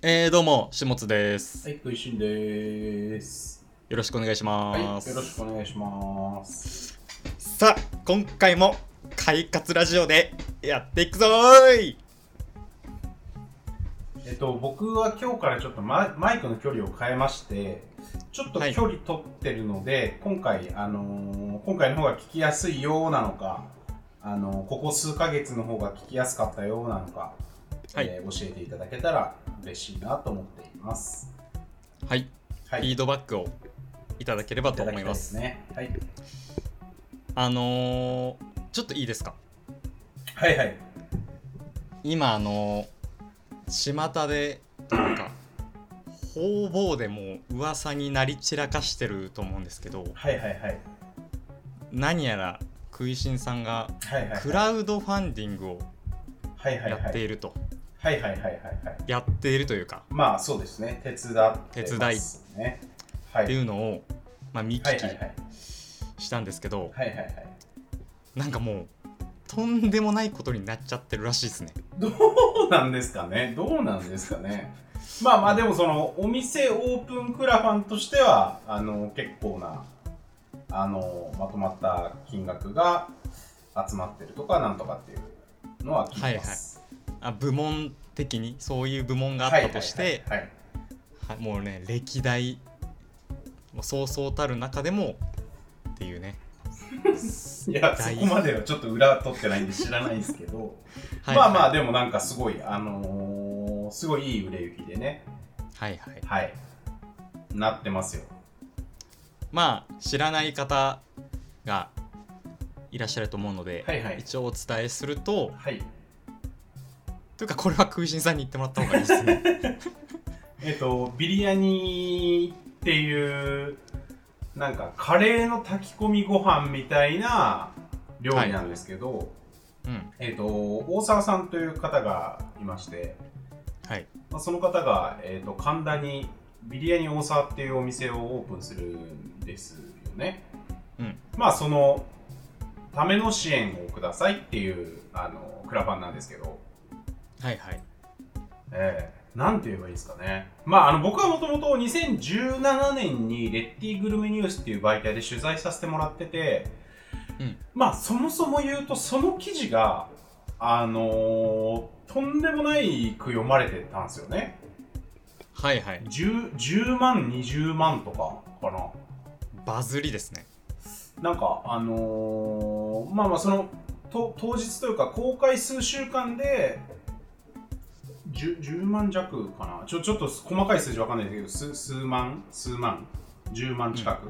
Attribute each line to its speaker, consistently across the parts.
Speaker 1: えー、どうも、下津です。
Speaker 2: はい、食いしんでーす。
Speaker 1: よろしくお願いし
Speaker 2: はい、
Speaker 1: ま
Speaker 2: よ
Speaker 1: す。
Speaker 2: ろしくお願いします。
Speaker 1: さあ、今回も、快活ラジオでやっていくぞーい
Speaker 2: えっと、僕は今日からちょっとママイクの距離を変えまして、ちょっと
Speaker 1: はい
Speaker 2: 距離取ってるので、今回、あのー今回の方が聞きやすいようなのか、あのーここ数ヶ月の方が聞きやすかったようなのか、
Speaker 1: はい
Speaker 2: えー教えていただけたら嬉しいなと思っています。
Speaker 1: はい、
Speaker 2: は
Speaker 1: フ
Speaker 2: い、
Speaker 1: ィ
Speaker 2: い
Speaker 1: ードバックをいただければと
Speaker 2: ただ
Speaker 1: 思
Speaker 2: きた
Speaker 1: い
Speaker 2: いで
Speaker 1: ますす。
Speaker 2: ね。はい、
Speaker 1: あのー、ちょっといいですか
Speaker 2: はい、はい。
Speaker 1: 今、あのー、巷で、なんか、方々でもう噂になり散らかしてると思うんですけど、
Speaker 2: はいはいはい。
Speaker 1: 何やら、食いしんさんが、
Speaker 2: はいはいはい。
Speaker 1: クラウドファンディングを
Speaker 2: はいはいはい。
Speaker 1: やっていると。
Speaker 2: はいはいはいはいはい。
Speaker 1: やっているというか、
Speaker 2: まあそうですね、手伝ってますね。は
Speaker 1: ってい
Speaker 2: い。
Speaker 1: うのを、まあ、見
Speaker 2: はい
Speaker 1: 聞
Speaker 2: はいはい。
Speaker 1: きしたんですけど、
Speaker 2: はいはいはい。
Speaker 1: なんかもうとんでもないことになっちゃってるらしいですね
Speaker 2: どうなんですかねどうなんですかねまあまあでもそのお店オープンクラファンとしてはあの結構なあのまとまった金額が集まってるとかなんとかっていうのは聞きます。
Speaker 1: あ部門的にそういう部門があっ
Speaker 2: はい
Speaker 1: たとして、
Speaker 2: はいはい
Speaker 1: はもうね歴代もうそうそうたる中でもっていう ね
Speaker 2: いやそ
Speaker 1: 大
Speaker 2: こまではちょっと裏取ってないんで知らないんですけど。
Speaker 1: はい
Speaker 2: まあまあ
Speaker 1: はい
Speaker 2: でもなんかすごいあのーすごいいい売れ行きでね
Speaker 1: はいはい
Speaker 2: はいなってますよ
Speaker 1: まあ知らない方がいらっしゃると思うので、
Speaker 2: はいはい
Speaker 1: 一応お伝えすると
Speaker 2: はい
Speaker 1: というかこれは食いしんさんに言ってもらった方がいいですね
Speaker 2: えっ、とビリヤニっていうなんかカレーの炊き込みご飯みたいな料理なんですけど、
Speaker 1: うん
Speaker 2: えっ、と大沢さんという方がいまして、
Speaker 1: はい
Speaker 2: まあ、その方が、えー、と神田にビリヤニ大沢っていうお店をオープンするんですよね
Speaker 1: うん
Speaker 2: まあそのための支援をくださいっていうあのクラファンなんですけど、
Speaker 1: はいはい
Speaker 2: えー、なんて言えばいいですかね、まあ、あの僕はもともと2017年にレッティグルメニュースっていう媒体で取材させてもらってて、
Speaker 1: うん
Speaker 2: まあそもそも言うとその記事が、あのーとんでもないく読まれてたんですよね
Speaker 1: はいはい
Speaker 2: 10, 10万20万とかかな
Speaker 1: バズりですね
Speaker 2: なんかあのーまあまあそのと当日というか公開数週間で 10, 10万弱かなちょちょっと細かい数字わかんないですけど数数万数万10万近く、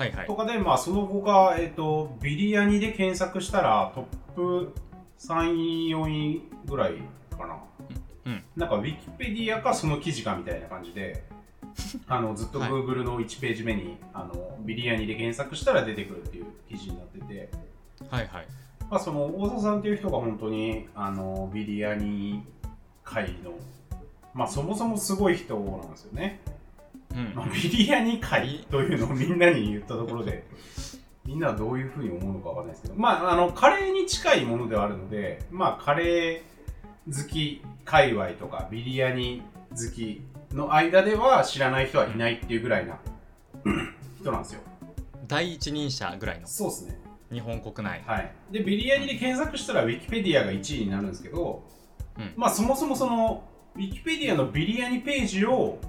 Speaker 1: はいはい
Speaker 2: とかでまあその後が、えっとビリヤニで検索したらトップ3位4位ぐらいかな、
Speaker 1: うん
Speaker 2: なんかウィキペディアかその記事かみたいな感 じであのずっと
Speaker 1: はい
Speaker 2: Google の1ページ目に、あのビリヤニで検索したら出てくるっていう記事になってて、
Speaker 1: はいはい
Speaker 2: まあ、その大沢さんっていう人が本当にあのビリヤニ界のまあそもそもすごい人なんですよね
Speaker 1: うん
Speaker 2: まあ、ビリヤニ会というのをみんなに言ったところで、みんなはどういうふうに思うのかわかんないですけど、まあ、あの、カレーに近いものではあるので、まあ、カレー好き界隈とか、ビリヤニ好きの間では知らない人はいないっていうぐらいな人なんですよ。
Speaker 1: 第一人者ぐらいの
Speaker 2: そうですね。
Speaker 1: 日本国内
Speaker 2: はい。で、ビリヤニで検索したら、ウィキペディアが1位になるんですけど、
Speaker 1: うん
Speaker 2: まあ、そもそもその、ウィキペディアのビリヤニページを、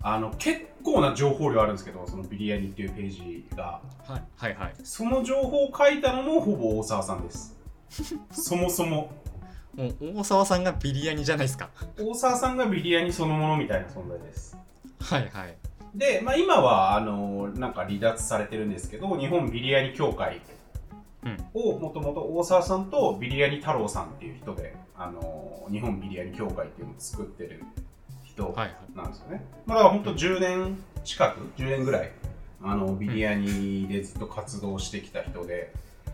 Speaker 2: あの、結構な情報量あるんですけど、そのビリヤニっていうページが。
Speaker 1: はいはいはい
Speaker 2: その情報を書いたのもほぼ大沢さんです。そもそも、
Speaker 1: もう大沢さんがビリヤニじゃないですか
Speaker 2: 大沢さんがビリヤニそのものみたいな存在です。
Speaker 1: はいはい
Speaker 2: で、まあ、今はあのなんか離脱されてるんですけど日本ビリヤニ協会
Speaker 1: うん
Speaker 2: をもともと大沢さんとビリヤニ太郎さんっていう人であの日本ビリヤニ協会っていうのを作ってる人
Speaker 1: はいはい
Speaker 2: なんですよね、まあ、だから本当10年近く10年ぐらいあのビリヤニでずっと活動してきた人で、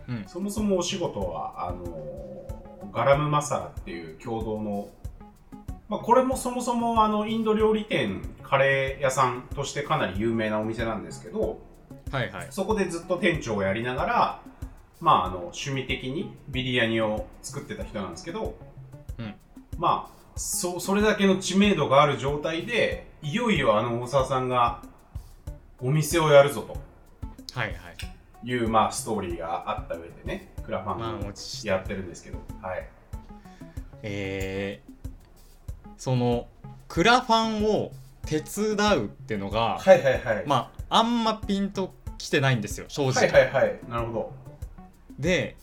Speaker 1: うん
Speaker 2: そもそもお仕事はあのガラムマサラっていう共同のまあ、これもそもそもあのインド料理店カレー屋さんとしてかなり有名なお店なんですけど
Speaker 1: はいはい
Speaker 2: そこでずっと店長をやりながら、まあ、あの趣味的にビリヤニを作ってた人なんですけど、
Speaker 1: うん
Speaker 2: まあそうそれだけの知名度がある状態でいよいよあの大沢さんがお店をやるぞと
Speaker 1: はいはい
Speaker 2: いう、まあ、ストーリーがあった上でねクラファ
Speaker 1: 満
Speaker 2: ン
Speaker 1: を持して
Speaker 2: やってるんですけど、はい、
Speaker 1: えーそのクラファンを手伝うってのが、
Speaker 2: はいはいはい
Speaker 1: まああんまピンときてないんですよ正直、
Speaker 2: はいはいはいなるほど
Speaker 1: で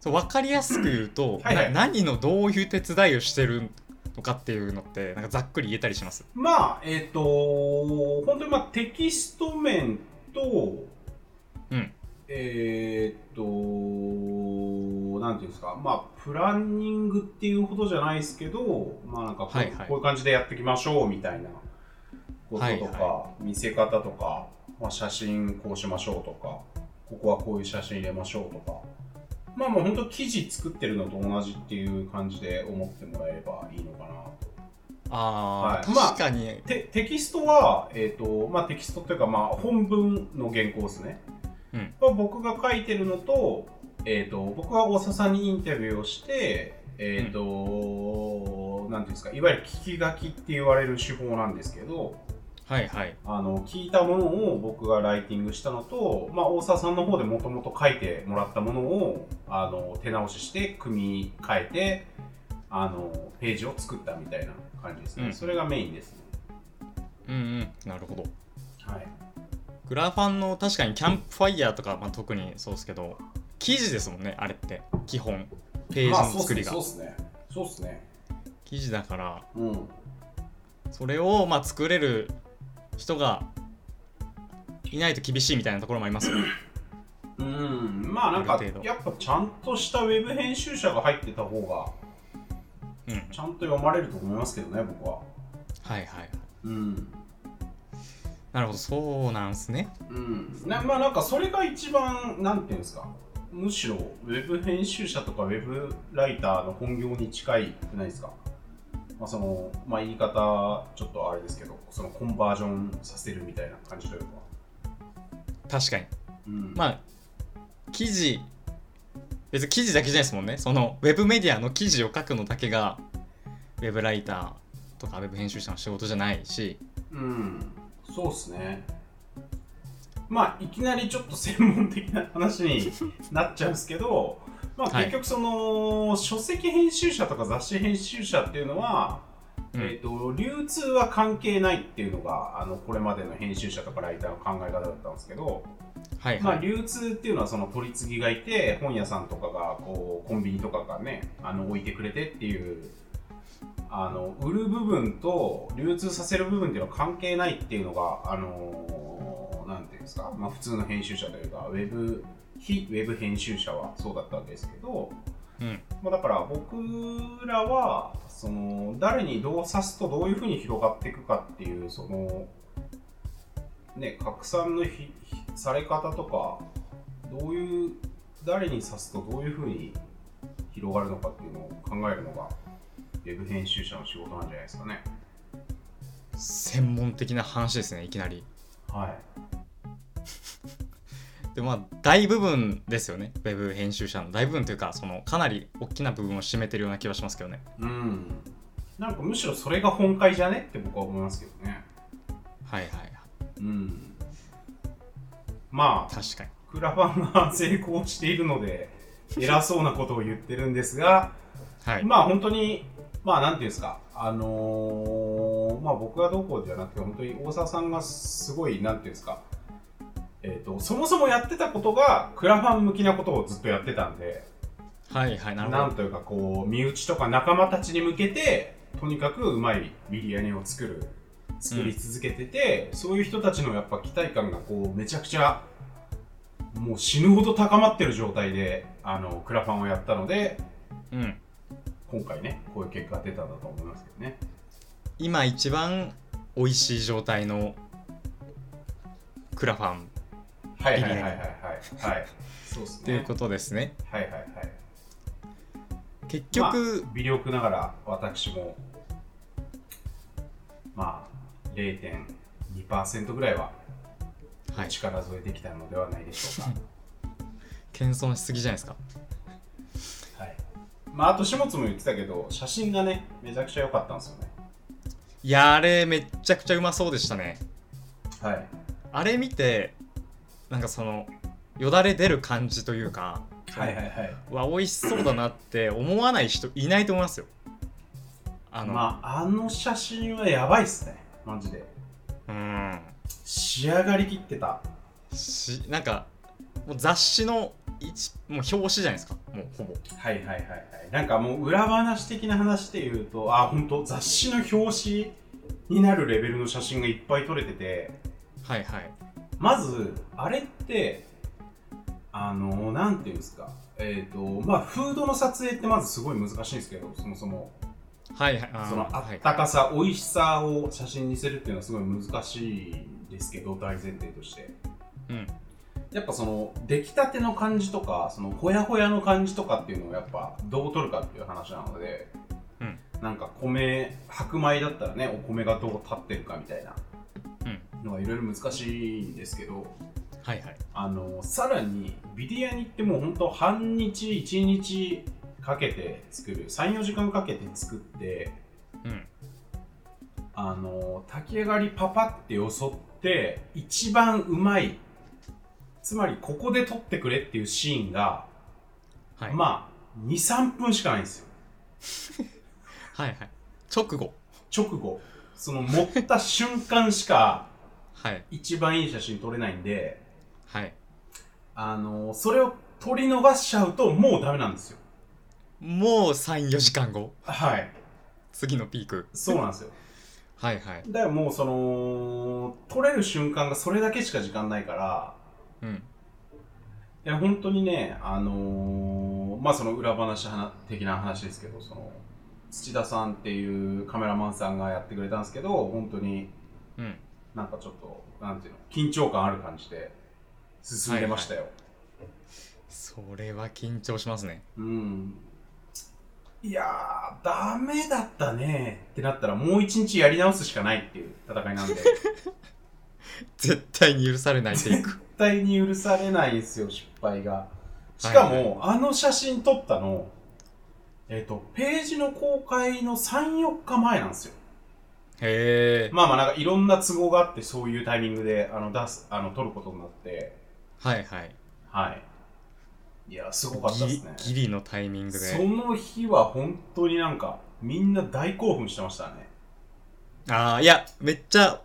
Speaker 1: そう分かりやすく言うと
Speaker 2: はいはい
Speaker 1: な何のどういう手伝いをしてるのかっていうのってなんかざっくり言えたりします
Speaker 2: まあえっ、と本当にまあテキスト面と
Speaker 1: うん
Speaker 2: えーっと、なんていうんですか、まあ、プランニングっていうほどじゃないですけど、まあ、なんかこう,、
Speaker 1: はいはい
Speaker 2: こういう感じでやっていきましょうみたいなこととか、
Speaker 1: はいは
Speaker 2: 見せ方とか、まあ、写真こうしましょうとか、ここはこういう写真入れましょうとか、まあ、もう本当、記事作ってるのと同じっていう感じで思ってもらえればいいのかなと。
Speaker 1: あー、
Speaker 2: はいまあ
Speaker 1: 確かに
Speaker 2: てテキストは、えーとまあ、テキストというか、まあ、本文の原稿ですね、
Speaker 1: うん
Speaker 2: は僕が書いてるのと,、えー、と僕は大沢さんにインタビューをして、えーとなんていうんですかいわゆる聞き書きって言われる手法なんですけど
Speaker 1: はいはい
Speaker 2: あの聞いたものを僕がライティングしたのと、まあ、大沢さんの方でもともと書いてもらったものをあの手直しして組み替えてあのページを作ったみたいな感じですね、
Speaker 1: うん
Speaker 2: それがメインですね。
Speaker 1: うんうんなるほど
Speaker 2: はい
Speaker 1: クラファンの確かにキャンプファイヤーとか、まあ、特にそうですけど記事ですもんねあれって基本ページの作りが、
Speaker 2: まあ、そうっすねそうっすね
Speaker 1: 記事だから
Speaker 2: そうっすね
Speaker 1: それをまあ作れる人がいないと厳しいみたいなところもあり ますよね
Speaker 2: うん、うん、まあなん
Speaker 1: あ
Speaker 2: か
Speaker 1: る程度
Speaker 2: やっぱちゃんとしたウェブ編集者が入ってた方が
Speaker 1: うんはい
Speaker 2: ちゃんと読まれると思いますけどね僕は
Speaker 1: はいはい
Speaker 2: うん
Speaker 1: なるほどそうなんすね
Speaker 2: うんなまあなんかそれが一番なんていうんですかむしろウェブ編集者とかウェブライターの本業に近いくないですかまあそのまあ言い方ちょっとあれですけどそのコンバージョンさせるみたいな感じというか、
Speaker 1: 確かに
Speaker 2: うん、
Speaker 1: まあ記事別に記事だけじゃないですもんねそのウェブメディアの記事を書くのだけがウェブライターとかウェブ編集者の仕事じゃないし
Speaker 2: うん、そうっすね。まあ、いきなりちょっと専門的な話になっちゃうんですけど、まあ、
Speaker 1: はい
Speaker 2: 結局その、書籍編集者とか雑誌編集者っていうのは、
Speaker 1: うん
Speaker 2: えー、と流通は関係ないっていうのがあのこれまでの編集者とかライターの考え方だったんですけど、
Speaker 1: はい
Speaker 2: ま
Speaker 1: は
Speaker 2: あ、
Speaker 1: い、
Speaker 2: 流通っていうのはその取り次ぎがいて本屋さんとかがこうコンビニとかがねあの置いてくれてっていうあの売る部分と流通させる部分っていうのは関係ないっていうのがあのなんていうんですか、まあ、普通の編集者というかウェブ非ウェブ編集者はそうだったんですけど、
Speaker 1: うん
Speaker 2: まあ、だから僕らはその誰にどう指すとどういうふうに広がっていくかっていうそのね拡散のひひされ方とかどういう誰に指すとどういうふうに広がるのかっていうのを考えるのがウェブ編集者の仕事なんじゃないですかね
Speaker 1: 専門的な話ですねいきなり
Speaker 2: はい
Speaker 1: でまあ大部分ですよねウェブ編集者の大部分というかそのかなり大きな部分を占めてるような気はしますけどね
Speaker 2: うんなんかむしろそれが本会じゃねって僕は思いますけどね
Speaker 1: はいはいはい
Speaker 2: うんまあ
Speaker 1: 確かに
Speaker 2: クラファンが成功しているので偉そうなことを言ってるんですが
Speaker 1: はい、
Speaker 2: まあ本当に、まあなんていうんですか、あのーまあ僕がどうこうじゃなくて、本当に大沢さんがすごい、なんていうんですか、えっ、と、そもそもやってたことが、クラファン向きなことをずっとやってたんで、
Speaker 1: はいはいなるほ
Speaker 2: なんというかこう、身内とか仲間たちに向けて、とにかくうまいビリヤニを作る、作り続けてて、そういう人たちのやっぱ期待感がこう、めちゃくちゃ、もう死ぬほど高まってる状態で、あの、クラファンをやったので、
Speaker 1: ど、うん、
Speaker 2: 今回ね、こういう結果が出たんだと思いますけどね。
Speaker 1: 今一番美味しい状態のクラファンっ
Speaker 2: はいはいはいはいはい。はい、そうですね。
Speaker 1: ていうことですね
Speaker 2: はいはいはい。
Speaker 1: 結局、
Speaker 2: 微力ながら私も、まあ、0.2%ぐらいは
Speaker 1: はい
Speaker 2: 力添えてきたのではないでしょうか。
Speaker 1: 謙遜しすぎじゃないですか
Speaker 2: はい、まあ、あと、始末も言ってたけど、写真がね、めちゃくちゃ良かったんですよね。
Speaker 1: いやあれめっちゃくちゃうまそうでしたね
Speaker 2: はい。
Speaker 1: あれ見てなんかそのよだれ出る感じというか
Speaker 2: はいはいはい。
Speaker 1: わ美味しそうだなって思わない人いないと思いますよあの、
Speaker 2: まあ、あの写真はやばいっすね。マジで。
Speaker 1: うん
Speaker 2: 仕上がりきってた。
Speaker 1: しなんかもう雑誌の一もう表紙じゃないですかもうほぼ
Speaker 2: はいはいはいはい。なんかもう裏話的な話で言うと、あ、ほんと雑誌の表紙になるレベルの写真がいっぱい撮れてて、
Speaker 1: はいはい
Speaker 2: まず、あれって、あの、なんていうんですか。えっ、と、まあ、フードの撮影ってまずすごい難しいんですけど、そもそも。
Speaker 1: はいはいあー
Speaker 2: そのあ
Speaker 1: は
Speaker 2: っ
Speaker 1: い
Speaker 2: たかさ、美味しさを写真にするっていうのはすごい難しいんですけど、大前提として。
Speaker 1: うん
Speaker 2: やっぱその出来たての感じとかそのほやほやの感じとかっていうのをやっぱどう取るかっていう話なので、
Speaker 1: うん
Speaker 2: なんか米白米だったらねお米がどう立ってるかみたいな
Speaker 1: うん
Speaker 2: のがいろいろ難しいんですけど
Speaker 1: はいはい
Speaker 2: あのさらにビディアに行ってもうほんと半日1日かけて作る34時間かけて作って
Speaker 1: うん
Speaker 2: あの炊き上がりパパってよそって一番うまいつまりここで撮ってくれっていうシーンが、
Speaker 1: はい、
Speaker 2: まあ23分しかないんですよ
Speaker 1: はいはい直後
Speaker 2: 直後その持った瞬間しか
Speaker 1: はい
Speaker 2: 一番いい写真撮れないんで
Speaker 1: はい
Speaker 2: あのそれを撮り逃しちゃうともうダメなんですよ
Speaker 1: もう34時間後
Speaker 2: はい
Speaker 1: 次のピーク
Speaker 2: そうなんですよ
Speaker 1: はいはい
Speaker 2: だからもうその撮れる瞬間がそれだけしか時間ないから
Speaker 1: うん
Speaker 2: いや本当にね、あのーまあその裏話は的な話ですけど、その土田さんっていうカメラマンさんがやってくれたんですけど、本当に
Speaker 1: うん
Speaker 2: なんかちょっと、なんていうの、緊張感ある感じで進んでましたよ。
Speaker 1: それは緊張しますね
Speaker 2: うん。いやー、ダメだったねってなったら、もう一日やり直すしかないっていう戦いなんで、絶
Speaker 1: 絶対に許されないテイ ク
Speaker 2: 対に許されないんですよ、失敗が。しかも、
Speaker 1: はい
Speaker 2: あの写真撮ったの、えっ、と、ページの公開の3、4日前なんですよ。
Speaker 1: へえ
Speaker 2: まあまあ、なんかいろんな都合があって、そういうタイミングで、あの、出す、あの、撮ることになって、
Speaker 1: はいはい
Speaker 2: はい。いや、すごかったですね。
Speaker 1: ギリギリのタイミング
Speaker 2: そ
Speaker 1: で
Speaker 2: の日は本当になんか、みんな大興奮してましたね。
Speaker 1: ああいやめっちゃ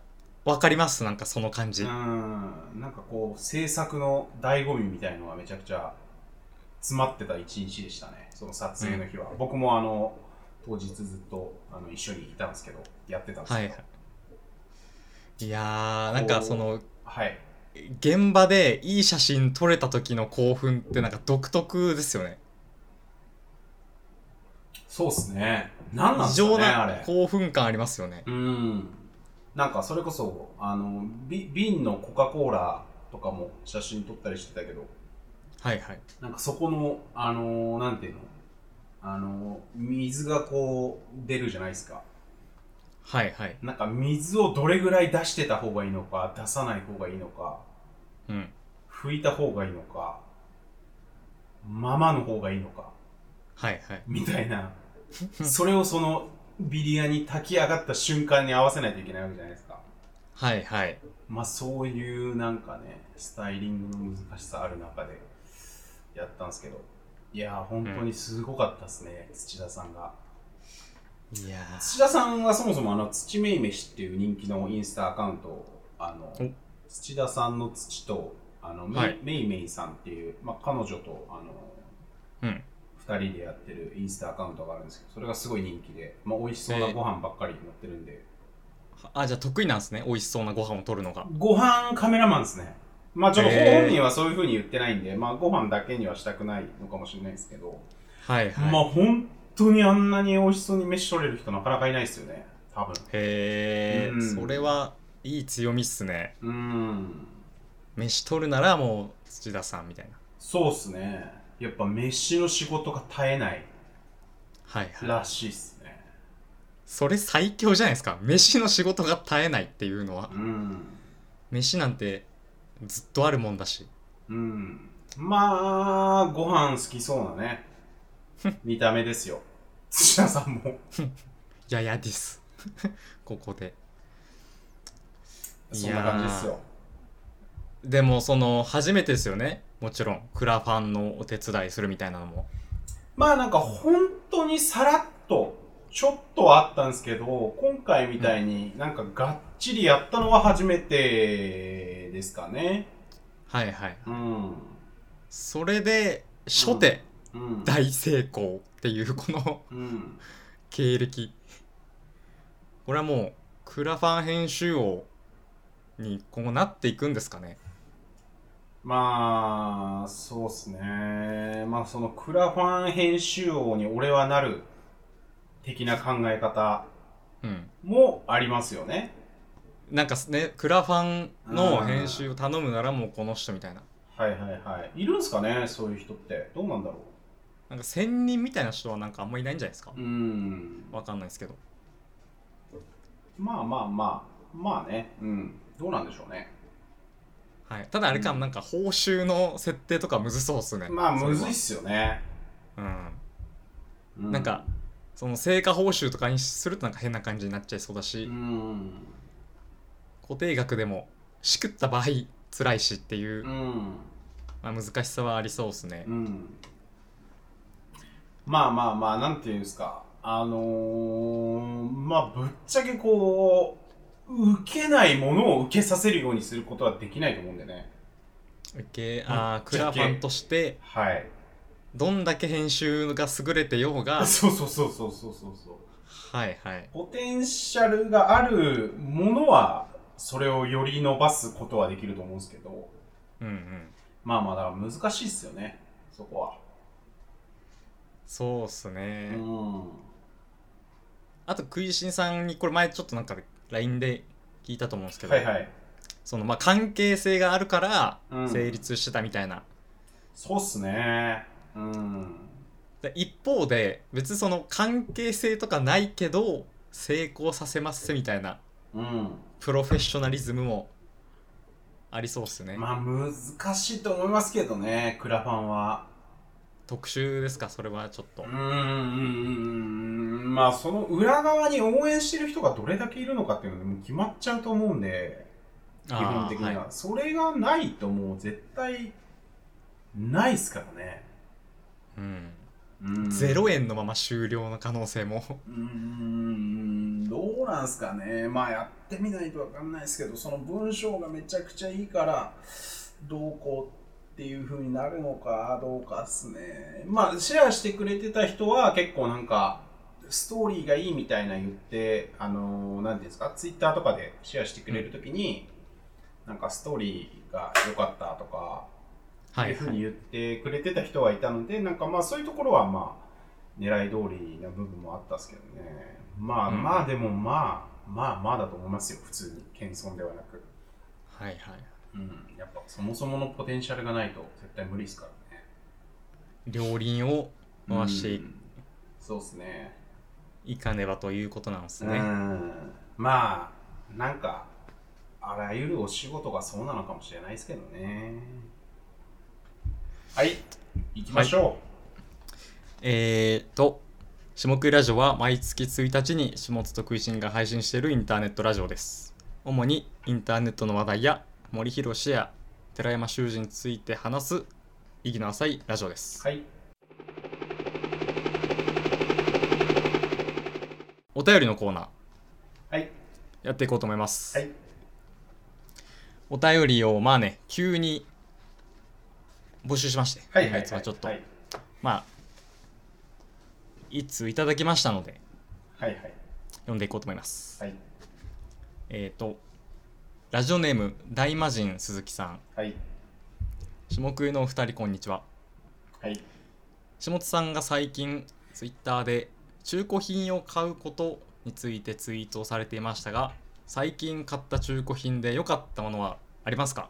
Speaker 1: わかりますなんかその感
Speaker 2: う
Speaker 1: じ、
Speaker 2: ん。なんかこう、制作の醍醐味みたいのがめちゃくちゃ詰まってた一日でしたね。その撮影の日は。僕もあの、当日ずっとあの一緒にいたんですけど、やってたんです
Speaker 1: は
Speaker 2: け
Speaker 1: い
Speaker 2: ど。
Speaker 1: はいいやーなんかその
Speaker 2: はい。
Speaker 1: 現場でいい写真撮れた時の興奮ってなんか独特ですよね
Speaker 2: そうっすね。何なん
Speaker 1: 異
Speaker 2: ですか
Speaker 1: 常
Speaker 2: ね、あ
Speaker 1: な
Speaker 2: れ。
Speaker 1: 興奮感ありますよね
Speaker 2: うん。なんかそれこそ、あの、び瓶のコカ・コーラとかも写真撮ったりしてたけど、
Speaker 1: はいはい
Speaker 2: なんかそこの、あのなんていうのあの水がこう出るじゃないですか。
Speaker 1: はいはい
Speaker 2: なんか水をどれぐらい出してた方がいいのか、出さない方がいいのか、
Speaker 1: うん
Speaker 2: 拭いた方がいいのか、ままの方がいいのか、
Speaker 1: はいはい
Speaker 2: みたいな。それをそのビリヤに炊き上がった瞬間に合わせないといけないわけじゃないですか。
Speaker 1: はいはい
Speaker 2: まあそういうなんかね、スタイリングの難しさある中でやったんですけど、いやー本当にすごかったですね、土田さんが。
Speaker 1: いや
Speaker 2: 土田さんはそもそもあの土めいめしっていう人気のインスタアカウントをあ
Speaker 1: お
Speaker 2: の土田さんの土とあのめ、
Speaker 1: はい
Speaker 2: めいめいさんっていう、まあ、彼女とあの
Speaker 1: ーうん
Speaker 2: 2人でやってるインスタアカウントがあるんですけどそれがすごい人気で、まあ、美味しそうなご飯ばっかり載ってるんで、
Speaker 1: あじゃあ得意なんですね美味しそうなご飯を撮るのが
Speaker 2: ご飯カメラマンですねまあちょっと
Speaker 1: へー
Speaker 2: 本人はそういうふうに言ってないんで、まあご飯だけにはしたくないのかもしれないですけど、
Speaker 1: はいはい、
Speaker 2: まあ本当にあんなに美味しそうに飯取れる人なかなかいないですよね多分
Speaker 1: へえ、
Speaker 2: うん
Speaker 1: それはいい強みっすね
Speaker 2: うーん
Speaker 1: 飯取るならもう土田さんみたいな
Speaker 2: そうっすね。やっぱ飯の仕事が絶えない
Speaker 1: はいはい
Speaker 2: らしいっすね。
Speaker 1: それ最強じゃないですか飯の仕事が絶えないっていうのは
Speaker 2: うん。
Speaker 1: 飯なんてずっとあるもんだし
Speaker 2: うん。まあ、ご飯好きそうなね。見た目ですよ。土屋さんも。
Speaker 1: ややです。 ここで。
Speaker 2: そんな感じですよ。
Speaker 1: でもその初めてですよね。もちろんクラファンのお手伝いするみたいなのも。
Speaker 2: まあなんか本当にさらっと、ちょっとはあったんですけど、今回みたいになんかがっちりやったのは初めてですかね。
Speaker 1: はいはい。
Speaker 2: うん。
Speaker 1: それで初手
Speaker 2: うん。
Speaker 1: 大成功っていうこの
Speaker 2: うん。
Speaker 1: 経歴。これはもうクラファン編集王に今後なっていくんですかね。
Speaker 2: まあ、そうっすね。まあそのクラファン編集王に俺はなる的な考え方
Speaker 1: うん。
Speaker 2: もありますよね。
Speaker 1: なんかね、クラファンの編集を頼むならもうこの人みたいな。
Speaker 2: はいはいはい。いるんすかねそういう人って。どうなんだろ
Speaker 1: なんか専任みたいな人はなんかあんまりいないんじゃないですか
Speaker 2: う。うん。
Speaker 1: わかんないですけど。
Speaker 2: まあまあまあ。まあね。うん。どうなんでしょうね。
Speaker 1: はい、ただあれか、
Speaker 2: うん
Speaker 1: なんか報酬の設定とかむずそうっすね
Speaker 2: まあ、
Speaker 1: それは
Speaker 2: むずいっすよね。
Speaker 1: うん
Speaker 2: う
Speaker 1: なんか、その成果報酬とかにするとなんか変な感じになっちゃいそうだし、
Speaker 2: うん。
Speaker 1: 固定額でもしくった場合辛いしっていうう、
Speaker 2: ん。
Speaker 1: まあ、難しさはありそうっすね
Speaker 2: うん。まあまあまあ、なんていうんですか。あのー、まあ、ぶっちゃけこう、受けないものを受けさせるようにすることはできないと思うんでね。
Speaker 1: 受けあー
Speaker 2: ぶ
Speaker 1: ク
Speaker 2: っち
Speaker 1: ラ
Speaker 2: ゃ
Speaker 1: フ
Speaker 2: け
Speaker 1: ァンとして
Speaker 2: はい。
Speaker 1: どんだけ編集が優れてようが
Speaker 2: そうそうそうそうそうそうそう。
Speaker 1: はいはい
Speaker 2: ポテンシャルがあるものは、それをより伸ばすことはできると思うんですけど、
Speaker 1: うんうん
Speaker 2: まあまあ、だから難しいっすよね、そこは。
Speaker 1: そうっす
Speaker 2: う
Speaker 1: ね、
Speaker 2: ん。
Speaker 1: あと食いしんさんにこれ前ちょっとなんか LINE で聞いたと思うんですけど、
Speaker 2: はいはい。
Speaker 1: そのまあ関係性があるから
Speaker 2: うん
Speaker 1: 成立してたみたいな、
Speaker 2: そうっすね。うん。
Speaker 1: で一方で別にその関係性とかないけど成功させますみたいな
Speaker 2: うん。
Speaker 1: プロフェッショナリズムもありそうっすね、
Speaker 2: まあ、難しいと思いますけどね、クラファンは。
Speaker 1: 特集ですかそれはちょっと
Speaker 2: うん、うん、うん。まあ、その裏側に応援してる人がどれだけいるのかっていうので、もう決まっちゃうと思うんで、基本的には。
Speaker 1: あーい
Speaker 2: それがないともう絶対、ないっすからね。
Speaker 1: うん、
Speaker 2: うん
Speaker 1: 0円のまま終了の可能性も
Speaker 2: うーんどうなんすかねまあやってみないとわかんないですけどその文章がめちゃくちゃいいからどうこうっていう風になるのかどうかっすねまあシェアしてくれてた人は結構なんかストーリーがいいみたいな言ってあの何、なんていうんですかツイッターとかでシェアしてくれるときに、なんかストーリーが良かったとか
Speaker 1: は
Speaker 2: いう
Speaker 1: い、
Speaker 2: ふ
Speaker 1: は
Speaker 2: うに
Speaker 1: い、
Speaker 2: 言ってくれてた人はいたので、なんかまあそういうところはまあ狙い通りな部分もあったんですけどね。まあ、
Speaker 1: うん
Speaker 2: まあでもまあまあまあだと思いますよ、普通に。謙遜ではなく。
Speaker 1: はいはい
Speaker 2: うん、やっぱそもそものポテンシャルがないと絶対無理ですからね。
Speaker 1: 両輪を回して
Speaker 2: うんそうですね。
Speaker 1: いかねばということなんです
Speaker 2: う
Speaker 1: ね、
Speaker 2: ん。まあ、なんか、あらゆるお仕事がそうなのかもしれないですけどね。はい、行きましょう。
Speaker 1: えーと下食いラジオは毎月1日に下津と食いしんが配信しているインターネットラジオです主にインターネットの話題や森博氏や寺山修司について話す意義の浅いラジオです、
Speaker 2: はい。
Speaker 1: お便りのコーナー
Speaker 2: はい。
Speaker 1: やっていこうと思います、
Speaker 2: はい。
Speaker 1: お便りをまあね急に募集しまして
Speaker 2: はいはい、
Speaker 1: 今月はちょっと、
Speaker 2: はい
Speaker 1: まあ一通いただきましたので
Speaker 2: はいはい
Speaker 1: 読んでいこうと思います、
Speaker 2: はい
Speaker 1: えーとラジオネーム大魔神鈴木さん
Speaker 2: はい
Speaker 1: 下食いのお二人こんにちは
Speaker 2: はい
Speaker 1: 下津さんが最近ツイッターで中古品を買うことについてツイートをされていましたが最近買った中古品で良かったものはありますか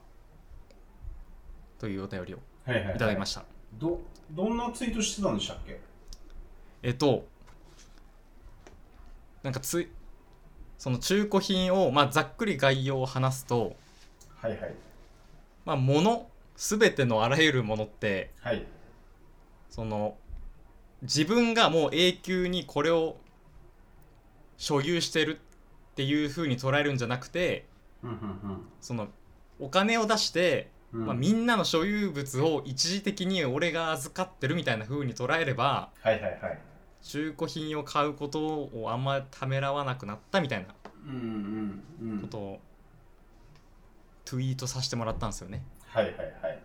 Speaker 1: というお便りを
Speaker 2: はいはいはい
Speaker 1: いただきました、
Speaker 2: どどんなツイートしてたんでしたっけ
Speaker 1: えっとなんかついその中古品を、まあ、ざっくり概要を話すと、
Speaker 2: はいはい
Speaker 1: まあ、物全てのあらゆるものって
Speaker 2: はい
Speaker 1: その自分がもう永久にこれを所有してるっていう風に捉えるんじゃなくて
Speaker 2: うんうん
Speaker 1: そのお金を出して、
Speaker 2: うん。
Speaker 1: まあ、
Speaker 2: うん
Speaker 1: みんなの所有物を一時的に俺が預かってるみたいな風に捉えれば
Speaker 2: はいはいはい。
Speaker 1: 中古品を買うことをあんまためらわなくなったみたいな
Speaker 2: うんうんうん。
Speaker 1: ことをツイートさせてもらったんですよね、
Speaker 2: はいはいはい。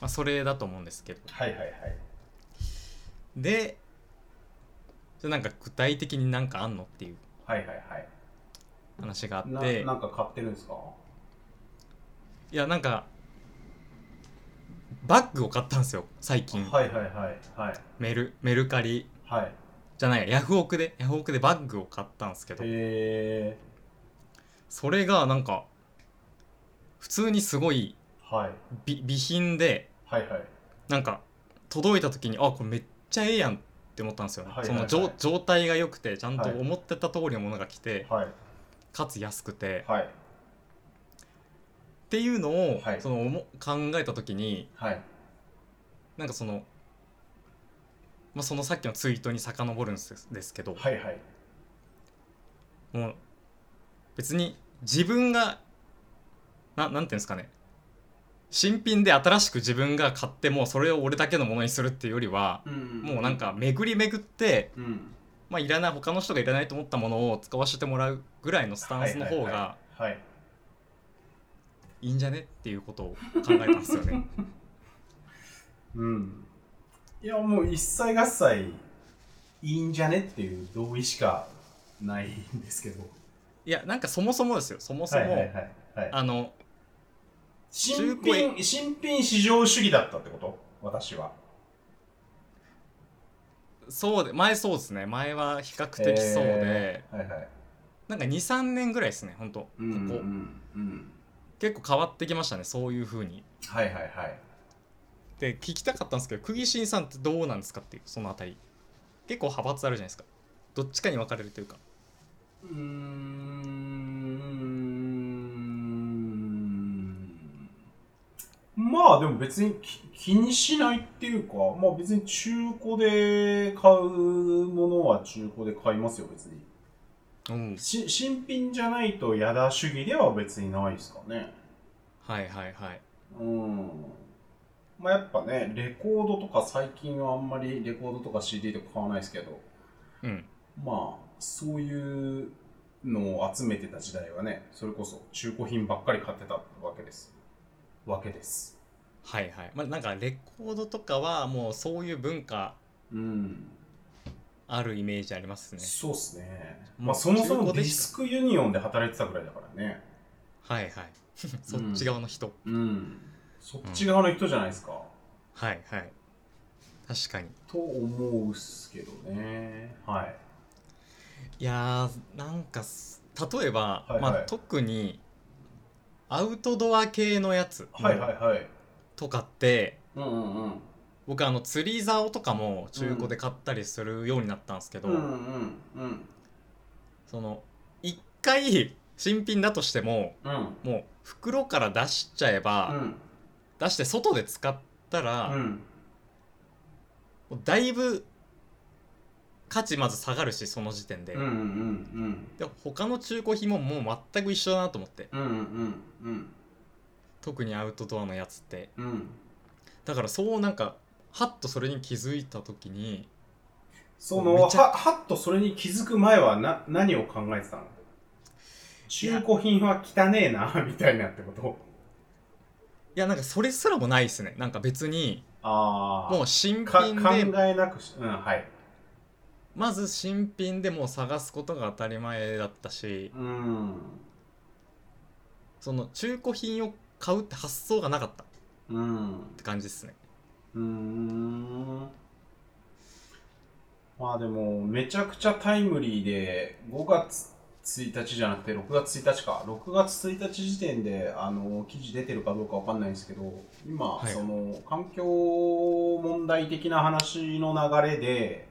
Speaker 1: まあ、それだと思うんですけど
Speaker 2: はいはいはい。
Speaker 1: でじゃあなんか具体的になんかあんのっていう
Speaker 2: はいはいはい。
Speaker 1: 話があっ
Speaker 2: な
Speaker 1: て
Speaker 2: なんか買ってるんですか
Speaker 1: いやなんかバッグを買ったんですよ最近、
Speaker 2: はいはいはいはい
Speaker 1: メルメルカリ
Speaker 2: はい
Speaker 1: じゃないヤフオクでヤフオクでバッグを買ったんですけど
Speaker 2: え
Speaker 1: それがなんか普通にすごい
Speaker 2: ー、はい
Speaker 1: び備品で
Speaker 2: はいはい
Speaker 1: なんか届いた時にあこれめっちゃええやんって思ったんですよね、
Speaker 2: はいはいはい
Speaker 1: その状状態が良くてちゃんと
Speaker 2: はい
Speaker 1: 思ってた通りのものが来て、
Speaker 2: はい
Speaker 1: かつ安くて、っ
Speaker 2: はい
Speaker 1: ていうのを、
Speaker 2: はい
Speaker 1: その思考えた時に
Speaker 2: はい
Speaker 1: なんかその、まあ、そのさっきのツイートに遡るんですですけど、
Speaker 2: はいはい
Speaker 1: もう別に自分がななんていうんですかね新品で新しく自分が買ってもうそれを俺だけのものにするっていうよりは
Speaker 2: うん
Speaker 1: もうなんか巡り巡って、
Speaker 2: うん
Speaker 1: まあ、いらない他の人がいらないと思ったものを使わせてもらうぐらいのスタンスの方が
Speaker 2: はい
Speaker 1: いいんじゃねっていうことを考えたんですよ ね。
Speaker 2: うんいやもう一切合切いいんじゃねっていう同意しかないんですけど
Speaker 1: いやなんかそもそもですよそもそも、
Speaker 2: はいはいはいはい
Speaker 1: あの
Speaker 2: 新品新品市場主義だったってこと私は
Speaker 1: そうで前そうですね前は比較的そうで
Speaker 2: えーはいはい
Speaker 1: なんか23年ぐらいですねほんとここ、
Speaker 2: うんうんうん
Speaker 1: 結構変わってきましたねそういう風に。
Speaker 2: はいはいはい
Speaker 1: で聞きたかったんですけど釘新さんってどうなんですかっていうそのあたり結構派閥あるじゃないですかどっちかに分かれるというか
Speaker 2: うーんまあでも別にき気にしないっていうか、まあ別に中古で買うものは中古で買いますよ、別に。
Speaker 1: うん
Speaker 2: し新品じゃないとやだ主義では別にないですかね。
Speaker 1: はいはいはい
Speaker 2: うん。まあやっぱね、レコードとか最近はあんまりレコードとか CD とか買わないですけど、
Speaker 1: うん
Speaker 2: まあそういうのを集めてた時代はねそれこそ中古品ばっかり買ってたわけですわけです
Speaker 1: はいはいまあなんかレコードとかはもうそういう文化
Speaker 2: うん、
Speaker 1: あるイメージありますね
Speaker 2: そうっすね
Speaker 1: もう
Speaker 2: まあそもそ
Speaker 1: 中
Speaker 2: も
Speaker 1: 古で
Speaker 2: ディ
Speaker 1: し
Speaker 2: スクユニオンで働いてたぐらいだからね
Speaker 1: はいはい そっち側の人、
Speaker 2: うんそっち側の人じゃないですか、
Speaker 1: はいはい確かに
Speaker 2: と思うっすけどねはい
Speaker 1: いやーなんかす例えば、
Speaker 2: はいはい
Speaker 1: まあ、特にアウトドア系のやつ
Speaker 2: はいはいはい
Speaker 1: とかって、
Speaker 2: うんうんうん
Speaker 1: 僕あの釣り竿とかも中古で買ったりするようになったんですけど、
Speaker 2: うんうんうん
Speaker 1: その一回新品だとしても
Speaker 2: うん
Speaker 1: もう袋から出しちゃえば、
Speaker 2: うん
Speaker 1: 出して外で使ったら、
Speaker 2: うん
Speaker 1: もうだいぶ価値まず下がるしその時点で、
Speaker 2: うんうんうん
Speaker 1: で他の中古品ももう全く一緒だなと思って
Speaker 2: うんうんうんうん
Speaker 1: 特にアウトドアのやつって
Speaker 2: うん
Speaker 1: だからそうなんかハッとそれに気づいた時に
Speaker 2: そ
Speaker 1: め
Speaker 2: の
Speaker 1: ちゃ
Speaker 2: は、はっとそれに気づく前はな、何を考えてたの中古品は汚ねえな、 みたいなってこと
Speaker 1: いやなんかそれすらもないですねなんか別に
Speaker 2: ああ。
Speaker 1: もう新
Speaker 2: か
Speaker 1: 品
Speaker 2: 考
Speaker 1: で
Speaker 2: えなくし、うん、はい。
Speaker 1: まず新品でもう探すことが当たり前だったし
Speaker 2: うん。
Speaker 1: その中古品を買うって発想がなかったっ
Speaker 2: うん。
Speaker 1: て感じですね
Speaker 2: うーん。まあでも、めちゃくちゃタイムリーで、5月1日じゃなくて6月1日か。6月1日時点で、あの、記事出てるかどうかわかんないんですけど、今、
Speaker 1: はい
Speaker 2: その、環境問題的な話の流れで、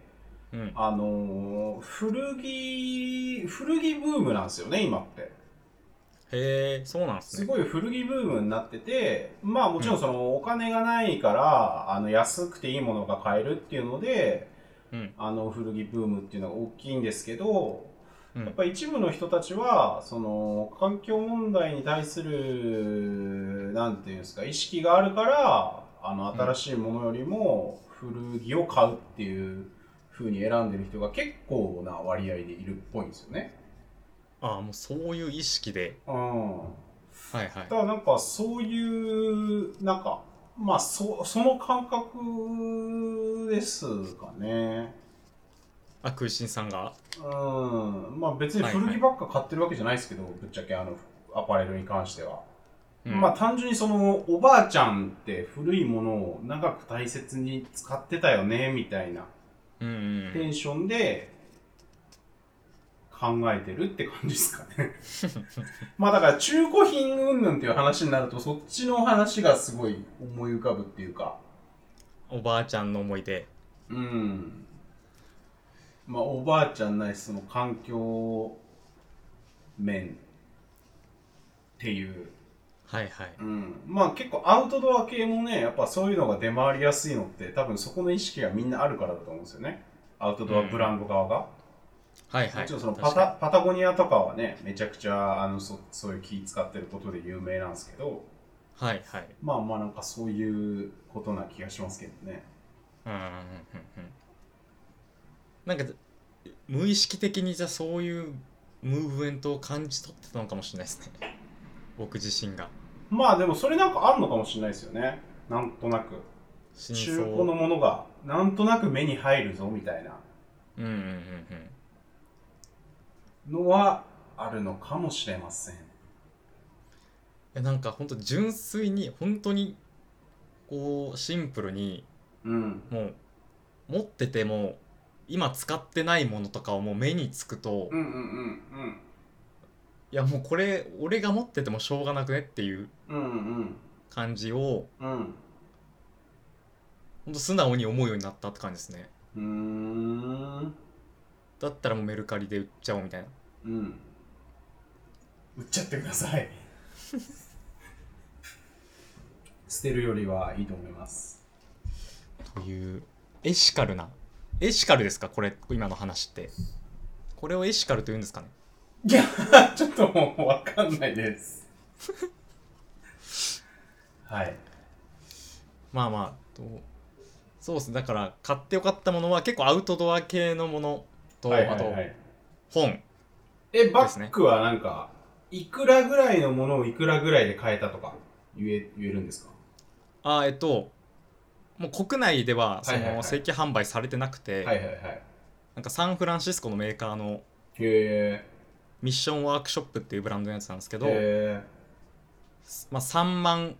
Speaker 1: うん
Speaker 2: あの、古着、古着ブームなんですよね、今って。
Speaker 1: へえそうなんです
Speaker 2: す
Speaker 1: ね
Speaker 2: ごい古着ブームになってて、まあもちろんそのお金がないから、あの安くていいものが買えるっていうので、
Speaker 1: うん
Speaker 2: あの古着ブームっていうのが大きいんですけど、
Speaker 1: うん
Speaker 2: やっぱり一部の人たちは、その、環境問題に対する、なんていうんですか、意識があるから、あの、新しいものよりも古着を買うっていう風に選んでる人が結構な割合でいるっぽいんですよね。
Speaker 1: ああもうそういう意識で
Speaker 2: うん。
Speaker 1: はいはい
Speaker 2: だからなんか、そういう、なんか、まあ、そ、その感覚ですかね。
Speaker 1: あ空心さんが
Speaker 2: うん。まあ別に
Speaker 1: はいはい
Speaker 2: 古着ばっか買ってるわけじゃないですけど、ぶっちゃけあの、アパレルに関しては。
Speaker 1: うん
Speaker 2: まあ単純にそのおばあちゃんって古いものを長く大切に使ってたよねみたいな
Speaker 1: うんうんう
Speaker 2: テ
Speaker 1: ん
Speaker 2: ンションで考えてるって感じですかね。まあだから中古品云々っていう話になるとそっちの話がすごい思い浮かぶっていうか。
Speaker 1: おばあちゃんの思い出
Speaker 2: うん。まあおばあちゃんないしその環境面っていう
Speaker 1: はいはい
Speaker 2: うん、まあ結構アウトドア系もねやっぱそういうのが出回りやすいのって多分そこの意識がみんなあるからだと思うんですよねアウトドアブランド側が、
Speaker 1: はいはい
Speaker 2: もちろんそのパ
Speaker 1: 確
Speaker 2: タ
Speaker 1: か
Speaker 2: パタゴニアとかはねめちゃくちゃあのそそういう気使ってることで有名なんですけど
Speaker 1: にはいはい
Speaker 2: まあまあなんかそういうことな気がしますけどね
Speaker 1: うんうんうんうんうんなんか無意識的にじゃあそういうムーブメントを感じ取ってたのかもしれないですね僕自身が
Speaker 2: まあでもそれなんかあんのかもしれないですよねなんとなく
Speaker 1: 真
Speaker 2: 中
Speaker 1: 相
Speaker 2: 古のものがなんとなく目に入るぞみたいな
Speaker 1: うんうんうんうん
Speaker 2: のはあるのかもしれません
Speaker 1: えなんか本当純粋に本当にこうシンプルに
Speaker 2: うん
Speaker 1: もう持ってても今使ってないものとかをもう目につくと、
Speaker 2: う
Speaker 1: い
Speaker 2: んうんうんうん
Speaker 1: やもうこれ俺が持っててもしょうがなくねっていう
Speaker 2: うんうん
Speaker 1: 感じを
Speaker 2: うん
Speaker 1: 本当素直に思うようになったって感じですね
Speaker 2: うーん
Speaker 1: だったらもうメルカリで売っちゃおうみたいな
Speaker 2: うん売っちゃってください 捨てるよりはいいと思います
Speaker 1: というエシカルなエシカルですかこれ今の話ってこれをエシカルと言うんですかね
Speaker 2: いやちょっともうわかんないですはい
Speaker 1: まあまあとそうですねだから買ってよかったものは結構アウトドア系のものと、
Speaker 2: はいはいは
Speaker 1: あと
Speaker 2: い
Speaker 1: 本
Speaker 2: えバ
Speaker 1: ですね
Speaker 2: ッグはなんかいくらぐらいのものをいくらぐらいで買えたとか言え言えるんですか
Speaker 1: あーえっともう国内ではそ
Speaker 2: はいはいは
Speaker 1: の
Speaker 2: い
Speaker 1: 正規販売されてなくて、
Speaker 2: はいはいはい
Speaker 1: なんかサンフランシスコのメーカーの
Speaker 2: へ
Speaker 1: ミッションワークショップっていうブランドのやつなんですけ
Speaker 2: ー
Speaker 1: ど、
Speaker 2: へ
Speaker 1: まあ、3万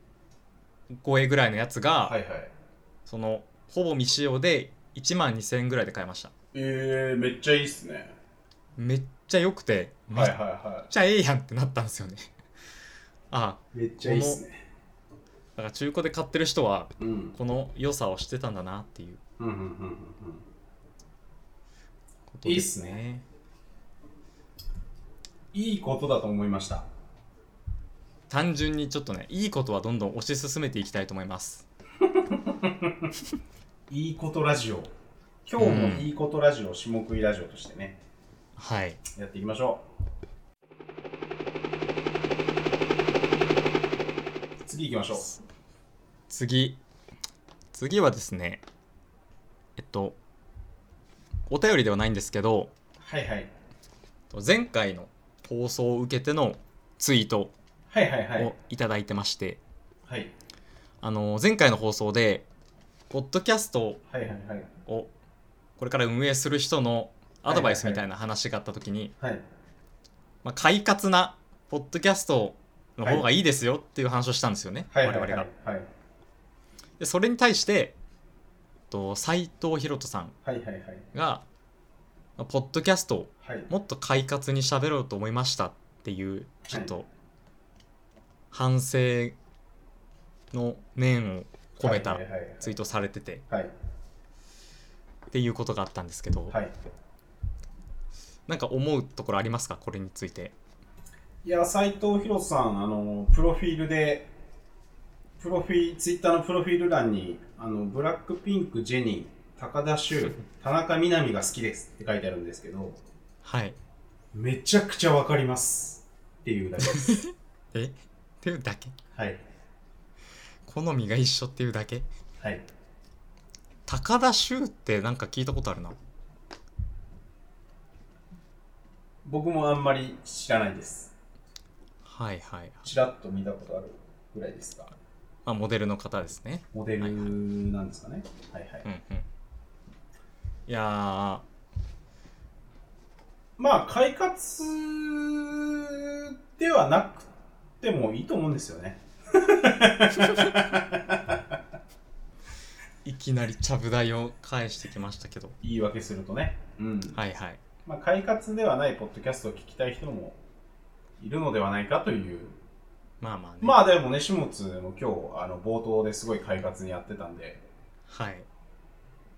Speaker 1: 超えぐらいのやつが、
Speaker 2: ーはいはい
Speaker 1: そのほぼ未使用で1万2000円ぐらいで買いました
Speaker 2: えー、めっちゃいいっすね
Speaker 1: めっちゃ良くてめっ
Speaker 2: はいはいは
Speaker 1: ちゃええやんってなったんですよね あ
Speaker 2: いめっちゃいいっすね
Speaker 1: あだから中古で買ってる人は
Speaker 2: うんうん
Speaker 1: この良さを知ってたんだなっていう
Speaker 2: うんうんうんうん
Speaker 1: ことですね
Speaker 2: いいっすいいことだと思いました
Speaker 1: 単純にちょっとねいいことはどんどん推し進めていきたいと思います
Speaker 2: いいことラジオ今日もいいことラジオ、下食いラジオとしてね
Speaker 1: はい
Speaker 2: やっていきましょう次行きましょ
Speaker 1: 次次はですねえっとお便りではないんですけど
Speaker 2: うはいはい
Speaker 1: 前回の放送を受けてのツイート
Speaker 2: はいはいはい
Speaker 1: をいただいてまして、
Speaker 2: はい
Speaker 1: あの前回の放送でポッドキャスト
Speaker 2: はいはいはい
Speaker 1: をこれから運営する人のアドバイスみたいな話があった時に、
Speaker 2: はい
Speaker 1: まあ、快活なポッドキャストの方がいいですよっていう話をしたんですよね、
Speaker 2: はいはいは
Speaker 1: 我
Speaker 2: い
Speaker 1: 々が。
Speaker 2: はい
Speaker 1: でそれに対して斎藤博人さん
Speaker 2: はいはいはい
Speaker 1: が「ポッドキャストを
Speaker 2: はい
Speaker 1: もっと快活に喋ろうと思いました」っていうちょっと反省の念を込めた
Speaker 2: はいはいはい
Speaker 1: ツイートされてて
Speaker 2: はい
Speaker 1: っていうことがあったんですけど、
Speaker 2: はい
Speaker 1: なんか思うところありますかこれについて。
Speaker 2: いや、斉藤博さん、あの、プロフィールで、プロフィー、ツイッターのプロフィール欄に、あの、ブラックピンク、ジェニー、高田修、田中みな実が好きですって書いてあるんですけど、
Speaker 1: はい。
Speaker 2: めちゃくちゃわかりますっていうだけです。
Speaker 1: えっていうだけ
Speaker 2: はい。
Speaker 1: 好みが一緒っていうだけ
Speaker 2: はい。
Speaker 1: 高田修ってなんか聞いたことあるな。
Speaker 2: 僕もあんまり知らないです。
Speaker 1: はいはい。
Speaker 2: ちらっと見たことあるぐらいですが、
Speaker 1: まあ、モデルの方ですね。
Speaker 2: モデルなんですかね。はいはい。
Speaker 1: うんうん。いや
Speaker 2: まあ、快活ではなくてもいいと思うんですよね。
Speaker 1: ー、いきなりちゃぶ台を返してきましたけど。
Speaker 2: 言い訳するとね。うん。
Speaker 1: はいはい。
Speaker 2: まあ、快活ではないポッドキャストを聞きたい人もいるのではないかという。
Speaker 1: まあまあね。
Speaker 2: まあ、でもね、下津も今日、あの、冒頭ですごい快活にやってたんで、
Speaker 1: はい。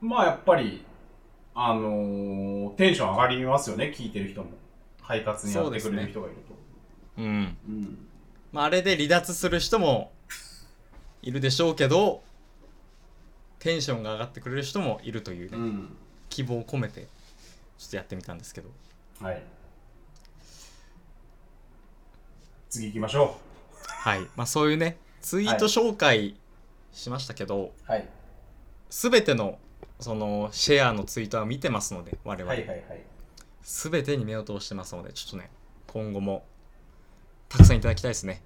Speaker 2: まあ、やっぱり、あのーテンション上がりますよね、聞いてる人も。快活にやってくれる人がいると。
Speaker 1: うん。
Speaker 2: うん。
Speaker 1: まあ、あれで離脱する人もいるでしょうけど、テンションが上がってくれる人もいるというね、
Speaker 2: うん。
Speaker 1: 希望を込めて、ちょっとやってみたんですけど。
Speaker 2: はい。次行きましょ
Speaker 1: はい。まあ、そういうね、ツイート紹介しましたけど、
Speaker 2: う。はい。
Speaker 1: すべての、その、シェアのツイートは見てますので、我々。
Speaker 2: はいはいはい。
Speaker 1: すべてに目を通してますので、ちょっとね、今後も、たくさんいただきたいですね。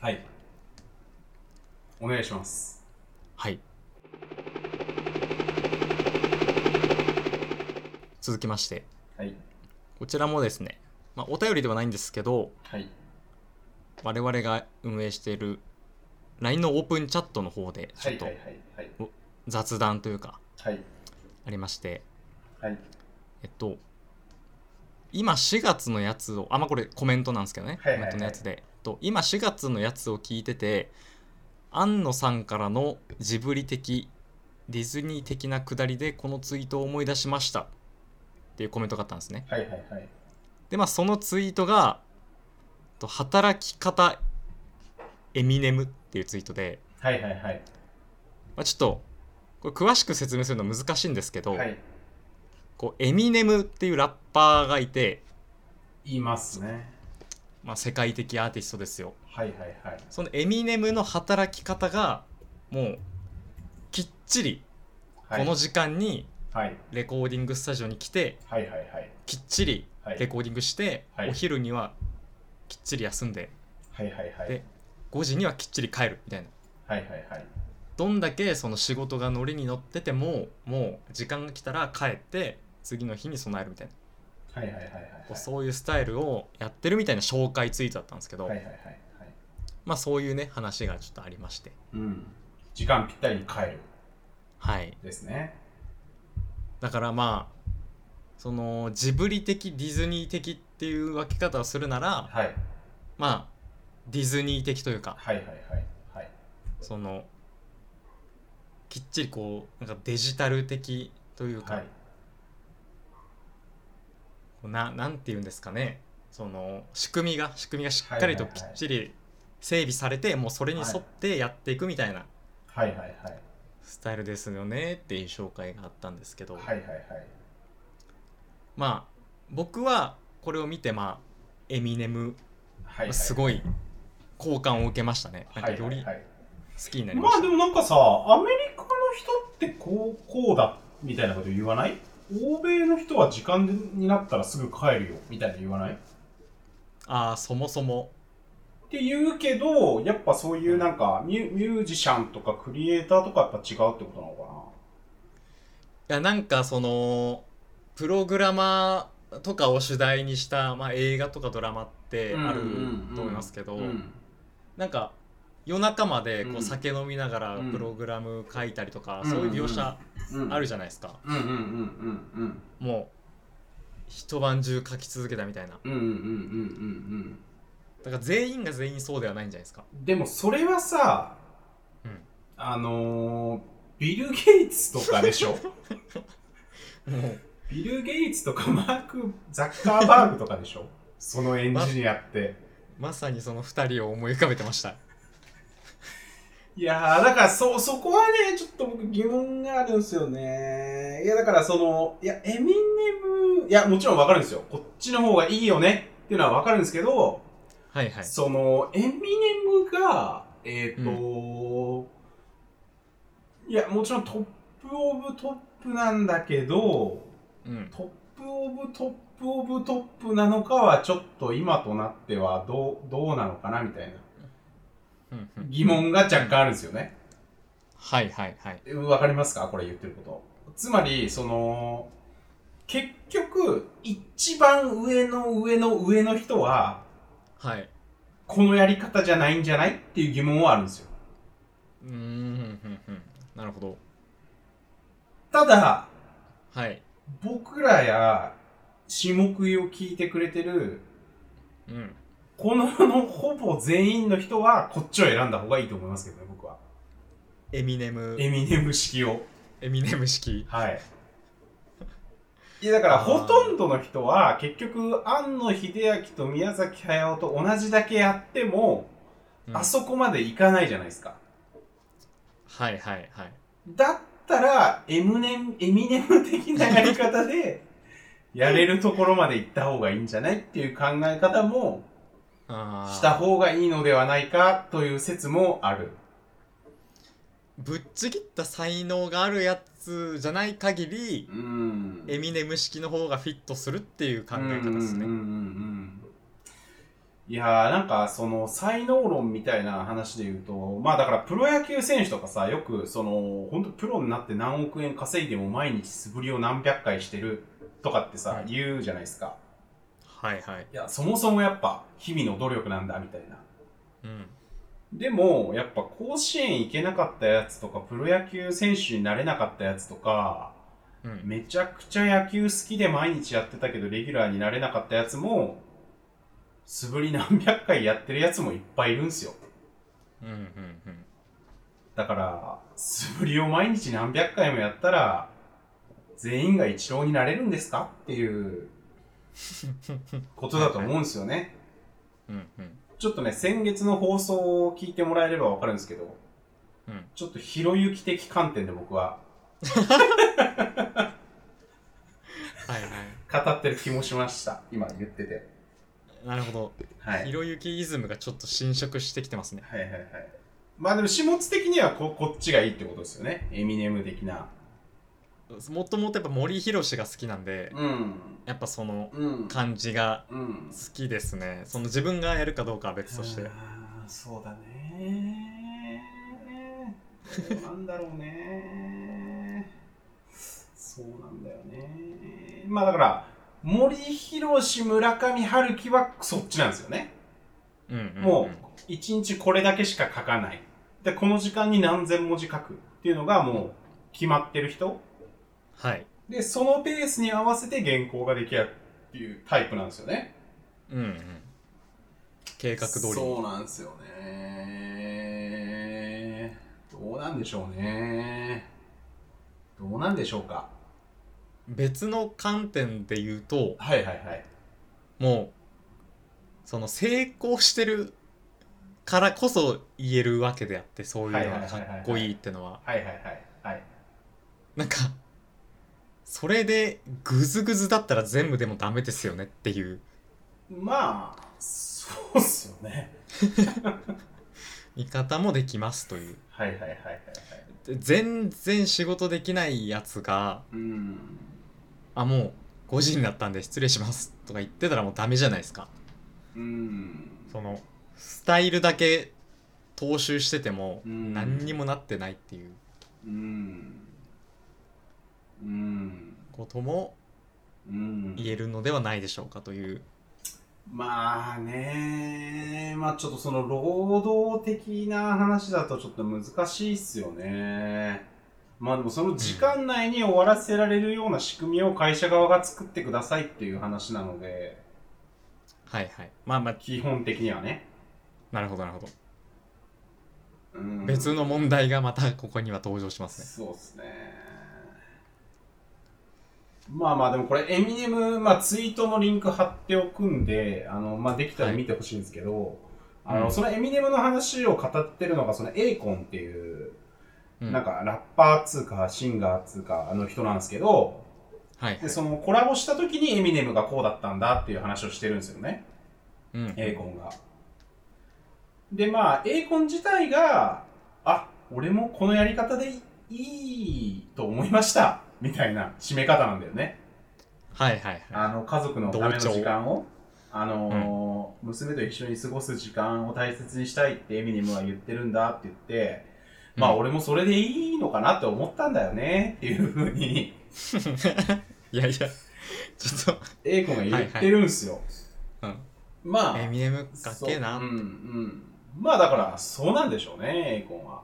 Speaker 2: はい。お願いします。
Speaker 1: はい。続きまして、
Speaker 2: はい。
Speaker 1: こちらもですね、まあ、お便りではないんですけど、
Speaker 2: はい。
Speaker 1: 我々が運営している LINE のオープンチャットの方で、ち
Speaker 2: は
Speaker 1: ょっ
Speaker 2: い
Speaker 1: と
Speaker 2: はいはいはい。
Speaker 1: 雑談というか、
Speaker 2: はい。
Speaker 1: ありまして、
Speaker 2: はい。
Speaker 1: えっと、今4月のやつを、あ、まあ、これコメントなんですけどね、
Speaker 2: はいはいはい
Speaker 1: コメントのやつで、えっと、今4月のやつを聞いてて、庵野さんからのジブリ的、ディズニー的なくだりで、このツイートを思い出しましたっていうコメントがあったんですね。
Speaker 2: はいはいはい。
Speaker 1: でまあそのツイートがと「働き方エミネム」っていうツイートで、
Speaker 2: はいはいはい。
Speaker 1: まあ、ちょっとこれ詳しく説明するの難しいんですけど、
Speaker 2: はい。
Speaker 1: こうエミネムっていうラッパーがいて、
Speaker 2: 言いますね。
Speaker 1: まあ、世界的アーティストですよ
Speaker 2: はいはいはい。
Speaker 1: そのエミネムの働き方がもうきっちり
Speaker 2: はい。
Speaker 1: この時間に
Speaker 2: はい
Speaker 1: レコーディングスタジオに来て
Speaker 2: はいはいはい。
Speaker 1: きっちり
Speaker 2: はい
Speaker 1: レコーディングして、
Speaker 2: はい
Speaker 1: お昼にはきっちり休んで
Speaker 2: はいはいはい。
Speaker 1: で5時にはきっちり帰るみたいな
Speaker 2: はいはいはい。
Speaker 1: どんだけその仕事がノリに乗っててももう時間が来たら帰って次の日に備えるみたいな、
Speaker 2: はいはいはいはい
Speaker 1: こうそういうスタイルをやってるみたいな紹介ツイートだったんですけど、
Speaker 2: はい。はいはいはいはい。
Speaker 1: まあそういうね話がちょっとありまして
Speaker 2: うん。時間ぴったりに帰る。
Speaker 1: はい
Speaker 2: ですね。
Speaker 1: だからまあそのジブリ的ディズニー的っていう分け方をするなら
Speaker 2: はい。
Speaker 1: まあディズニー的というか
Speaker 2: はいはいはい。はい。
Speaker 1: そのきっちりこうなんかデジタル的というか、
Speaker 2: はい。
Speaker 1: ななんて言うんですかねその仕組みが仕組みがしっかりと
Speaker 2: はいはい
Speaker 1: き
Speaker 2: はい
Speaker 1: っちり整備されて、もうそれに沿ってやっていくみたいな
Speaker 2: はいはいはい。
Speaker 1: スタイルですよねっていう紹介があったんですけど、
Speaker 2: はいはいはい。
Speaker 1: まあ僕はこれを見てまあエミネム
Speaker 2: はいはい。
Speaker 1: す
Speaker 2: い。
Speaker 1: ごい好感を受けましたね、
Speaker 2: はい
Speaker 1: なんかより
Speaker 2: はい
Speaker 1: 好
Speaker 2: はい
Speaker 1: きになりま
Speaker 2: ま
Speaker 1: し
Speaker 2: あ
Speaker 1: た、
Speaker 2: でもなんかさ、アメリカの人ってこう、こうだ、みたいなこと言わない欧米の人は時間になったらすぐ帰るよ、みたいな言わないっ
Speaker 1: ああそもそも
Speaker 2: て言うけど、やっぱそういうなんかミュミュージシャンとかクリエイターとかやっぱ違うってことなの
Speaker 1: いやなんかそのプログラマーとかを主題にした、まあ、映画とかドラマってあると思いますけど、
Speaker 2: かなうん。
Speaker 1: なんか夜中までこ
Speaker 2: う
Speaker 1: うん酒飲みながら
Speaker 2: うん
Speaker 1: プログラム書いたりとか、
Speaker 2: うん
Speaker 1: そういう描写
Speaker 2: うん
Speaker 1: あるじゃないですか、
Speaker 2: うんうんうんうん
Speaker 1: もう一晩中書き続けたみたいな
Speaker 2: うんうんうんうんうん
Speaker 1: だから全員が全員そうではないんじゃないですか
Speaker 2: うん。でもそれはさ、
Speaker 1: うん
Speaker 2: あのー、ビル・ゲイツとかで しょ
Speaker 1: もう
Speaker 2: ビル・ゲイツとかマーク・ザッカーバーグとかでしょそのエンジニアって。
Speaker 1: まさにその2人を思い浮かべてました
Speaker 2: いやー、だからそ、そこはね、ちょっと僕疑問があるんですよね。いや、だからその、いや、エミネム、いや、もちろんわかるんですよ。こっちの方がいいよねっていうのはわかるんですけど、
Speaker 1: はいはい。
Speaker 2: その、エミネムが、えっ、ー、と、いや、もちろんトップオブトップなんだけど、
Speaker 1: うん。
Speaker 2: トップオブトップオブトップなのかはちょっと今となってはどう、どうなのかなみたいな
Speaker 1: うんうん
Speaker 2: 疑問が若干あるんですよね。
Speaker 1: はいはいはい。
Speaker 2: えわかりますかこれ言ってること。つまり、その、結局、一番上の上の上の人は、
Speaker 1: はい。
Speaker 2: このやり方じゃないんじゃないっていう疑問はあるんですよ。
Speaker 1: うーんうんうんうん。なるほど。
Speaker 2: ただ、
Speaker 1: はい。
Speaker 2: 僕らや、下食いを聞いてくれてる、
Speaker 1: うん。
Speaker 2: この世のほぼ全員の人は、こっちを選んだ方がいいと思いますけどね、僕は。
Speaker 1: エミネム、
Speaker 2: エミネム式を。
Speaker 1: エミネム式。
Speaker 2: はい。いやだからほとんどの人は結局庵野秀明と宮崎駿と同じだけやっても、
Speaker 1: うん
Speaker 2: あそこまでいかないじゃないですか。
Speaker 1: はいはいはい。
Speaker 2: だったらエムネムエミネム的なやり方でやれるところまで行った方がいいんじゃないっていう考え方も
Speaker 1: あー
Speaker 2: した方がいいのではないかという説もある。
Speaker 1: ぶっちぎった才能があるやつじゃない限り、
Speaker 2: うん
Speaker 1: エミネム式の方がフィットするっていう考え方ですね。
Speaker 2: うんうんうんうんいやーなんかその才能論みたいな話で言うとまあだからプロ野球選手とかさよくその本当プロになって何億円稼いでも毎日素振りを何百回してるとかってさ、
Speaker 1: はい
Speaker 2: 言うじゃないですか
Speaker 1: はいはい。
Speaker 2: いやそもそもやっぱ日々の努力なんだみたいな
Speaker 1: うん。
Speaker 2: でもやっぱ甲子園行けなかったやつとかプロ野球選手になれなかったやつとか
Speaker 1: うん。
Speaker 2: めちゃくちゃ野球好きで毎日やってたけどレギュラーになれなかったやつも素振り何百回やってるやつもいっぱいいるんすよ
Speaker 1: うんうんうん。
Speaker 2: だから素振りを毎日何百回もやったら全員がイチローになれるんですかっ ていうことだと思うんですよね
Speaker 1: うんうん。
Speaker 2: ちょっとね先月の放送を聞いてもらえればわかるんですけど、
Speaker 1: うん
Speaker 2: ちょっとひろゆき的観点で僕は
Speaker 1: はいは
Speaker 2: 語ってる気もしました今言ってて
Speaker 1: い。なるほど。
Speaker 2: はい
Speaker 1: ひろゆきイズムがちょっと侵食してきてますね。
Speaker 2: はいはいはい。まあでも、始末的にはここっちがいいってことですよね。エミネム的な。
Speaker 1: もともとやっぱ森博氏が好きなんで、
Speaker 2: うん。
Speaker 1: やっぱその
Speaker 2: うん。
Speaker 1: 感じが
Speaker 2: うん
Speaker 1: 好。きですね。その自分がやるかどうかは別として。
Speaker 2: あーそうだね。どうなんだろうね。そうなんだよね。まあだから、森博村上春樹はそっちなんですよね。
Speaker 1: うんうんうん
Speaker 2: もう、一日これだけしか書かない。で、この時間に何千文字書くっていうのがもう決まってる人。
Speaker 1: はい。
Speaker 2: で、そのペースに合わせて原稿が出来上がるっていうタイプなんですよね。
Speaker 1: うんうん。計画通りに。
Speaker 2: そうなんですよね。どうなんでしょうね。どうなんでしょうか。
Speaker 1: 別の観点で言うと、
Speaker 2: はいはいはい。
Speaker 1: もう、その成功してるからこそ言えるわけであって、そういうのがかっこいいってのは。
Speaker 2: はいはいはい。はい、
Speaker 1: なんか、それでグズグズだったら全部でもダメですよねっていう
Speaker 2: まあ、そうっすよね。
Speaker 1: 見方もできますという。
Speaker 2: はいはいはいはい、はい。
Speaker 1: で全然仕事できないやつが、
Speaker 2: うん。
Speaker 1: あ、もう5時になったんで失礼しますとか言ってたらもうダメじゃないですか。
Speaker 2: うん。
Speaker 1: その、スタイルだけ踏襲してても
Speaker 2: うん
Speaker 1: 何にもなってないっていう
Speaker 2: うん。うん。
Speaker 1: ことも
Speaker 2: うん。
Speaker 1: 言えるのではないでしょうかという。
Speaker 2: まあねまあちょっとその労働的な話だとちょっと難しいっすよね。まあでもその時間内に終わらせられるような仕組みを会社側が作ってくださいっていう話なので、
Speaker 1: はいはい。まあまあ、
Speaker 2: 基本的にはね。
Speaker 1: なるほどなるほど。
Speaker 2: うん
Speaker 1: 別の問題がまたここには登場しますね。
Speaker 2: そうっすね。まあまあでもこれエミネム、まあツイートのリンク貼っておくんで、あの、まあできたら見てほしいんですけど、あの、
Speaker 1: うん
Speaker 2: そのエミネムの話を語ってるのが、そのエイコンっていう、
Speaker 1: うん
Speaker 2: なんかラッパーっつうか、シンガーっつうか、あの人なんですけど、
Speaker 1: はい
Speaker 2: で、そのコラボした時にエミネムがこうだったんだっていう話をしてるんですよね。
Speaker 1: うん
Speaker 2: エイコンが。で、まあ、エイコン自体が、あ、俺もこのやり方でいいと思いました。みたいな締め方なんだよね。
Speaker 1: はいはいは
Speaker 2: あの、家族のための時間を、あのー娘と一緒に過ごす時間を大切にしたいってエミネムは言ってるんだって言って、
Speaker 1: い
Speaker 2: まあ、
Speaker 1: うん
Speaker 2: 俺もそれでいいのかなって思ったんだよねっていうふうに、
Speaker 1: いやいやちょっ
Speaker 2: エイコンが言ってるんすよ。
Speaker 1: と、うん、
Speaker 2: まあ、
Speaker 1: エミネムかっけえ
Speaker 2: そう
Speaker 1: な
Speaker 2: うんうん。まあだから、そうなんでしょうね、エイコンは。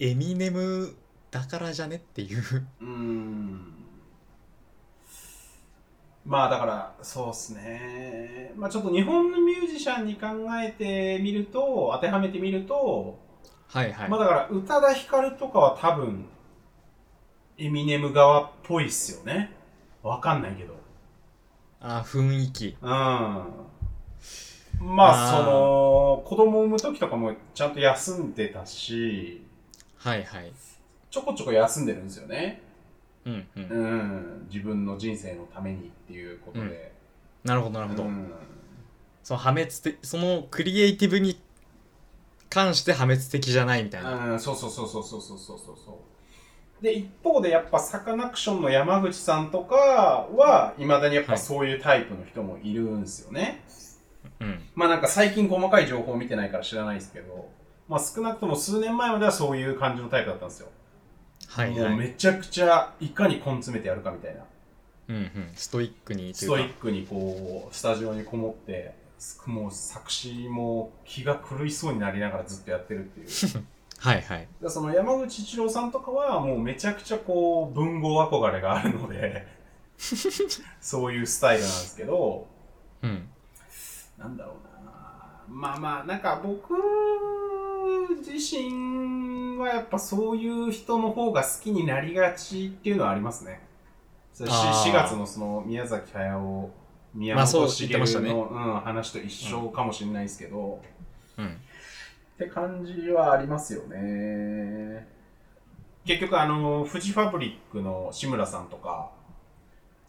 Speaker 1: エミネムだからじゃねっていう
Speaker 2: うーん。まあだから、そうっすね。まあちょっと日本のミュージシャンに考えてみると、当てはめてみると、
Speaker 1: はいはい、
Speaker 2: まあだから、宇多田ヒカルとかは多分、エミネム側っぽいっすよね。わかんないけど。
Speaker 1: あ雰囲気
Speaker 2: うん。まあ、
Speaker 1: あー
Speaker 2: その、子供産む時とかもちゃんと休んでたし、
Speaker 1: はいはい
Speaker 2: ちょこちょこ休んでるんですよね。
Speaker 1: うんうん、
Speaker 2: うん。自分の人生のためにっていうことで。
Speaker 1: なるほどなるほど、
Speaker 2: うん
Speaker 1: その破滅的そのクリエイティブに関して破滅的じゃないみたいな、
Speaker 2: うん、そうそうそうそうそうそうそうそうそう。で、一方でやっぱサカナクションの山口さんとかは、いまだにやっぱ
Speaker 1: はい
Speaker 2: そういうタイプの人もいるんですよね。
Speaker 1: うん、
Speaker 2: まあなんか最近細かい情報を見てないから知らないですけど、まあ少なくとも数年前まではそういう感じのタイプだったんですよ。
Speaker 1: はい
Speaker 2: も
Speaker 1: は
Speaker 2: う
Speaker 1: い、
Speaker 2: めちゃくちゃいかに根詰めてやるかみたいな。
Speaker 1: うんうん、ストイックにとい
Speaker 2: ス
Speaker 1: うか
Speaker 2: トイックにこう、スタジオにこもって、もう作詞も気が狂いそうになりながらずっとやってるっていう。だか
Speaker 1: はいはい
Speaker 2: らその山口一郎さんとかはもうめちゃくちゃこう、文豪憧れがあるので、そういうスタイルなんですけど、
Speaker 1: うん
Speaker 2: なんだろうなまあまあなんか僕自身はやっぱそういう人の方が好きになりがちっていうのはありますねそれし
Speaker 1: あー
Speaker 2: 4月のその宮崎駿宮
Speaker 1: ま
Speaker 2: 本
Speaker 1: あそう
Speaker 2: 茂
Speaker 1: 言ってました
Speaker 2: の、
Speaker 1: ね
Speaker 2: うん、話と一緒かもしれないですけど、っ
Speaker 1: うん
Speaker 2: て感じはありますよね結局あのフジファブリックの志村さんとか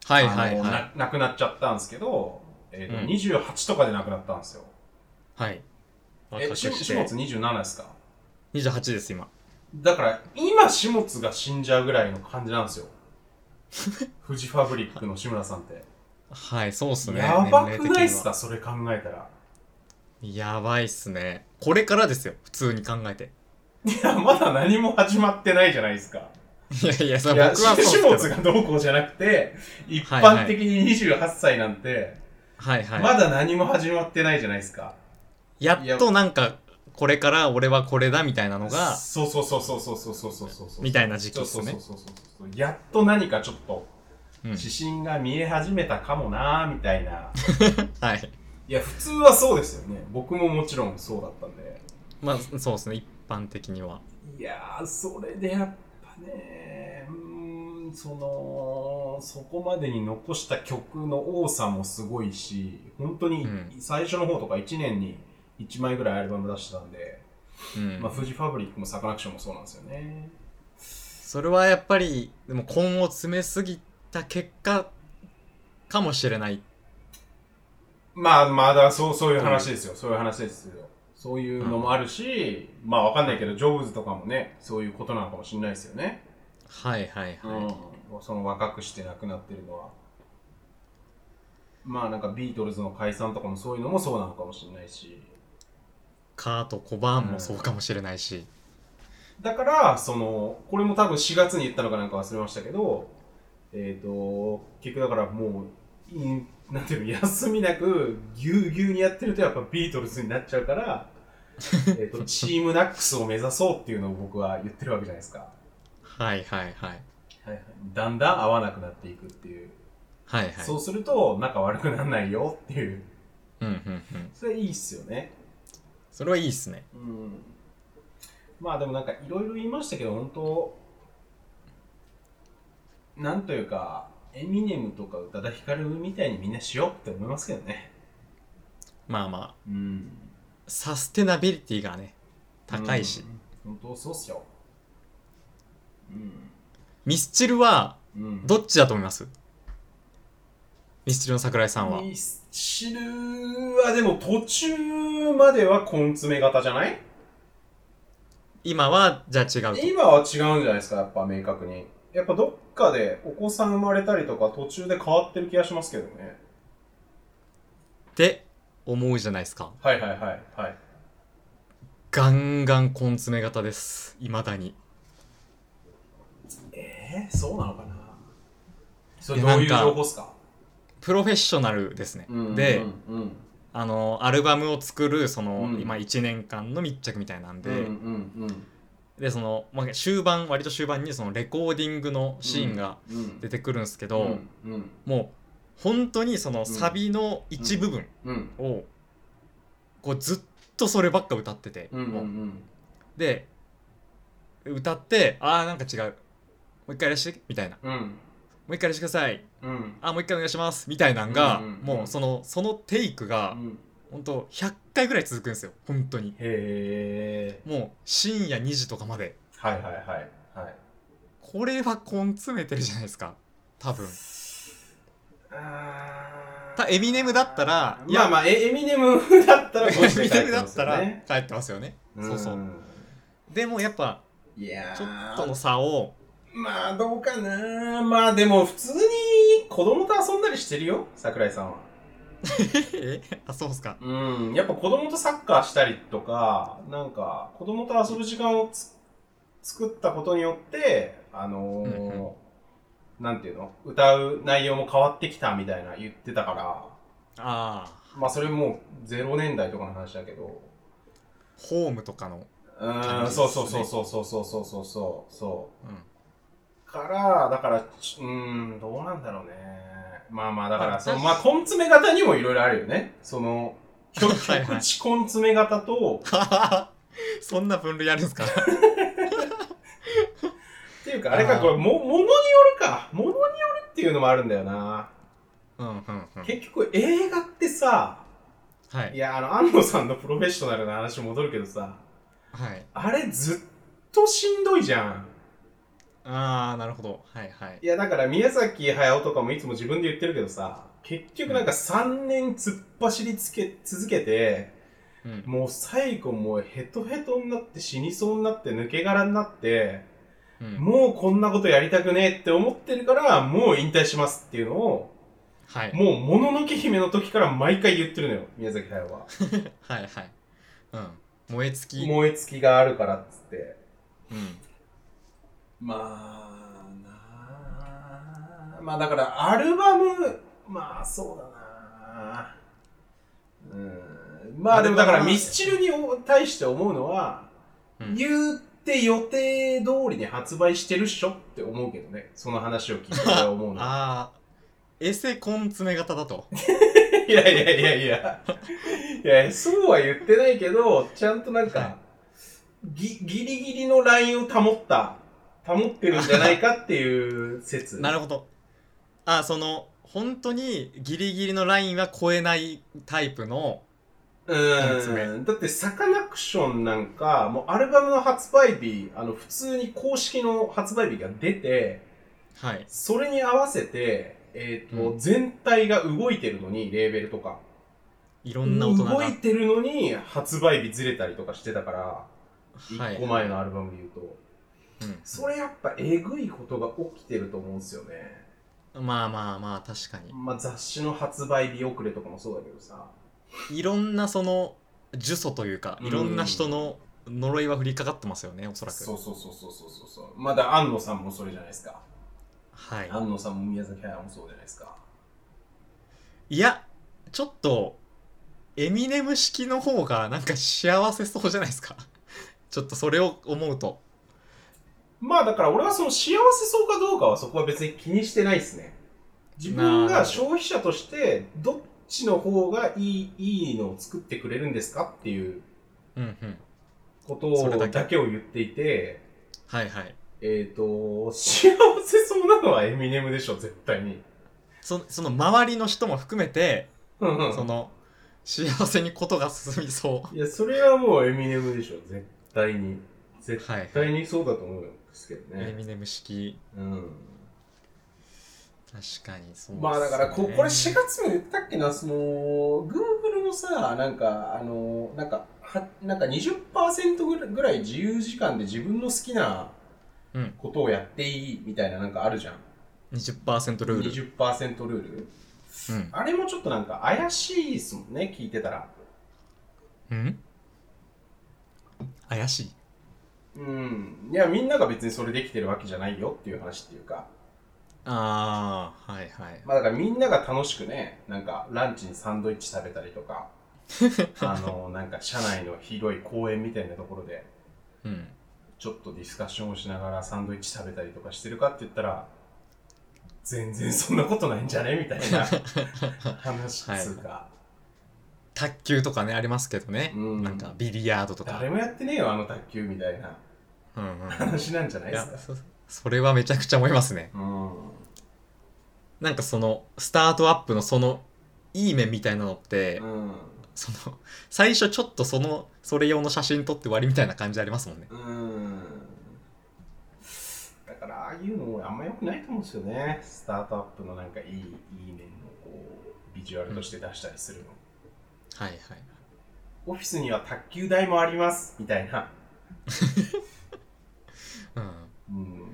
Speaker 1: はいはい
Speaker 2: あの
Speaker 1: は
Speaker 2: な亡くなっちゃったんですけど、えーと
Speaker 1: うん
Speaker 2: 28とかで亡くなったんですよ
Speaker 1: いはい
Speaker 2: え、
Speaker 1: 若く
Speaker 2: し
Speaker 1: し
Speaker 2: 下
Speaker 1: て
Speaker 2: 津27ですか
Speaker 1: 28です今
Speaker 2: だから、今、下津が死んじゃうぐらいの感じなんですよ。フジファブリックの志村さんって。
Speaker 1: はいそうっすね
Speaker 2: やばくないっす
Speaker 1: 年齢的には
Speaker 2: かそれ考えたら。
Speaker 1: やばいっすねこれからですよ普通に考えて
Speaker 2: いや、まだ何も始まってないじゃないですか。
Speaker 1: いやいやそ
Speaker 2: い
Speaker 1: れ
Speaker 2: や、
Speaker 1: 僕は
Speaker 2: 下
Speaker 1: そうっす
Speaker 2: 津
Speaker 1: けど
Speaker 2: がどうこうじゃなくて、一
Speaker 1: はいはい
Speaker 2: 般的に28歳なんて、
Speaker 1: はいはい、
Speaker 2: まだ何も始まってないじゃないですか。
Speaker 1: やっとなんかこれから俺はこれだみたいなのが
Speaker 2: そうそうそうそうそうそうそうそうそう。
Speaker 1: みたいな時期
Speaker 2: そう
Speaker 1: っす
Speaker 2: そうそう
Speaker 1: ね
Speaker 2: そうそう。やっと何かちょっと、
Speaker 1: うん
Speaker 2: 指針が見え始めたかもなーみたいな。
Speaker 1: はい
Speaker 2: いや、普通はそうですよね。僕ももちろんそうだったんで。
Speaker 1: まあそうですね一般的にはい
Speaker 2: やー、それでやっぱね、うーん、その、そこまでに残した曲の多さもすごいし、本当に
Speaker 1: うん
Speaker 2: 最初の方とか1年に1枚ぐらいアルバム出してたんで、
Speaker 1: うん、
Speaker 2: まあ、フジファブリックもサカナクションもそうなんですよね。
Speaker 1: それはやっぱりでも根を詰めすぎた結果かもしれない
Speaker 2: まあ、まあだ、そう、そういう話ですよ。そういう話ですよ。そういうのもあるし、まあわかんないけど、ジョブズとかもね、そういうことなのかもしれないですよね。
Speaker 1: はいはいは
Speaker 2: うん、その若くして亡くなってるのはまあなんかビートルズの解散とかもそういうのもそうなのかもしれないし
Speaker 1: い、カート・コバーンもそうかもしれないし、
Speaker 2: だからそのこれも多分4月に言ったのかなんか忘れましたけどえっ、と結局だからもういなんていうの休みなくぎゅうぎゅうにやってるとやっぱビートルズになっちゃうから えーとチームナックスを目指そうっていうのを僕は言ってるわけじゃないですか、
Speaker 1: はいはいはい
Speaker 2: はいはい、だんだん合わなくなっていくっていう
Speaker 1: はいはい
Speaker 2: そうすると仲悪くならないよっていう
Speaker 1: うんうんうん
Speaker 2: それいいっすよね
Speaker 1: それはいいっすね
Speaker 2: うんまあでもなんかいろいろ言いましたけど本当なんというかエミネムとか宇多田ヒカルみたいにみんなしようって思いますけどね
Speaker 1: まあまあ
Speaker 2: うん
Speaker 1: サステナビリティがね高いし、
Speaker 2: うん。本当そうっすよ。うん。
Speaker 1: ミスチルは
Speaker 2: うん、
Speaker 1: どっちだと思いますミスチルの桜井さんは
Speaker 2: ミスチルはでも途中までは根詰め型じゃない
Speaker 1: 今はじゃあ違うと
Speaker 2: 今は違うんじゃないですか、やっぱ明確に。やっぱどっかでお子さん生まれたりとか途中で変わってる気がしますけどね。
Speaker 1: って思うじゃないですか
Speaker 2: はいはいはい。はい、
Speaker 1: ガンガン根詰め型ですいまだに
Speaker 2: えー、そうなのかなそ
Speaker 1: れどういう情
Speaker 2: 報っすか
Speaker 1: プロフェッショナルですね、で、あのあのアルバムを作るその、
Speaker 2: うん
Speaker 1: 今1年間の密着みたいなんで、
Speaker 2: うんうん
Speaker 1: でその、まあ、終盤割と終盤にそのレコーディングのシーンが
Speaker 2: うんうん、
Speaker 1: 出てくるんですけ
Speaker 2: う
Speaker 1: ど、
Speaker 2: んうん
Speaker 1: もう本当にそのサビの一部分
Speaker 2: うん
Speaker 1: を、こうずっとそればっか歌ってて、
Speaker 2: うんうんう
Speaker 1: もうんで歌って「あーなんか違うもう一回やらして」みたいな「
Speaker 2: うん
Speaker 1: もう一回やらしてください」
Speaker 2: うん
Speaker 1: 「あーもう一回お願いします」みたいなんが、
Speaker 2: うんうんうん
Speaker 1: もうそのそのテイクが、
Speaker 2: うん
Speaker 1: 本当100回ぐらい続くんですよ本当に
Speaker 2: へえ
Speaker 1: もう深夜2時とかまで
Speaker 2: はいはいはいはい
Speaker 1: これは根詰めてるじゃないですか多分
Speaker 2: あ
Speaker 1: たエミネムだったらい
Speaker 2: ま
Speaker 1: や
Speaker 2: あまあエエミネムだったら
Speaker 1: エ
Speaker 2: ゴチで
Speaker 1: ミ
Speaker 2: 帰
Speaker 1: ネ
Speaker 2: っ
Speaker 1: ム
Speaker 2: て
Speaker 1: だ
Speaker 2: ま
Speaker 1: っ
Speaker 2: す
Speaker 1: た
Speaker 2: よ
Speaker 1: ら
Speaker 2: ね
Speaker 1: 帰ってますよねそうそうんでもやっぱ
Speaker 2: いやー
Speaker 1: ちょっとの差を
Speaker 2: まあどうかなまあでも普通に子供と遊んだりしてるよ桜井さんは
Speaker 1: えあそうっすか
Speaker 2: うんやっぱ子供とサッカーしたりとかなんか子供と遊ぶ時間をつ作ったことによってあのー
Speaker 1: うんう
Speaker 2: なんていうの歌う内容も変わってきたみたいな言ってたから
Speaker 1: ああ
Speaker 2: まあそれもう0年代とかの話だけど
Speaker 1: ホームとかの、
Speaker 2: うー
Speaker 1: 感
Speaker 2: ん
Speaker 1: じですね
Speaker 2: そうそうそうそうそうそうそうそうそうそ
Speaker 1: うん、
Speaker 2: うからだからちうーんどうなんだろうねまあまあだから
Speaker 1: あ
Speaker 2: その
Speaker 1: 私
Speaker 2: まあ根詰め型にもいろいろあるよねその 極
Speaker 1: はいはい
Speaker 2: 極地根詰め型と
Speaker 1: そんな分類あるんで すか
Speaker 2: っていうか、あれか、
Speaker 1: あー
Speaker 2: これも、ものによるか。ものによるっていうのもあるんだよな。
Speaker 1: うんうんうん
Speaker 2: 結局、映画ってさ、
Speaker 1: はいい
Speaker 2: や、あの、安野さんのプロフェッショナルな話戻るけどさ、
Speaker 1: はい
Speaker 2: あれずっとしんどいじゃん。
Speaker 1: ああなるほどはいはい
Speaker 2: いや、だから宮崎駿とかもいつも自分で言ってるけどさ、結局なんか3年突っ走りつけ続けて、
Speaker 1: うん
Speaker 2: もう最後もうヘトヘトになって死にそうになって抜け殻になって、
Speaker 1: うん
Speaker 2: もうこんなことやりたくねえって思ってるから、もう引退しますっていうのを、
Speaker 1: はい
Speaker 2: もう、もののけ姫の時から毎回言ってるのよ、宮崎駿は。
Speaker 1: はいはいうん燃え尽き
Speaker 2: 燃え尽きがあるからっつって。
Speaker 1: うん
Speaker 2: まあ、なあまあだから、アルバム、まあそうだなうん。まあでもだから、ミスチルに対して思うのは、
Speaker 1: うん
Speaker 2: 言って予定通りに発売してるっしょって思うけどね。その話を聞いてから思うの。
Speaker 1: ああエセコン詰め型だと
Speaker 2: いやいやいやいや。いや、そうは言ってないけど、ちゃんとなん
Speaker 1: はい
Speaker 2: か、ぎギリギリのラインを保った、保ってるんじゃないかっていう 説。
Speaker 1: なるほどあーその本当にギリギリのラインは超えないタイプの
Speaker 2: う
Speaker 1: 三つ
Speaker 2: ーん。
Speaker 1: 目
Speaker 2: だって、サカナクションなんか、もうアルバムの発売日、あの、普通に公式の発売日が出て、
Speaker 1: はい
Speaker 2: それに合わせて、えっ、と、
Speaker 1: う
Speaker 2: 全体が動いてるのに、レーベルとか。
Speaker 1: いろんな大人が
Speaker 2: 動いてるのに、発売日ずれたりとかしてたから、
Speaker 1: はい
Speaker 2: 1個前のアルバムで言うと。
Speaker 1: うん
Speaker 2: それやっぱえぐいことが起きてると思うんですよね。
Speaker 1: まあまあまあ確かに
Speaker 2: まあ、雑誌の発売日遅れとかもそうだけどさ。
Speaker 1: いろんなその呪詛というか
Speaker 2: うん
Speaker 1: いろんな人の呪いは降りかかってますよねおそらく
Speaker 2: そうそうそうそうそうそうそう。まだ安野さんもそれじゃないですか。
Speaker 1: はい
Speaker 2: 安野さんも宮崎駿もそうじゃないですか。
Speaker 1: いやちょっとエミネム式の方がなんか幸せそうじゃないですか ちょっとそれを思うと
Speaker 2: まあだから俺はその幸せそうかどうかはそこは別に気にしてないですね。自分が消費者としてどっちの方がいいいいのを作ってくれるんですかっていう
Speaker 1: うんうん
Speaker 2: こと
Speaker 1: それだけ
Speaker 2: だけを言っていて、
Speaker 1: はいはい
Speaker 2: えっ、と、幸せそうなのはエミネムでしょ、絶対に。
Speaker 1: そその周りの人も含めて
Speaker 2: うんうん
Speaker 1: その幸せにことが進みそ
Speaker 2: いや、それはもうエミネムでしょ、絶対に。絶
Speaker 1: はい
Speaker 2: 対にそうだと思うんですけど
Speaker 1: う。エ
Speaker 2: ね。
Speaker 1: ミネム式、
Speaker 2: うん。
Speaker 1: 確かにそうです、
Speaker 2: まあだからこ、これ4月も言ったっけな、その、Google のさ、なんか、あの、なんか、はなんか20%ぐらいぐらい自由時間で自分の好きな
Speaker 1: うん
Speaker 2: ことをやっていいみたいななんかあるじゃん。
Speaker 1: 20%ルール。
Speaker 2: 20%ルール。
Speaker 1: うん。
Speaker 2: あれもちょっとなんか怪しいですもんね、聞いてたら。
Speaker 1: うん怪しい。
Speaker 2: うん。いや、みんなが別にそれできてるわけじゃないよっていう話っていうか。
Speaker 1: ああ、はいはい。
Speaker 2: まあだからみんなが楽しくね、なんかランチにサンドイッチ食べたり とか、あの、なんか社内の広い公園みたいなところで、
Speaker 1: うん。
Speaker 2: ちょっとディスカッションをしながらサンドイッチ食べたりとかしてるかって言ったら、全然そんなことないんじゃねみたい な話っつうか、
Speaker 1: 卓球とかね、ありますけどね。
Speaker 2: うん
Speaker 1: なんか、ビリヤードとか。
Speaker 2: 誰もやってねえよ、あの卓球みたいな
Speaker 1: うんうん。
Speaker 2: 話なんじゃない
Speaker 1: い
Speaker 2: で
Speaker 1: や
Speaker 2: すか。
Speaker 1: そ、それはめちゃくちゃ思いますね。
Speaker 2: うん。
Speaker 1: なんかその、スタートアップのその、いい面みたいなのって、
Speaker 2: うん。
Speaker 1: その、最初ちょっとその、それ用の写真撮って終わりみたいな感じありますもんね。
Speaker 2: うん。だから、ああいうのもあんま良くないと思うんですよね。スタートアップのなんかいい、いい面をこう、ビジュアルとして出したりするの。
Speaker 1: はいはい。
Speaker 2: オフィスには卓球台もあります、みたいな。
Speaker 1: うん。
Speaker 2: うん。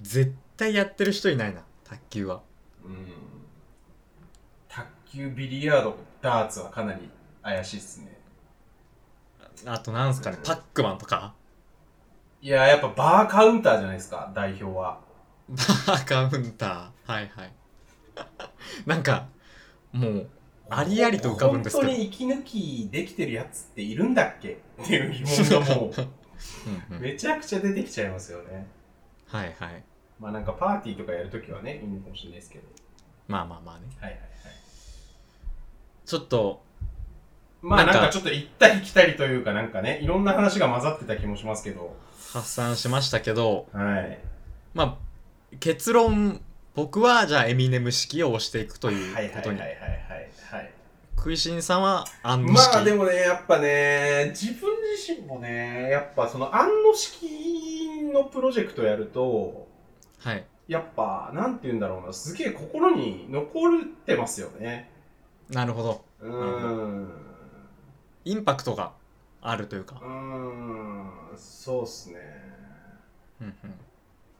Speaker 1: 絶対やってる人いないな、卓球は。
Speaker 2: うん。卓球、ビリヤード、ダーツはかなり怪しいっすね。
Speaker 1: あとなんすかね、パックマンとか、
Speaker 2: いや、やっぱバーカウンターじゃないですか、代表は。
Speaker 1: バーカウンター。はいはい。 なんか、もう、ありありと浮かぶんですけど
Speaker 2: 本当に息抜きできてるやつっているんだっけっていう疑問がも
Speaker 1: うん
Speaker 2: う、
Speaker 1: うん、
Speaker 2: めちゃくちゃ出てきちゃいますよね。
Speaker 1: はいはい。
Speaker 2: まあなんかパーティーとかやるときはね、いいのかもしれないですけど。
Speaker 1: まあまあまあね。
Speaker 2: はいはいはい。
Speaker 1: ちょっと、
Speaker 2: まあ
Speaker 1: な
Speaker 2: なんん
Speaker 1: か
Speaker 2: かちょっと行ったり来たりというかなんかね、いろんな話が混ざってた気もしますけど。
Speaker 1: 発散しましたけど、
Speaker 2: はい。
Speaker 1: まあ、結論、僕はじゃあエミネム式を押していくという
Speaker 2: はいは
Speaker 1: こ
Speaker 2: い
Speaker 1: と
Speaker 2: はい
Speaker 1: に。
Speaker 2: はいはいはい。
Speaker 1: 食いしんさんはアンの式。
Speaker 2: まあでもね、やっぱね、自分自身もね、やっぱその案の式のプロジェクトやると、
Speaker 1: はい。
Speaker 2: やっぱ、なんて言うんだろうな、すげえ心に残ってますよね。
Speaker 1: なるほど。
Speaker 2: うーん。
Speaker 1: インパクトがあるというか
Speaker 2: う。ーん、そうっすね。
Speaker 1: うんうん、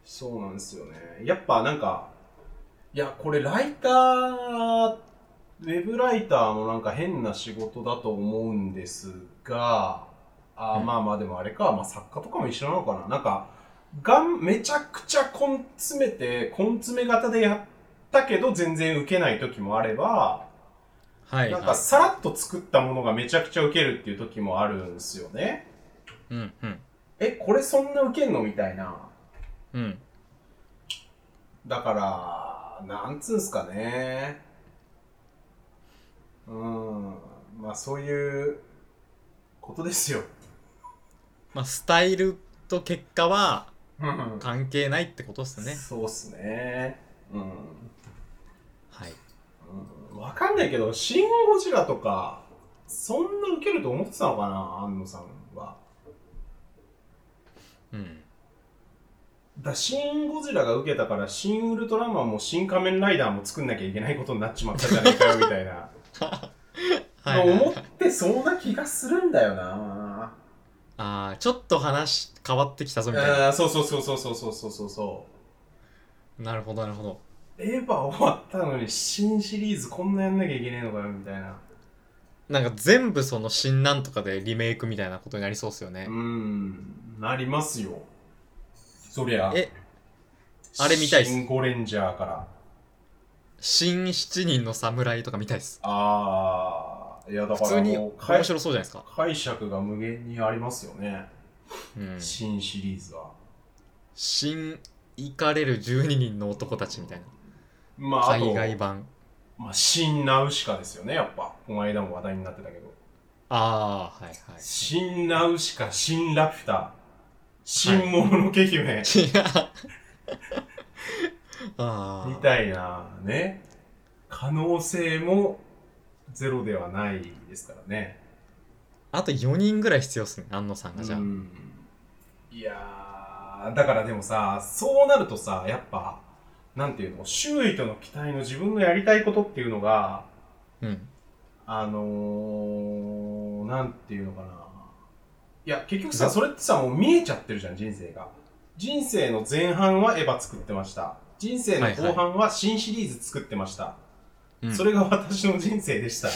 Speaker 2: そうなんですよね。やっぱなんか、いや、これライター、ウェブライターもなんか変な仕事だと思うんですが、あー
Speaker 1: うん
Speaker 2: まあまあでもあれか、まあ作家とかも一緒なのかな。なんか、がん、めちゃくちゃ根詰めて、根詰め型でやったけど全然受けない時もあれば、
Speaker 1: はい、
Speaker 2: なん
Speaker 1: は
Speaker 2: か
Speaker 1: い。
Speaker 2: さらっと作ったものがめちゃくちゃ受けるっていう時もあるんですよね。
Speaker 1: うんうん。
Speaker 2: え、これそんな受けんのみたいな。
Speaker 1: うん。
Speaker 2: だから、なんつうんすかね。うん。まあそういうことですよ。
Speaker 1: まあ、スタイルと結果は
Speaker 2: うん
Speaker 1: 関係ないってことですね。
Speaker 2: そうっすね。うん。
Speaker 1: はい。
Speaker 2: うんわ、かんないけど、シン・ゴジラとか、そんな受けると思ってたのかな、安野さんは。
Speaker 1: うん。
Speaker 2: だシン・ゴジラが受けたから、シン・ウルトラマンもシン・仮面ライダーも作んなきゃいけないことになっちまったじゃないかよ、みたいな。
Speaker 1: はい、はい
Speaker 2: 思ってそうな気がするんだよな。
Speaker 1: ああ、ちょっと話変わってきたぞみたいな。
Speaker 2: あーそうそうそうそうそうそうそうそうそう
Speaker 1: なるほど、なるほど。
Speaker 2: エヴァ終わったのに新シリーズこんなやんなきゃいけねえのかよみたいな
Speaker 1: なんか全部その新なんとかでリメイクみたいなことになりそうですよ
Speaker 2: う
Speaker 1: ね
Speaker 2: ー。んなりますよそりゃ
Speaker 1: え、あれ見たいっす
Speaker 2: シンゴレンジャーから
Speaker 1: 新七人の侍とか見たいです。
Speaker 2: ああいやだ
Speaker 1: 普
Speaker 2: か
Speaker 1: 通
Speaker 2: ら
Speaker 1: に
Speaker 2: も
Speaker 1: 面
Speaker 2: うかい
Speaker 1: 白そうじゃないですか。
Speaker 2: 解釈が無限にありますよね、
Speaker 1: うん。
Speaker 2: 新シリーズは
Speaker 1: 新、イカれる12人の男たちみたいな。
Speaker 2: まああと
Speaker 1: 海外版。
Speaker 2: まあ、新ナウシカですよねやっぱこの間も話題になってたけど
Speaker 1: ああ、はいはい。
Speaker 2: 新ナウシカ新ラピュタ新もののけ姫、
Speaker 1: 違う。ああ。
Speaker 2: みたいなね可能性もゼロではないですからね。
Speaker 1: あと4人ぐらい必要っすね、安野さんがじゃあ。
Speaker 2: うんいやーだからでもさそうなるとさやっぱなんていうの周囲との期待の自分のやりたいことっていうのが
Speaker 1: うん。
Speaker 2: あのー、なんていうのかな。いや、結局さ、それってさ、もう見えちゃってるじゃん、人生が。人生の前半はエヴァ作ってました。人生の後半は新シリーズ作ってました。
Speaker 1: うん
Speaker 2: それが私の人生でした。っ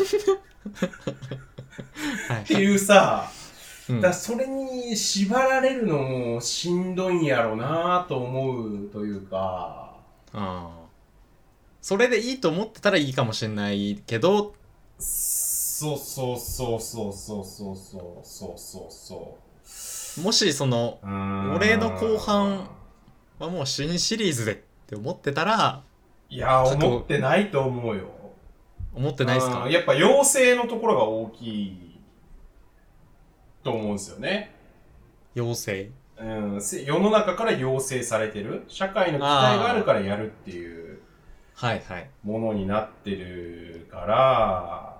Speaker 1: はい
Speaker 2: ていうさ、
Speaker 1: うん
Speaker 2: だからそれに縛られるのもしんどいんやろうなと思うというか、
Speaker 1: あーそれでいいと思ってたらいいかもしれないけど、
Speaker 2: そうそうそうそうそうそうそうそうそうそ
Speaker 1: もしその、
Speaker 2: う。うーん
Speaker 1: 俺の後半まあ、もう新シリーズでって思ってたら、
Speaker 2: いやー、
Speaker 1: 過去
Speaker 2: 思ってないと思うよ。
Speaker 1: 思ってないっす
Speaker 2: う
Speaker 1: か
Speaker 2: んやっぱ妖精のところが大きいと思うんですよね。
Speaker 1: 妖精。
Speaker 2: うん、せ世の中から要請されてる、社会の期待があるからやるっていう
Speaker 1: はいはい。
Speaker 2: ものになってるから、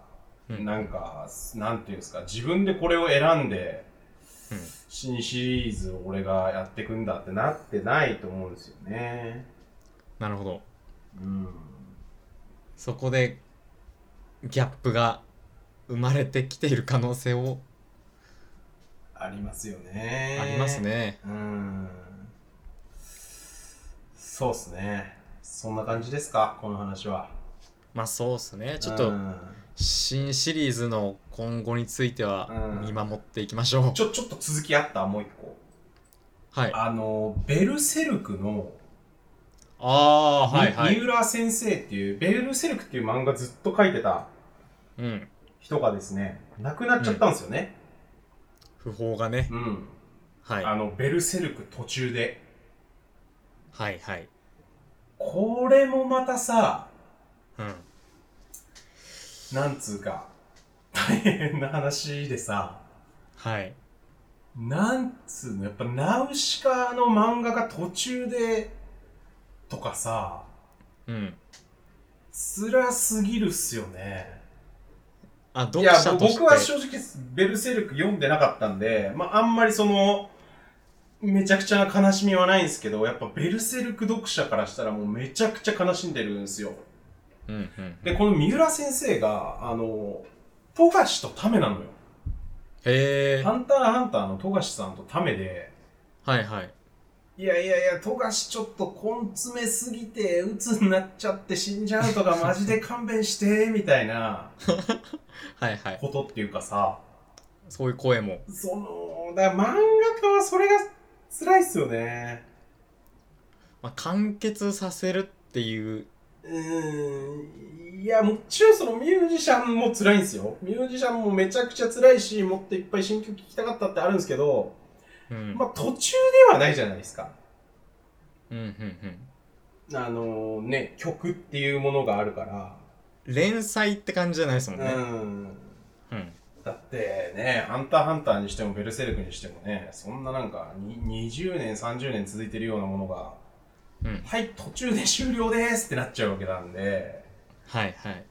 Speaker 1: うん
Speaker 2: なんか、なんていうんですか、自分でこれを選んで、
Speaker 1: うん
Speaker 2: 新シリーズを俺がやってくんだってなってないと思うんですよね。
Speaker 1: なるほど。
Speaker 2: うん。
Speaker 1: そこで、ギャップが生まれてきている可能性を
Speaker 2: ありますよね。
Speaker 1: ありますね。
Speaker 2: うーんそうっすね。そんな感じですか、この話は。
Speaker 1: まあそうっすね。ちょっ
Speaker 2: う
Speaker 1: と、
Speaker 2: ん
Speaker 1: 新シリーズの今後については
Speaker 2: うん
Speaker 1: 見守っていきましょう。
Speaker 2: ちょ、ちょっと続きあった、もう一個。
Speaker 1: はい。あ
Speaker 2: あの、ベルセルクの、
Speaker 1: あー、はいは
Speaker 2: 三
Speaker 1: い。
Speaker 2: 浦先生っていう、ベルセルクっていう漫画ずっと書いてた
Speaker 1: うん。
Speaker 2: 人がですね、亡くなっちゃったんですよね。
Speaker 1: 不法がね。
Speaker 2: うん。
Speaker 1: はい。
Speaker 2: あの、ベルセルク途中で。
Speaker 1: はいはい。
Speaker 2: これもまたさ、
Speaker 1: うん。
Speaker 2: なんつうか、大変な話でさ、
Speaker 1: はい。
Speaker 2: なんつうの、やっぱナウシカの漫画が途中で、とかさ、
Speaker 1: うん。
Speaker 2: 辛すぎるっすよね。
Speaker 1: あ、
Speaker 2: い
Speaker 1: 読
Speaker 2: や、
Speaker 1: 者として。
Speaker 2: 僕は正直、ベルセルク読んでなかったんで、まあ、あんまりその、めちゃくちゃな悲しみはないんですけど、やっぱベルセルク読者からしたらもうめちゃくちゃ悲しんでるんですよ。
Speaker 1: うんうん。
Speaker 2: で、この三浦先生が、あの、富樫とタメなのよ。
Speaker 1: へえ。
Speaker 2: ハンターハンターの富樫さんとタメで、
Speaker 1: はいはい。
Speaker 2: いやいやいや、富樫ちょっと根詰めすぎて、鬱になっちゃって死んじゃうとか、マジで勘弁して、みたいな
Speaker 1: はいはい。
Speaker 2: ことっていうかさ、
Speaker 1: そういう声も。
Speaker 2: その、だから漫画家はそれが辛いっすよね。
Speaker 1: まあ、完結させるっていう。
Speaker 2: うーん、いや、もちろんそのミュージシャンも辛いんですよ。ミュージシャンもめちゃくちゃ辛いし、もっといっぱい新曲聴きたかったってあるんですけど、
Speaker 1: うん。
Speaker 2: まあ途中ではないじゃないですか。
Speaker 1: うんうんうん。
Speaker 2: あのね、曲っていうものがあるから。
Speaker 1: 連載って感じじゃないですもん
Speaker 2: う
Speaker 1: ね。
Speaker 2: ん。
Speaker 1: うん。
Speaker 2: だってね、ハンターハンターにしてもベルセルクにしてもね、そんななんかに20年、30年続いてるようなものが、
Speaker 1: うん。
Speaker 2: はい、途中で終了ですってなっちゃうわけなんで、
Speaker 1: はいはい。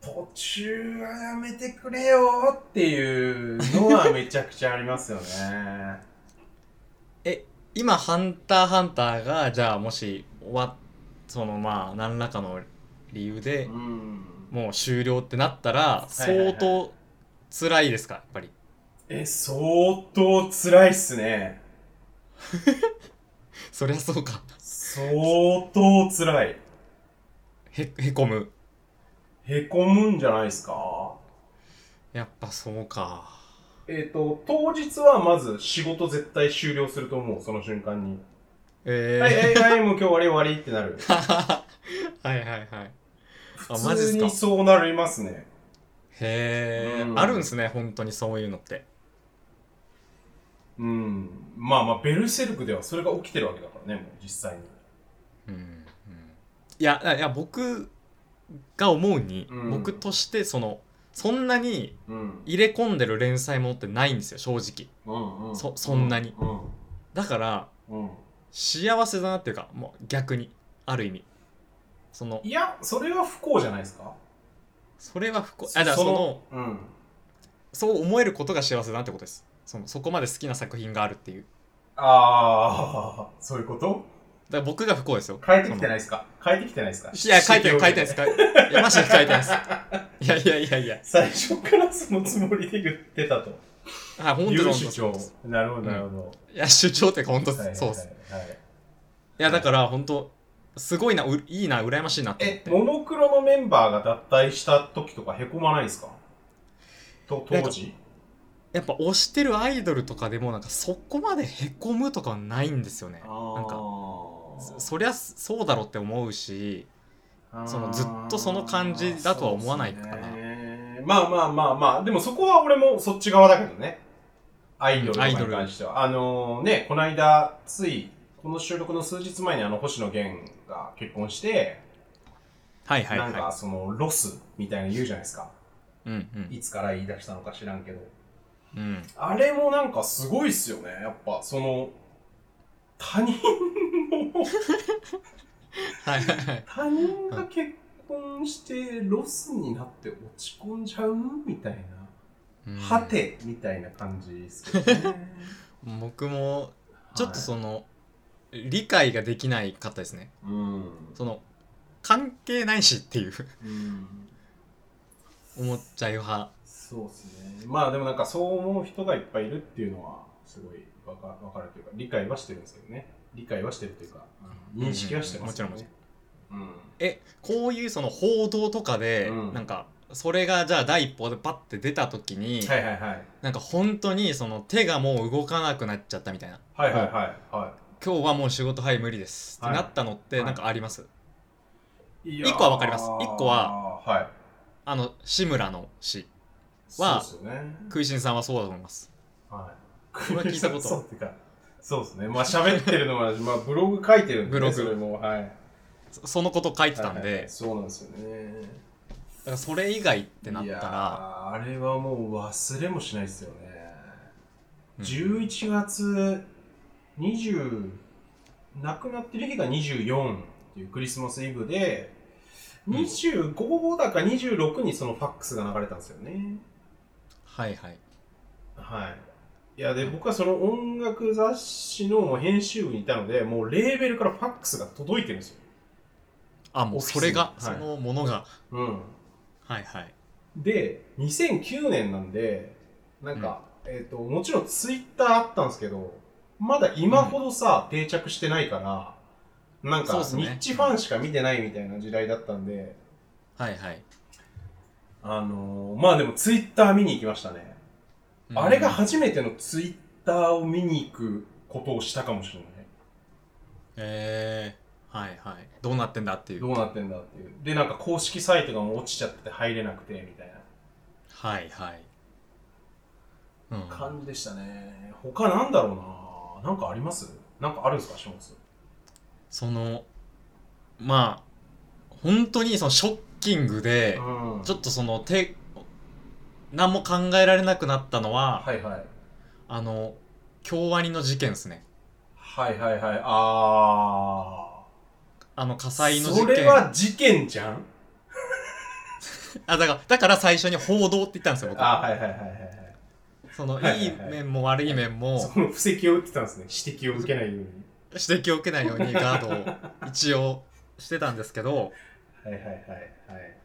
Speaker 2: 途中はやめてくれよっていうのはめちゃくちゃありますよ ね。
Speaker 1: 今、ハンターハンターが、じゃあもし、終わそのまあ、何らかの理由で
Speaker 2: う、ん。
Speaker 1: もう終了ってなったら、
Speaker 2: いはいは
Speaker 1: 相
Speaker 2: い
Speaker 1: 当辛いですか、やっぱり。
Speaker 2: え、相当辛いっすね。
Speaker 1: そりゃそうか。
Speaker 2: 相当辛い。
Speaker 1: へ、へこむ。
Speaker 2: へこむんじゃないですか
Speaker 1: やっぱそうか。
Speaker 2: えっ、と、当日はまず仕事絶対終了すると思う、その瞬間に。
Speaker 1: え
Speaker 2: はいはいはい、もう今日終わり終わりってなる。
Speaker 1: ー。 はいはいはい。あ、マジっ
Speaker 2: 普
Speaker 1: す
Speaker 2: 通
Speaker 1: か
Speaker 2: に。そうなりますね。
Speaker 1: へ
Speaker 2: う
Speaker 1: え、
Speaker 2: ん
Speaker 1: あるんですね、本当にそういうのって。
Speaker 2: うん。まあまあ、ベルセルクではそれが起きてるわけだからね、もう実際に。
Speaker 1: うんうんいや、いや、僕が思うに、
Speaker 2: うん
Speaker 1: 僕として、その、そんなに
Speaker 2: うん。
Speaker 1: 入れ込んでる連載ものってないんですよ、正直。
Speaker 2: うんうん。
Speaker 1: そそんなに
Speaker 2: う
Speaker 1: だから、
Speaker 2: ん。うん。
Speaker 1: 幸せだなっていうか、もう逆に、ある意味。その、
Speaker 2: いや、それは不幸じゃないですか
Speaker 1: それは不幸あだからその
Speaker 3: うん
Speaker 1: そう思えることが幸せだなってことですそのそこまで好きな作品があるっていう
Speaker 2: ああ、 そういうこと
Speaker 1: だから僕が不幸ですよ
Speaker 2: 変えてきてないですか変えてきてないですか
Speaker 1: いや書いてない書いてない
Speaker 2: い。
Speaker 1: ですかいやマジで書いてないですいやいやいやいや
Speaker 2: 最初からそのつもりで言ってたと。
Speaker 1: あ本当
Speaker 2: いう
Speaker 1: に
Speaker 2: 主張。なるほど、なるほ
Speaker 1: いや主張ってか本当
Speaker 2: ど。はい
Speaker 1: そうです。
Speaker 2: はいはい
Speaker 1: いやだから本当すごいなういいな羨ましいなって思っ
Speaker 2: え、
Speaker 1: て
Speaker 2: ももクロのメンバーが脱退した時とかへこまないですかと当時
Speaker 1: やっぱ推してるアイドルとかでもなんかそこまでへこむとかはないんですよねなんかそそりゃそうだろうって思うしそのずっとその感じだとは思わないかな
Speaker 3: そうですね
Speaker 2: まあまあまあまあ、でもそこは俺もそっち側だけどね。アイドルとかに
Speaker 1: アイドル
Speaker 2: 関しては。あのね、この間、つい、この収録の数日前にあの星野源が結婚して、
Speaker 1: はいはい
Speaker 2: なんか
Speaker 1: は
Speaker 2: そのロスみたいなの言うじゃないですか。
Speaker 1: いうんうん
Speaker 2: いつから言い出したのか知らんけど。
Speaker 1: うん
Speaker 2: あれもなんかすごいっすよね。やっぱその、他人の、
Speaker 1: はいはいはい
Speaker 2: 他人が結婚してロスになって落ち込んじゃうみたいな。
Speaker 1: うん
Speaker 2: はてみたいな感じですけどね。
Speaker 1: 僕も ちょっと
Speaker 2: の、
Speaker 1: その、理解ができないかったですね
Speaker 2: うん。
Speaker 1: その関係ないしって いう
Speaker 2: うん。
Speaker 1: 思っちゃう派
Speaker 2: そうですね。まあでもなんかそう思う人がいっぱいいるっていうのは、すごいわかわかるというか、理解はしてるんですけどね。理解はしてるというか、認識はしてますよね。
Speaker 1: うんうんもち
Speaker 2: ろんもち
Speaker 1: えこういうその報道とかで、
Speaker 2: うん
Speaker 1: なんかそれがじゃあ第一報でパッて出た時に、
Speaker 2: うん。はいはいはい。
Speaker 1: なんか本当にその手がもう動かなくなっちゃったみたいな
Speaker 2: はいはいはい。はい
Speaker 1: 今日はもう仕事はい無理ですって
Speaker 2: はい
Speaker 1: なったのって
Speaker 2: はい
Speaker 1: なんかあります、
Speaker 2: 一
Speaker 1: 一個はわかります一個は、
Speaker 2: は
Speaker 1: あの志村の死
Speaker 2: い。
Speaker 1: は
Speaker 2: そうですよね。
Speaker 1: 食いしんさんはそうだと思います
Speaker 2: はい。
Speaker 1: これは聞いたこと
Speaker 2: そうってかそうですね。まあ喋ってるのは、 まあブログ書いてるんで、ね、
Speaker 1: ブログ
Speaker 2: それも、はい。
Speaker 1: そそのこと書いてたんで、
Speaker 2: はいはいはいそうなんですよね。
Speaker 1: だからそれ以外ってなっ
Speaker 2: い
Speaker 1: た
Speaker 2: や
Speaker 1: ら
Speaker 2: ーあれはもう忘れもしないですよね。
Speaker 1: うん
Speaker 2: 11月20、亡くなってる日が24っていうクリスマスイブで、
Speaker 1: うん
Speaker 2: 25だか26にそのファックスが流れたんですよね。
Speaker 1: はいはい
Speaker 2: はい。いや、で、僕はその音楽雑誌の編集部にいたので、もうレーベルからファックスが届いてるんですよ。
Speaker 1: あもうそれが
Speaker 2: オフィス
Speaker 1: そ
Speaker 2: には
Speaker 1: の
Speaker 2: い
Speaker 1: ものが、
Speaker 2: うん。
Speaker 1: はいはい
Speaker 2: で、2009年なんで、なんか、えっ、と、もちろんツイッターあったんですけど、まだ今ほどさ、定着してないから、なんか、
Speaker 1: そう
Speaker 2: ニ
Speaker 1: っすね
Speaker 2: ッチファンしか見てないみたいな時代だったんで、
Speaker 1: はいはい
Speaker 2: あのーまあでもツイッター見に行きましたね。あれが
Speaker 1: は
Speaker 2: 初めてのツイッターを見に行くことをしたかもしれない。
Speaker 1: えー、はいはいどうなってんだっていう
Speaker 2: どうなってんだっていう。で、なんか公式サイトがもう落ちちゃってて入れなくて、みたい
Speaker 1: はいはい、うん
Speaker 2: な、感じでしたね。他なんだろうななんかありますなんかあるんですか、ショーツ。
Speaker 1: そのまあ本当にそのショッキングで、
Speaker 2: うん
Speaker 1: ちょっとその手何も考えられなくなったのは、
Speaker 2: はいはい。
Speaker 1: あの京アニの事件ですね
Speaker 2: はいはいはい。あ
Speaker 1: あの火
Speaker 2: ー。
Speaker 1: 災の事件
Speaker 2: それは事件じゃん
Speaker 1: あだからだから最初に報道って言ったんですよ僕
Speaker 2: あー、はいはいはいはいはい。
Speaker 1: その
Speaker 2: はいはい
Speaker 1: いい面も悪い面も
Speaker 2: そこの布石を打ってたんですね。指摘を受けないように。
Speaker 1: 指摘を受けないようにガードを一応してたんですけど
Speaker 2: はいはいはいはい。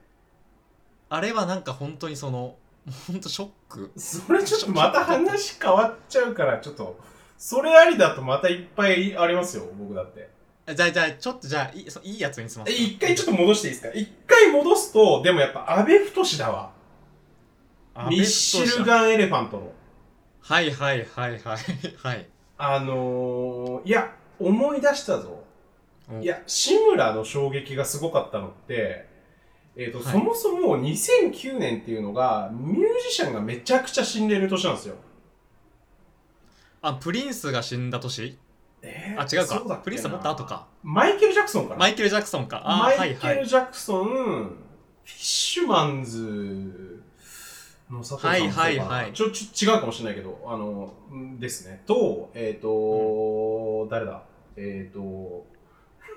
Speaker 1: あれはなんか本当にその本当ショック
Speaker 2: それちょっとまた話変わっちゃうから、ちょっと、それありだとまたいっぱいありますよ、僕だって。
Speaker 1: えじゃあじゃあちょっとじゃあいいそういいやつにします
Speaker 2: え、一回ちょっと戻していいですか一回戻すと、でもやっぱ安倍太だわ。
Speaker 1: あ
Speaker 2: ミッシル
Speaker 1: ベッドした
Speaker 2: ガンエレファントの。
Speaker 1: はいはいはいはいはい
Speaker 2: あのー、いや、思い出したぞ。
Speaker 1: お
Speaker 2: いや、志村の衝撃がすごかったのって、えーと
Speaker 1: はい
Speaker 2: そもそも2009年っていうのが、ミュージシャンがめちゃくちゃ死んでる年なんですよ。
Speaker 1: あプリンスが死んだ年
Speaker 2: え
Speaker 1: あ違うかプリンスはもっと後。か
Speaker 2: マイケル・ジャクソンかな
Speaker 1: マイケル・ジャクソンかあ
Speaker 2: マ
Speaker 1: は
Speaker 2: イ
Speaker 1: い
Speaker 2: ケ
Speaker 1: は
Speaker 2: ル・
Speaker 1: い
Speaker 2: ジャクソン、フィッシュマンズの佐藤さんとか
Speaker 1: はいはいはい
Speaker 2: ちょ、ちょ、違うかもしれないけど、あの、んですね。と、えっ、と、誰だえっ、と、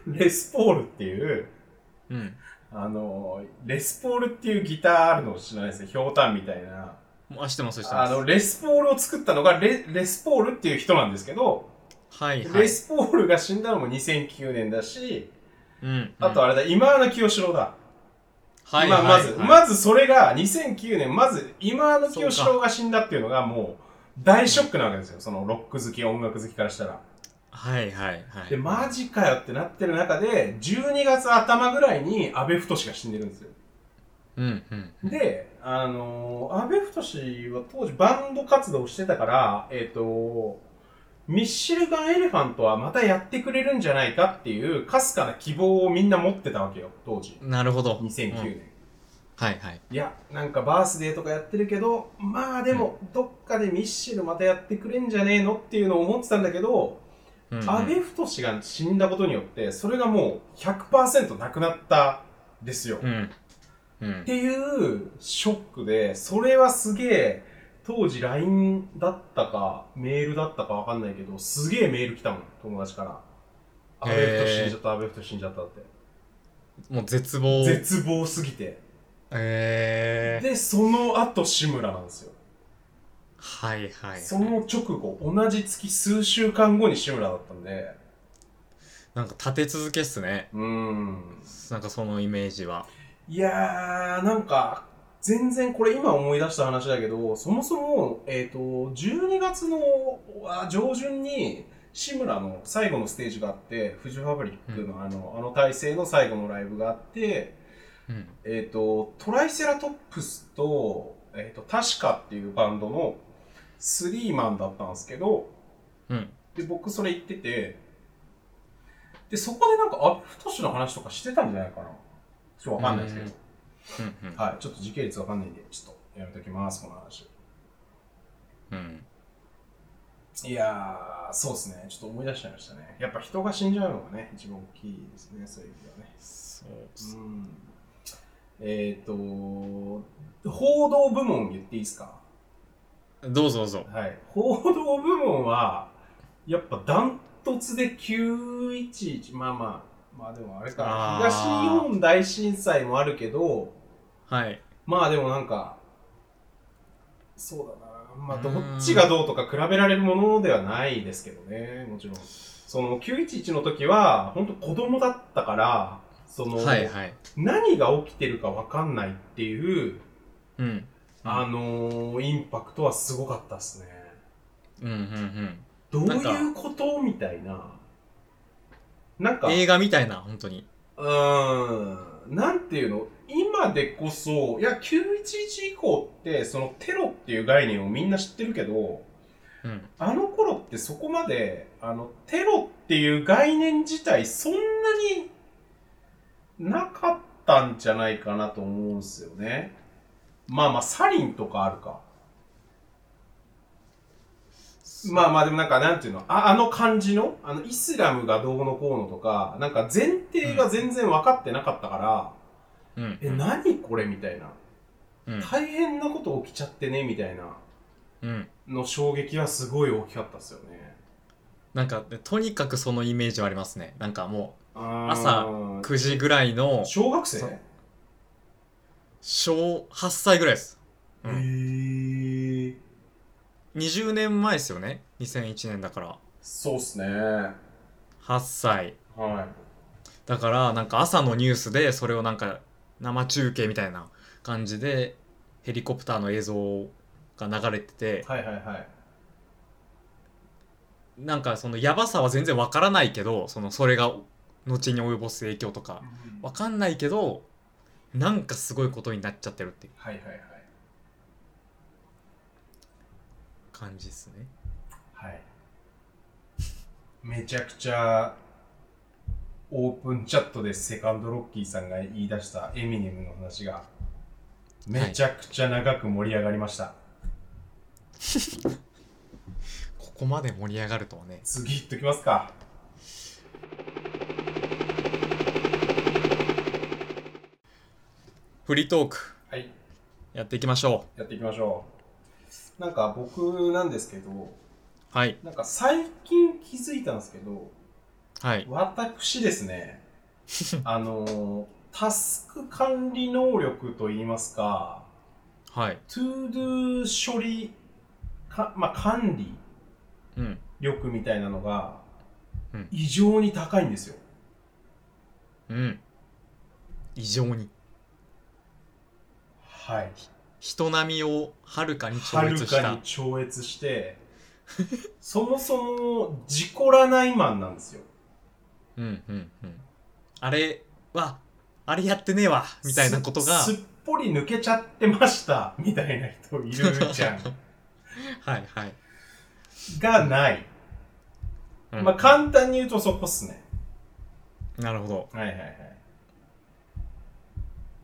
Speaker 2: レスポールっていう、
Speaker 1: うん
Speaker 2: あの、レスポールっていうギターあるのを知らないですね。ひょうたんみたいな。
Speaker 1: あ、してます、してま
Speaker 2: あ
Speaker 1: す。
Speaker 2: の、レスポールを作ったのがレ、レスポールっていう人なんですけど、
Speaker 1: はいは
Speaker 2: レ
Speaker 1: い。
Speaker 2: スポールが死んだのも2009年だし、
Speaker 1: うん。
Speaker 2: あとあれだ、今穴清志郎だ。
Speaker 1: はい
Speaker 2: ま
Speaker 1: は
Speaker 2: あ
Speaker 1: い、
Speaker 2: まず、
Speaker 1: はい
Speaker 2: まずそれが2009年、まず今穴清志郎が死んだっていうのがもう大ショックなわけですよ。そのロック好き、音楽好きからしたら。
Speaker 1: はいはいはい。
Speaker 2: で、マジかよってなってる中で、12月頭ぐらいに安倍太が死んでるんですよ。
Speaker 1: うんうん。
Speaker 2: で、あのー、安倍太は当時バンド活動してたから、えっ、と、ミッシェルガン・エレファントはまたやってくれるんじゃないかっていう、かすかな希望をみんな持ってたわけよ、当時。
Speaker 1: なるほど。う
Speaker 2: 2009年。
Speaker 1: んはいはい。
Speaker 2: いや、なんかバースデーとかやってるけど、まあでも、どっかでミッシェルまたやってくれんじゃねえのっていうのを思ってたんだけ
Speaker 1: うん
Speaker 2: ど、
Speaker 1: うん
Speaker 2: 安倍太が死んだことによって、それがもう100%なくなったんですよ。
Speaker 1: うん。う
Speaker 2: っ
Speaker 1: ん。
Speaker 2: ていうショックで、それはすげえ、当時 LINE だったか、メールだったかわかんないけど、すげえメール来たもん、友達から。アベフト死んじゃった、アベフト死んじゃったって。
Speaker 1: もう絶望。
Speaker 2: 絶望すぎて。
Speaker 1: えー。
Speaker 2: で、その後、志村なんですよ。
Speaker 1: はいはい。
Speaker 2: その直後、同じ月数週間後に志村だったんで、
Speaker 1: なんか立て続けっすね。
Speaker 2: うーん。
Speaker 1: なんかそのイメージは。
Speaker 2: いやー、なんか、全然これ今思い出した話だけど、そもそも、えっ、と、12月のあ上旬に、志村の最後のステージがあって、フジファブリックのあの、あの体制の最後のライブがあって、
Speaker 1: うん。
Speaker 2: えっ、と、トライセラトップスと、えっ、と、タシカっていうバンドのスリーマンだったんですけど、
Speaker 1: うん。
Speaker 2: で、僕それ行ってて、で、そこでなんか、アブフトシの話とかしてたんじゃないかな。ちょっとわかんないですけど。
Speaker 1: うんうん。
Speaker 2: はい、ちょっと時系列わかんないんで、ちょっとやめときます、この話。
Speaker 1: うん。
Speaker 2: いやー、そうですね、ちょっと思い出しちゃいましたね。やっぱ人が死んじゃうのがね、一番大きいですね、そういう意味ではね。
Speaker 1: そうっす。
Speaker 2: うん。えっ、ー、と、報道部門言っていいですか
Speaker 1: どうぞどうぞ。
Speaker 2: はい。報道部門は、やっぱダントツで911、まあまあ、まあでもあれか
Speaker 1: あ、ー
Speaker 2: 東日本大震災もあるけど、
Speaker 1: はい。
Speaker 2: まあでもなんか、そうだな。まあ
Speaker 1: う
Speaker 2: ど
Speaker 1: ーん
Speaker 2: っちがどうとか比べられるものではないですけどね、もちろん。その911の時は、本当子供だったから、その、
Speaker 1: はいはい。
Speaker 2: 何が起きてるかわかんないっていう、
Speaker 1: うん。うん
Speaker 2: あのーインパクトはすごかったですね。
Speaker 1: うんうん
Speaker 2: どう
Speaker 1: なんか
Speaker 2: いうことみたいな。なん
Speaker 1: う
Speaker 2: か、
Speaker 1: ん。映画みたいな、本当に。
Speaker 2: うーん、なんていうの今でこそ、いや、911以降って、そのテロっていう概念をみんな知ってるけど、
Speaker 1: うん。
Speaker 2: あの頃ってそこまで、あの、テロっていう概念自体そんなになかったんじゃないかなと思うんですよね。まあまあ、サリンとかあるか。まあまあでもなんかなんていうのああの感じのあのイスラムがどうのこうのとかなんか前提が全然分かってなかったから、
Speaker 1: うん。
Speaker 2: え何これみたいな
Speaker 1: うん。
Speaker 2: 大変なこと起きちゃってねみたいな
Speaker 1: うん。
Speaker 2: の衝撃はすごい大きかったですよね
Speaker 1: なんか、とにかくそのイメージはありますね。なんかも
Speaker 2: あー
Speaker 1: う、9時ぐらいの、
Speaker 2: 小学
Speaker 1: そう
Speaker 2: 生
Speaker 1: 小8歳ぐらいです。
Speaker 2: へ
Speaker 1: う
Speaker 2: え
Speaker 1: ん20年前ですよね。2001年だから。
Speaker 2: そうっすねは
Speaker 1: 8歳。
Speaker 2: い
Speaker 1: だから、なんか朝のニュースで、それをなんか、生中継みたいな感じで、ヘリコプターの映像が流れてて、
Speaker 2: はいはいはい
Speaker 1: なんかそのやばさは全然わからないけど、そのそれが後に及ぼす影響とか、わかんないけど、なんかすごいことになっちゃってるっていう
Speaker 2: はいはいはい
Speaker 1: 感じですね。
Speaker 2: はいめちゃくちゃオープンチャットでセカンドロッキーさんが言い出したエミネムの話がめちゃくちゃ長く盛り上がりました、
Speaker 1: ここまで盛り上がるとはね。
Speaker 2: 次いっときますか
Speaker 1: フリートーク、
Speaker 2: はい
Speaker 1: やっていきましょ
Speaker 2: やっていきましょうなんか僕なんですけど
Speaker 1: う。はい。
Speaker 2: なんか最近気づいたんですけど
Speaker 1: はい。
Speaker 2: 私ですねあのータスク管理能力といいますか、
Speaker 1: はい。
Speaker 2: トゥードゥ処理か、まあ、管理
Speaker 1: うん。
Speaker 2: 力みたいなのが
Speaker 1: うん
Speaker 2: 異常に高いんですよ。
Speaker 1: うん。異常に。
Speaker 2: はい。
Speaker 1: 人並みをはるかに超
Speaker 2: はる
Speaker 1: 越し
Speaker 2: かに
Speaker 1: た。
Speaker 2: 超越して、 そもそも事故らないマンなんですよ。
Speaker 1: うんうんうん。あれは、あれやってねえわみたいなことが、
Speaker 2: すすっぽり抜けちゃってました、みたいな人いる じゃん。
Speaker 1: はいはい。
Speaker 2: がない。
Speaker 1: うん
Speaker 2: まあ、簡単に言うとそこっすね。
Speaker 1: なるほど。
Speaker 2: はいはいはい。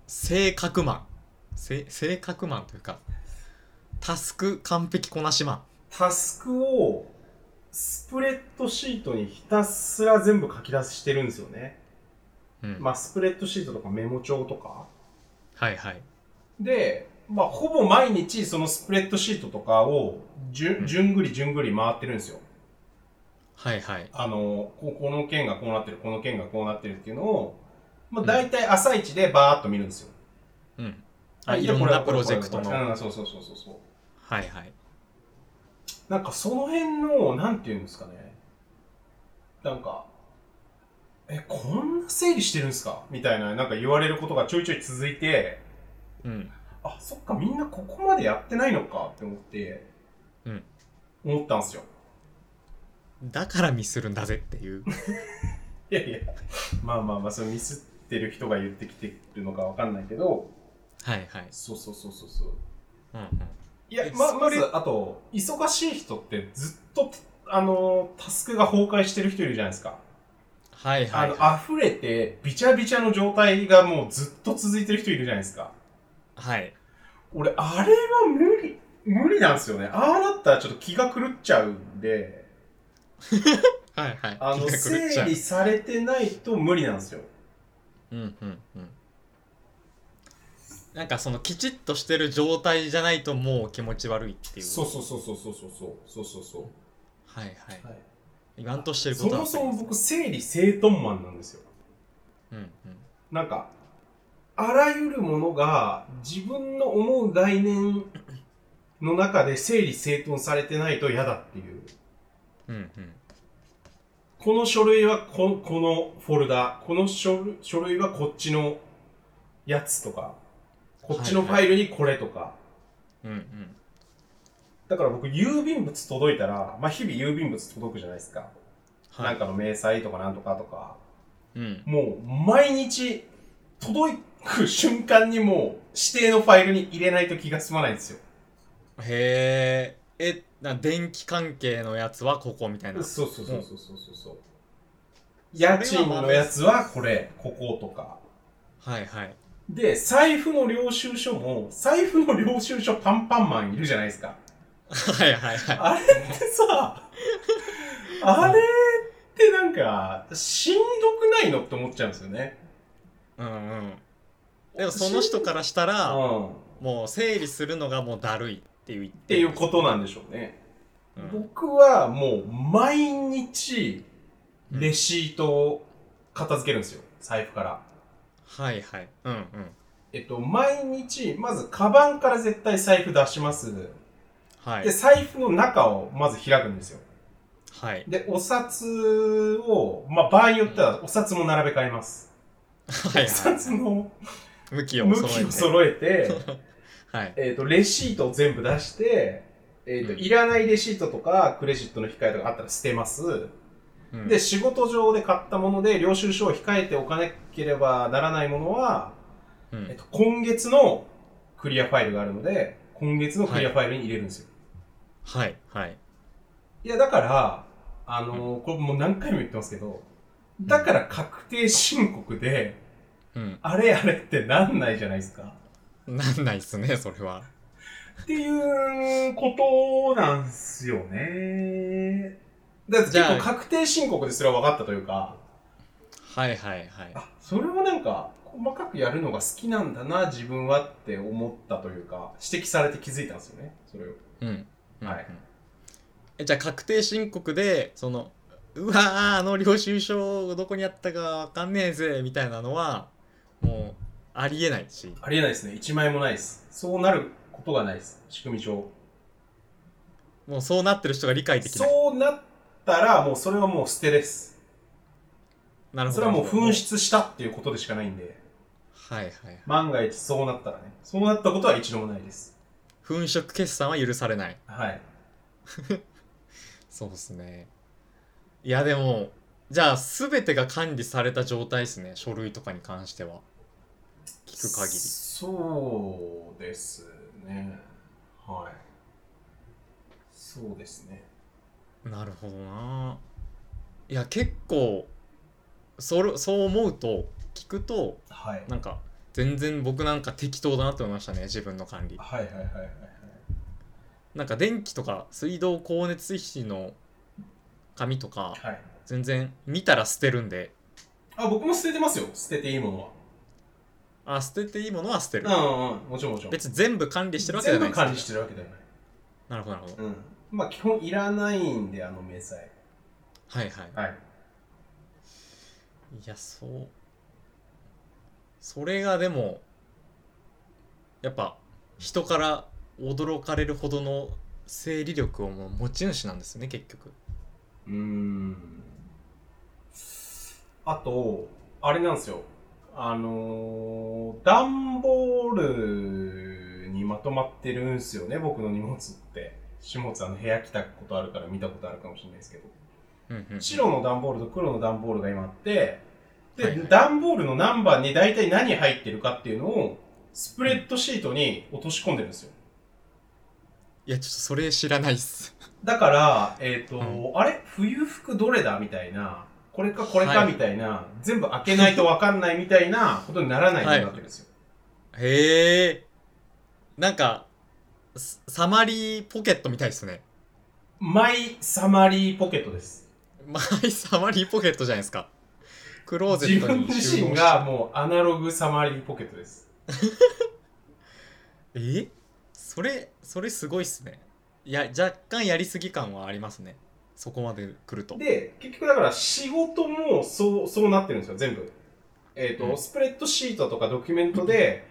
Speaker 1: 性格マン。せ性格マンというか、タスク完璧こなしマン。
Speaker 2: タスクをスプレッドシートにひたすら全部書き出してるんですよね。
Speaker 1: うん
Speaker 2: まあ、スプレッドシートとかメモ帳とか。
Speaker 1: はいはい。
Speaker 2: で、まあ、ほぼ毎日そのスプレッドシートとかをじゅ,、
Speaker 1: うん
Speaker 2: ん、じゅんぐりじゅんぐり回ってるんですよ。
Speaker 1: はいはい。
Speaker 2: あの、ここの件がこうなってる、この件がこうなってるっていうのを、まあ、大体朝一でバーっと見るんですよ。
Speaker 1: うん。あ
Speaker 2: で
Speaker 1: いろん
Speaker 2: これ
Speaker 1: な
Speaker 2: はこ
Speaker 1: プ
Speaker 2: れ
Speaker 1: ロジェクトの。
Speaker 2: これ
Speaker 1: は
Speaker 2: うん、そうそうそうそうそう。
Speaker 1: いはい。
Speaker 2: なんかその辺の、なんていうんですかね。なんか、え、こんな整理してるんですかみたいな、なんか言われることがちょいちょい続いて、
Speaker 1: うん。
Speaker 2: あ、そっか、みんなここまでやってないのかって思って、
Speaker 1: うん
Speaker 2: 思ったんですよ。
Speaker 1: だからミスるんだぜっていう。
Speaker 2: いやいや、まあまあまあ、それミスってる人が言ってきてるのかわかんないけど、
Speaker 1: はいはい。
Speaker 2: そうそうそうそうそう。
Speaker 1: うんうん。
Speaker 2: いや
Speaker 1: え、
Speaker 2: ま、
Speaker 1: それ
Speaker 2: まず、あと、忙しい人ってずっと、あの、タスクが崩壊してる人いるじゃないですか。
Speaker 1: はいは
Speaker 2: あ
Speaker 1: い、
Speaker 2: の、
Speaker 1: はい。
Speaker 2: 溢れて、びちゃびちゃの状態がもうずっと続いてる人いるじゃないですか。
Speaker 1: はい。
Speaker 2: 俺、あれは無理、無理なんですよね。ああなったらちょっと気が狂っちゃうんで、
Speaker 1: はいはい。
Speaker 2: あ の、
Speaker 1: 気が狂っちゃ
Speaker 2: 整
Speaker 1: う
Speaker 2: 理されてないと無理なんですよ。
Speaker 1: うんうんうん。なんかそのきちっとしてる状態じゃないともう気持ち悪いっていう。
Speaker 2: そうそうそうそうそうそうそう。そうそうそう。
Speaker 1: はいはい。
Speaker 2: はい
Speaker 1: 言わんとしてるこ
Speaker 2: そ
Speaker 1: とは
Speaker 2: もそも僕、整理整頓マンなんですよ。
Speaker 1: うんうん。
Speaker 2: なんか、あらゆるものが自分の思う概念の中で整理整頓されてないと嫌だっていう。
Speaker 1: うんうん。
Speaker 2: この書類はここのフォルダ、この書類書類はこっちのやつとか、こっちのファイルにこれとか。
Speaker 1: うんうん。
Speaker 2: だから僕、郵便物届いたら、まあ日々郵便物届くじゃないですか。
Speaker 1: は
Speaker 2: なん
Speaker 1: い。
Speaker 2: かの明細とかなんとかとか。
Speaker 1: うん。
Speaker 2: もう毎日届く瞬間にもう指定のファイルに入れないと気が済まないんですよ。
Speaker 1: へえ。え、な電気関係のやつはここみたいな。
Speaker 2: そうそうそうそうそうそうそう。家賃のやつはこれ、こことか。
Speaker 1: はいはい。
Speaker 2: で、財布の領収書も、財布の領収書パンパンマンいるじゃないですか。
Speaker 1: はいはいは
Speaker 2: あれってさ、あれってなんか、しんどくないのって思っちゃうんですよね。
Speaker 1: い。うんうん。でもその人からしたら、
Speaker 2: うん。っ
Speaker 1: もう整理するのがもうだるいっていう。って
Speaker 2: いうことなんでしょうね。
Speaker 1: と。うん
Speaker 2: 僕はもう毎日、レシートを片付けるんですよ。財布から。
Speaker 1: はいはい。うんうん。
Speaker 2: えっと、毎日、まず、カバンから絶対財布出します。
Speaker 1: はい
Speaker 2: で、。財布の中をまず開くんですよ。
Speaker 1: はい。
Speaker 2: で、お札を、まあ、場合によっては、お札も並べ替えます。
Speaker 1: はい
Speaker 2: お札
Speaker 1: は
Speaker 2: の
Speaker 1: い。向きを
Speaker 2: 向
Speaker 1: 揃
Speaker 2: き
Speaker 1: え
Speaker 2: を
Speaker 1: て。
Speaker 2: 揃えて、
Speaker 1: はい。
Speaker 2: えっと、レシートを全部出して、えっと、
Speaker 1: うん
Speaker 2: いらないレシートとか、クレジットの控えとかあったら捨てます。
Speaker 1: うん
Speaker 2: で、仕事上で買ったもので、領収書を控えておかなければならないものは、
Speaker 1: う
Speaker 2: えっ
Speaker 1: ん。
Speaker 2: と、今月のクリアファイルがあるので、今月のクリアファイルに入れるんですよ。
Speaker 1: はいはい。
Speaker 2: い、や、だから、あのーこれもう何回も言ってますけど、だから確定申告で、
Speaker 1: うん。
Speaker 2: あれあれってなんないじゃないですか。
Speaker 1: なんないっすね、それは。
Speaker 2: っていうことなんすよね。だって
Speaker 1: じ
Speaker 2: 結
Speaker 1: ゃあ
Speaker 2: 構確定申告ですら分かったというか、
Speaker 1: はいはいはい。
Speaker 2: あ、それもなんか、細かくやるのが好きなんだな、自分はって思ったというか、指摘されて気づいたんですよね、それを。
Speaker 1: うん。うん
Speaker 2: はい。
Speaker 1: えじゃあ、確定申告で、その、うわー、あの領収書どこにあったかわかんねえぜ、みたいなのは、もありえないし、
Speaker 2: ありえないですね。1枚もないです。そうなることがないです。仕組み上。
Speaker 1: もうそうなってる人が理解できない。
Speaker 2: そうなったら、もうそれはもう捨てです。
Speaker 1: なるほ
Speaker 2: そ
Speaker 1: ど。
Speaker 2: れはもう紛。失したっていうことでしかないんで、
Speaker 1: はいはい。
Speaker 2: 万が一そうなったらね。そうなったことは一度もないです。
Speaker 1: 粉飾決算は許されない。
Speaker 2: はい。
Speaker 1: そうですね。いやでも、じゃあ全てが管理された状態ですね。書類とかに関しては。聞く限り。
Speaker 2: そうですね。はい。そうですね。
Speaker 1: なるほどないや結構それそう思うと聞くと
Speaker 2: はい。
Speaker 1: なんか全然僕なんか適当だなって思いましたね自分の管理
Speaker 2: はいはいはいはいはい。
Speaker 1: なんか電気とか水道光熱費の紙とか
Speaker 2: はい。
Speaker 1: 全然見たら捨てるんで
Speaker 2: あ、僕も捨ててますよ。捨てていいものは。
Speaker 1: あ捨てていいものは捨てる
Speaker 2: うんうんうん。もちろんもちろん。
Speaker 1: 別に全部管理してるわけじゃ
Speaker 2: 全
Speaker 1: ないん
Speaker 2: 部
Speaker 1: ですね
Speaker 2: 管理してるわけではない。
Speaker 1: なるほどなるほど
Speaker 2: うん。まあ基本いらないんで、あの明細。
Speaker 1: はいはい
Speaker 2: はい。
Speaker 1: いやそうそれがでもやっぱ人から驚かれるほどの整理力をもう持ち主なんですね結局
Speaker 2: うーん。あと、あれなんですよ。あのー、段ボールにまとまってるんすよね、僕の荷物って。下津あの部屋来たことあるから見たことあるかもしれないですけど。
Speaker 1: うんうん
Speaker 2: 白の段ボールと黒の段ボールが今あって、で、
Speaker 1: はいはい
Speaker 2: 段ボールの何番に大体何入ってるかっていうのを、スプレッドシートに落とし込んでるんですよ。
Speaker 1: いやちょっとそれ知らないっす
Speaker 2: だから、えっ、と、
Speaker 1: うん
Speaker 2: あれ冬服どれだみたいな、これかこれ
Speaker 1: は
Speaker 2: か
Speaker 1: い
Speaker 2: みたいな、全部開けないとわかんないみたいな ことにならないわけですよ。
Speaker 1: へえなんかササマリーポケットみたいですね
Speaker 2: マイサマリーポケットです。
Speaker 1: マイサマリーポケットじゃないですかクローゼ
Speaker 2: 自
Speaker 1: ット
Speaker 2: 分
Speaker 1: に
Speaker 2: 自
Speaker 1: 収
Speaker 2: 身
Speaker 1: 納し
Speaker 2: がもうアナログサマリーポケットです。
Speaker 1: えそれそれすごいっすねいや若干やりすぎ感はありますねそこまで来ると
Speaker 2: で、結局だから仕事もそう、そうなってるんですよ、全部。えっ、と、
Speaker 1: うん
Speaker 2: スプレッドシートとかドキュメン トで、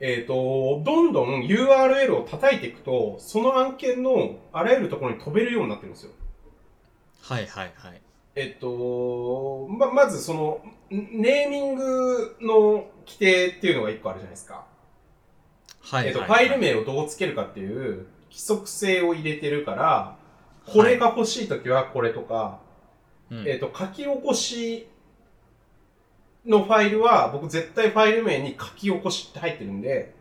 Speaker 2: えっ、と、どんどん URL を叩いていくと、その案件のあらゆるところに飛べるようになってるんですよ。
Speaker 1: はいはいはい
Speaker 2: えっと、ま、まずその、んネーミングの規定っていうのが一個あるじゃないですか。
Speaker 1: はい
Speaker 2: えっと、
Speaker 1: はい
Speaker 2: フ
Speaker 1: はい
Speaker 2: ァイル名をどうつけるかっていう規則性を入れてるから、これが欲しいときはこれとか、
Speaker 1: うん
Speaker 2: えっと、書き起こしのファイルは、僕絶対ファイル名に書き起こしって入ってるんで、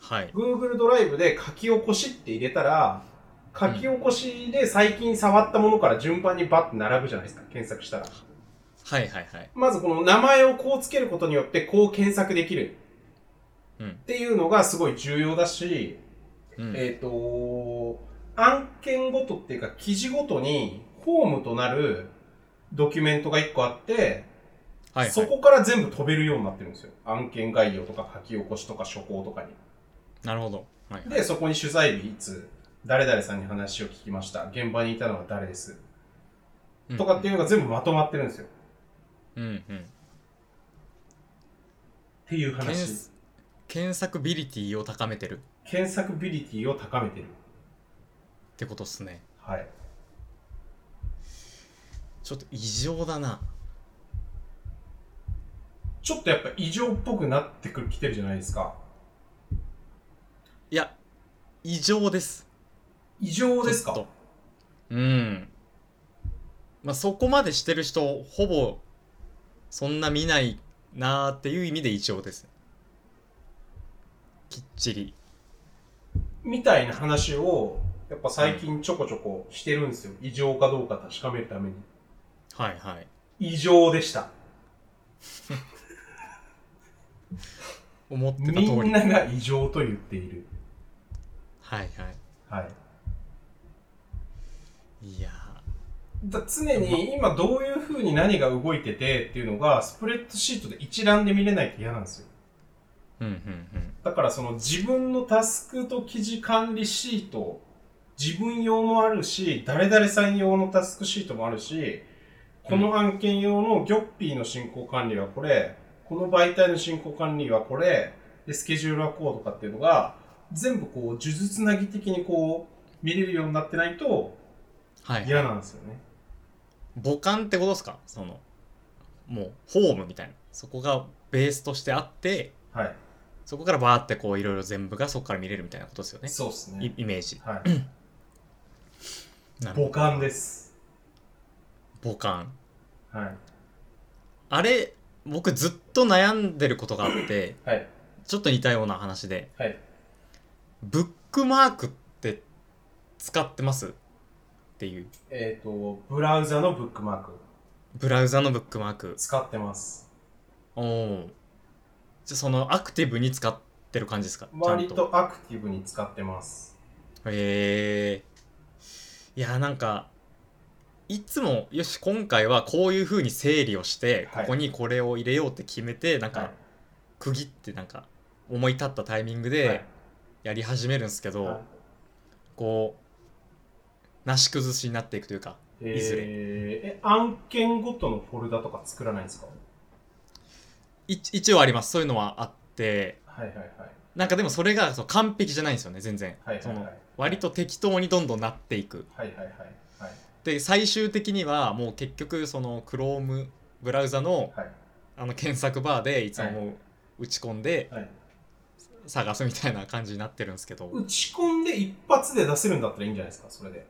Speaker 1: はい
Speaker 2: Google ドライブで書き起こしって入れたら、書き起こしで最近触ったものから順番にバッと並ぶじゃないですか、検索したら。
Speaker 1: はいはいはい
Speaker 2: まずこの名前をこうつけることによってこう検索できる
Speaker 1: うん
Speaker 2: っていうのがすごい重要だし、
Speaker 1: うん
Speaker 2: えっ、と、案件ごとっていうか記事ごとにホームとなるドキュメントが1個あって、
Speaker 1: はいは
Speaker 2: そ
Speaker 1: い
Speaker 2: こから全部飛べるようになってるんですよ。案件概要とか書き起こしとか書稿とかに。
Speaker 1: なるほどはいはい
Speaker 2: で、そこに取材日いつ、誰々さんに話を聞きました。現場にいたのは誰です。
Speaker 1: うん
Speaker 2: とかっていうのが全部まとまってるんですよ。
Speaker 1: うんうん
Speaker 2: っていう
Speaker 1: 検
Speaker 2: 話。
Speaker 1: 索検索ビリティを高めてる
Speaker 2: 検索ビリティを高めて
Speaker 1: っ
Speaker 2: る。
Speaker 1: てことっすね
Speaker 2: はい。
Speaker 1: ちょっと異常だな
Speaker 2: ちょっとやっぱ異常っぽくなってくるきてるじゃないですか。
Speaker 1: いや異常です
Speaker 2: 異常です
Speaker 1: ちょ
Speaker 2: か
Speaker 1: っとうんまあそこまでしてる人ほぼそんな見ないなーっていう意味で異常ですきっちり
Speaker 2: みたいな話を、やっぱ最近ちょこちょこしてるんですよ。異常かどうか確かめるために。
Speaker 1: はいはい
Speaker 2: 異常でした。
Speaker 1: 思ってた通
Speaker 2: み
Speaker 1: り
Speaker 2: んなが異常と言っている。
Speaker 1: はいは
Speaker 2: はい。
Speaker 1: いいや
Speaker 2: だ常に今どういう風に何が動いててっていうのが、スプレッドシートで一覧で見れないと嫌なんですよ。
Speaker 1: ーうんうんうん
Speaker 2: だからその自分のタスクと記事管理シート、自分用もあるし、誰々さん用のタスクシートもあるし、この案件用のギョッピーの進行管理はこれ、この媒体の進行管理はこれ、で、スケジュールはこうとかっていうのが、全部こう、呪術つなぎ的にこう、見れるようになってないと
Speaker 1: はい
Speaker 2: 嫌なんですよね。
Speaker 1: 母艦ってことですかそのもうホームみたいなそこがベースとしてあって
Speaker 2: はい。
Speaker 1: そこからバーってこういろいろ全部がそこから見れるみたいなことですよね
Speaker 2: そうです
Speaker 1: い
Speaker 2: ね。
Speaker 1: イメージ
Speaker 2: はい。
Speaker 1: なるほ
Speaker 2: 母
Speaker 1: ど
Speaker 2: 艦です。
Speaker 1: 母艦
Speaker 2: はい。
Speaker 1: あれ僕ずっと悩んでることがあって
Speaker 2: はい。
Speaker 1: ちょっと似たような話で
Speaker 2: はい。
Speaker 1: ブックマークって使ってますっていう
Speaker 2: えっ、と、ブラウザのブックマーク、
Speaker 1: ブラウザのブックマーク
Speaker 2: 使ってます。
Speaker 1: おおじゃあそのアクティブに使ってる感じですかちゃん
Speaker 2: 割とアクティブに使ってます。
Speaker 1: へえいやなんかいつもよし今回はこういうふうに整理をして、
Speaker 2: はい
Speaker 1: ここにこれを入れようって決めてなん
Speaker 2: はい
Speaker 1: か。区切ってなんか思い立ったタイミング
Speaker 2: は
Speaker 1: で
Speaker 2: い
Speaker 1: やり始めるんですけど、
Speaker 2: はい
Speaker 1: こうなし崩しになっていくというか
Speaker 2: えー
Speaker 1: いずれ
Speaker 2: え、案件ごとのフォルダとか作らないんですか
Speaker 1: い一応ありますそういうのはあって
Speaker 2: はいはいはい。
Speaker 1: なんかでもそれがそう完璧じゃないんですよね全然、
Speaker 2: はいはい
Speaker 1: そ
Speaker 2: はい
Speaker 1: の。割と適当にどんどんなっていく
Speaker 2: はいはいはい。はい。
Speaker 1: で最終的にはもう結局その Chrome ブラウザの
Speaker 2: はい。
Speaker 1: あの検索バーでいつももう打ち込んで
Speaker 2: はい、
Speaker 1: 探すみたいな感じになってるんですけど、
Speaker 2: 打ち込んで一発で出せるんだったらいいんじゃないですか、それで。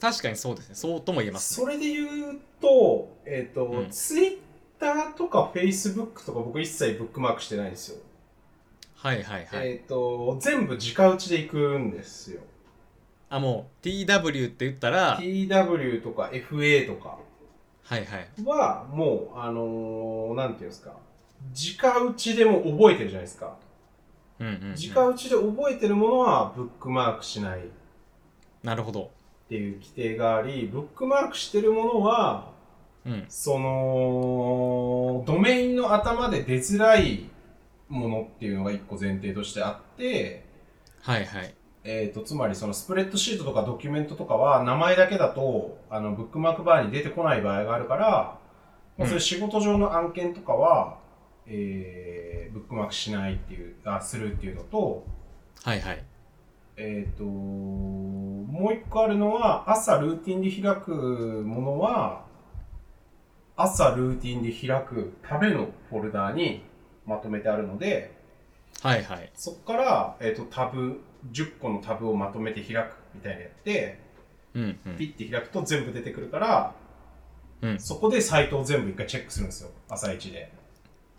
Speaker 1: 確かにそうですねそうとも言えますね
Speaker 2: それで言うと、えっ、
Speaker 1: う
Speaker 2: と、
Speaker 1: ん
Speaker 2: ツイッターとかフェイスブックとか僕一切ブックマークしてないんですよ。
Speaker 1: はいはいはい、
Speaker 2: えっ、と、全部直打ちで行くんですよ。
Speaker 1: あもう TW って打ったら、
Speaker 2: TW とか FA とか
Speaker 1: はいはい
Speaker 2: は、もう、あのーなんていうんですか、直打ちでも覚えてるじゃないですか。
Speaker 1: うんうん、うん、
Speaker 2: 直打ちで覚えてるものはブックマークしないっ
Speaker 1: なるほど
Speaker 2: ていう規定があり、ブックマークしてるものは、
Speaker 1: うん
Speaker 2: その、ドメインの頭で出づらいものっていうのが一個前提としてあって、
Speaker 1: はいはい
Speaker 2: えー、とつまりそのスプレッドシートとかドキュメントとかは名前だけだとあのブックマークバーに出てこない場合があるから、ま
Speaker 1: うん
Speaker 2: あ、そういう仕事上の案件とかは、えーブックマークしないっていうあするっていうのと,、
Speaker 1: はいはい
Speaker 2: えー、ともう一個あるのは朝ルーティンで開くものは朝ルーティンで開くためのフォルダーにまとめてあるので、
Speaker 1: はいはい
Speaker 2: そこから、えー、とタブ10個のタブをまとめて開くみたいなやって
Speaker 1: うんうん
Speaker 2: ピッて開くと全部出てくるから
Speaker 1: うん
Speaker 2: そこでサイトを全部一回チェックするんですよ朝一で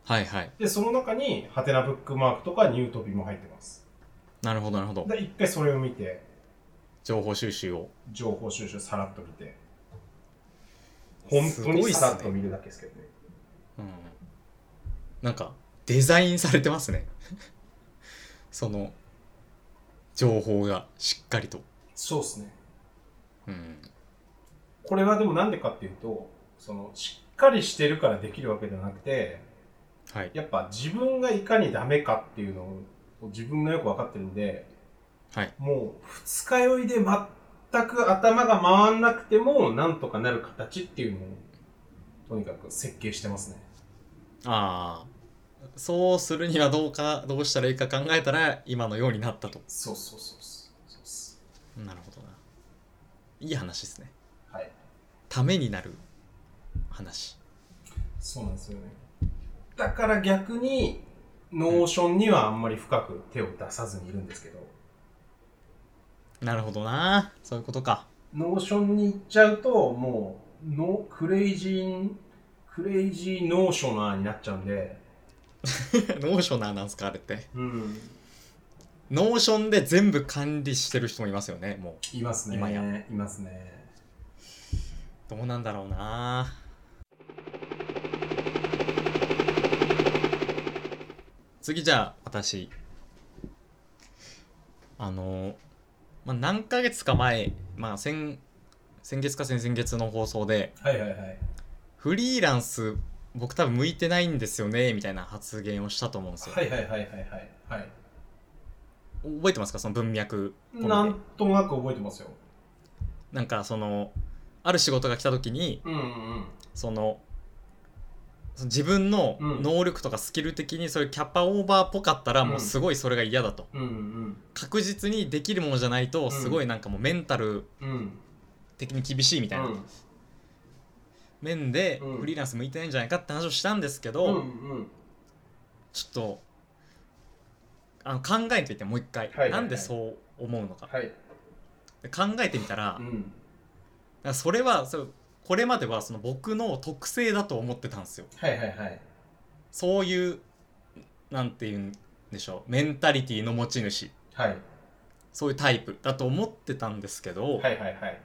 Speaker 1: はいはい
Speaker 2: でその中にハテナブックマークとかニュートピも入ってます
Speaker 1: なるほどなるほど
Speaker 2: で一回それを見て
Speaker 1: 情報収集を
Speaker 2: 情報収集さらっと見て本当に
Speaker 1: す
Speaker 2: さ
Speaker 1: ごい
Speaker 2: ら
Speaker 1: っ
Speaker 2: っ
Speaker 1: す
Speaker 2: と
Speaker 1: ね、
Speaker 2: 見るだけですけどね
Speaker 1: うん、なんかデザインされてますね その情報がしっかりと
Speaker 2: そうですね
Speaker 1: うん
Speaker 2: これはでもなんでかっていうとそのしっかりしてるからできるわけではなくて
Speaker 1: はい
Speaker 2: やっぱ自分がいかにダメかっていうのを自分がよく分かってるんで、
Speaker 1: はい
Speaker 2: もう二日酔いで全く頭が回んなくてもなんとかなる形っていうのをとにかく設計してますね。
Speaker 1: ああそうするにはどうかどうしたらいいか考えたら今のようになったと
Speaker 2: そうそうそうそうっす
Speaker 1: なるほどないい話ですね
Speaker 2: はい。
Speaker 1: ためになる話
Speaker 2: そうなんですよね。だから逆に、ノーションにはあんまり深く手を出さずにいるんですけど、
Speaker 1: なるほどなそういうことか
Speaker 2: ノーションに行っちゃうと、もう、ノークレイジー、クレイジーノーショナーになっちゃうんで、
Speaker 1: ノーショナーなんすかあれって
Speaker 2: うん、
Speaker 1: ノーションで全部管理してる人もいますよねも
Speaker 2: いますね。
Speaker 1: 今や
Speaker 2: いますね。
Speaker 1: うどうなんだろうな次じゃあ私あのまあ、何ヶ月か前、まあ、先先月か先々月の放送で
Speaker 2: はいはいはい。
Speaker 1: フリーランス僕多分向いてないんですよねみたいな発言をしたと思うんですよ、
Speaker 2: はいはいはいはいはい。はい。
Speaker 1: 覚えてますかその文脈込みで
Speaker 2: なんとなく覚えてますよ。
Speaker 1: なんかそのある仕事が来た時に
Speaker 2: うんうん。
Speaker 1: そのその自分の
Speaker 2: うん
Speaker 1: 能力とかスキル的にそういうキャパオーバーっぽかったら
Speaker 2: うん
Speaker 1: もうすごいそれが嫌だと、
Speaker 2: うん
Speaker 1: 確実にできるものじゃないとすごいなんかもうメンタル
Speaker 2: うんうん
Speaker 1: 的に厳しいみたいな
Speaker 2: うん
Speaker 1: 面で
Speaker 2: うん
Speaker 1: フリーランス向いてないんじゃないかって話をしたんですけど、
Speaker 2: うんうん
Speaker 1: ちょっとあの考えてみてもう一回、
Speaker 2: はいはいは
Speaker 1: な
Speaker 2: い
Speaker 1: んでそう思うのか
Speaker 2: はい
Speaker 1: で考えてみたら,、だ
Speaker 2: う
Speaker 1: か
Speaker 2: ん
Speaker 1: らそれはそうこれまではその僕の特性だと思ってたんですよ
Speaker 2: はいはいはい
Speaker 1: そういうなんて言うんでしょうメンタリティの持ち主
Speaker 2: はい
Speaker 1: そういうタイプだと思ってたんですけど、
Speaker 2: はいはいはい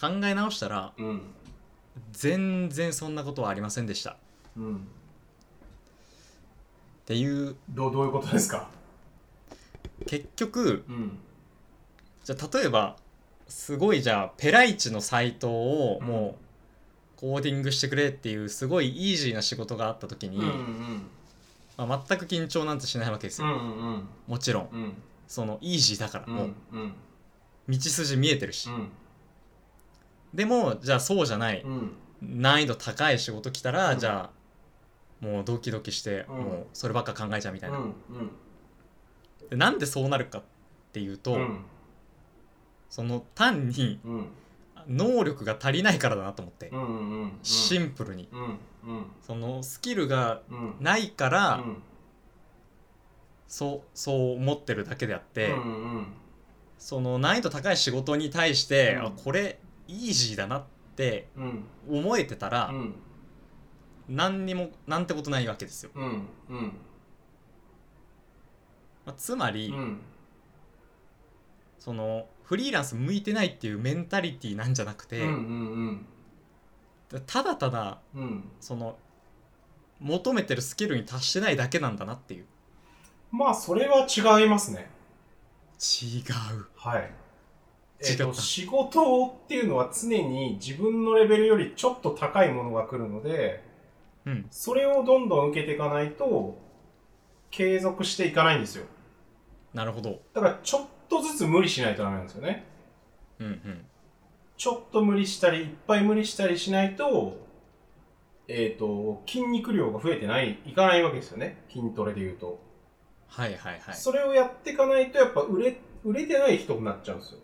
Speaker 1: 考え直したら
Speaker 2: うん
Speaker 1: 全然そんなことはありませんでしたっ
Speaker 2: うん
Speaker 1: ていう
Speaker 2: どうどういうことですか
Speaker 1: 結局
Speaker 2: うん
Speaker 1: じゃあ例えばすごいじゃあペライチのサイトをもうコーディングしてくれっていうすごいイージーな仕事があった時に、
Speaker 2: うんうん
Speaker 1: まあ、全く緊張なんてしないわけです
Speaker 2: う
Speaker 1: よ、
Speaker 2: んうん
Speaker 1: もちろん
Speaker 2: うん
Speaker 1: そのイージーだから、
Speaker 2: うんう
Speaker 1: も
Speaker 2: んうん
Speaker 1: う道筋見えてるし、
Speaker 2: うん
Speaker 1: でもじゃあそうじゃない
Speaker 2: うん
Speaker 1: 難易度高い仕事来たら、
Speaker 2: うん
Speaker 1: じゃあもうドキドキして、
Speaker 2: うん
Speaker 1: もうそればっか考えちゃうみたいな、
Speaker 2: うん
Speaker 1: でなんでそうなるかっていうと、
Speaker 2: うん
Speaker 1: その単に
Speaker 2: うん
Speaker 1: 能力が足りないからだなと思って、
Speaker 2: うんうんうん
Speaker 1: シンプルに
Speaker 2: うんうん
Speaker 1: そのスキルが
Speaker 2: うん
Speaker 1: ないから、
Speaker 2: うん
Speaker 1: そうそう思ってるだけであって、
Speaker 2: うんうん
Speaker 1: その難易度高い仕事に対して、
Speaker 2: うん
Speaker 1: あこれイージーだなって
Speaker 2: うん
Speaker 1: 思えてたら
Speaker 2: う、ん
Speaker 1: 何にもなんてことないわけですよ、
Speaker 2: うんうん
Speaker 1: まあ、つまり、
Speaker 2: うん
Speaker 1: そのフリーランス向いてないっていうメンタリティーなんじゃなくて、
Speaker 2: うんうん
Speaker 1: ただただ
Speaker 2: うんうん
Speaker 1: その求めてるスキルに達してないだけなんだなっていう
Speaker 2: まあそれは違いますね
Speaker 1: 違う
Speaker 2: はいえ
Speaker 1: 違
Speaker 2: ー
Speaker 1: った
Speaker 2: と仕事っていうのは常に自分のレベルよりちょっと高いものが来るので
Speaker 1: うん
Speaker 2: それをどんどん受けていかないと継続していかないんですよ
Speaker 1: なるほど
Speaker 2: だからちょっとずつ無理しないとダメなんですよね
Speaker 1: うんうん
Speaker 2: ちょっと無理したりいっぱい無理したりしないとえっ、と筋肉量が増えてないいかないわけですよね筋トレでいうと
Speaker 1: はいはいはい
Speaker 2: それをやっていかないと、やっぱ売れ、売れてない人になっちゃうんですよ。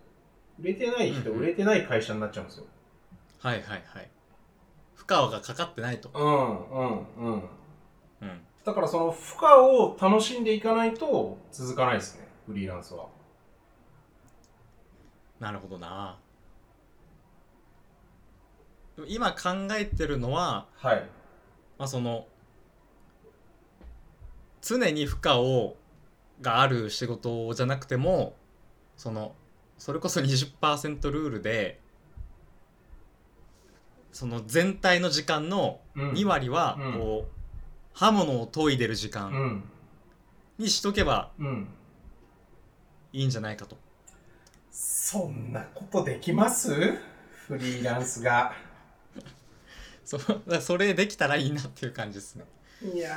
Speaker 2: 売れてない人、
Speaker 1: うんうん
Speaker 2: 売れてない会社になっちゃうんですよ。
Speaker 1: はいはいはい負荷がかかってないと
Speaker 2: うん、うん、うん。
Speaker 1: うん
Speaker 2: だからその負荷を楽しんでいかないと続かないですね、フリーランスは。
Speaker 1: なるほどなでも今考えてるのは、
Speaker 2: はい。
Speaker 1: まあ、その常に負荷をがある仕事じゃなくてもそのそれこそ20%ルールでその全体の時間の
Speaker 2: うん
Speaker 1: 2割は
Speaker 2: うん
Speaker 1: こう刃物を研いでる時
Speaker 2: う
Speaker 1: 間
Speaker 2: ん、
Speaker 1: にしとけば
Speaker 2: うん。
Speaker 1: いいんじゃないかと
Speaker 2: そんなことできますフリーランスが。
Speaker 1: そ だからそれできたらいいなっていう感じですね
Speaker 2: いや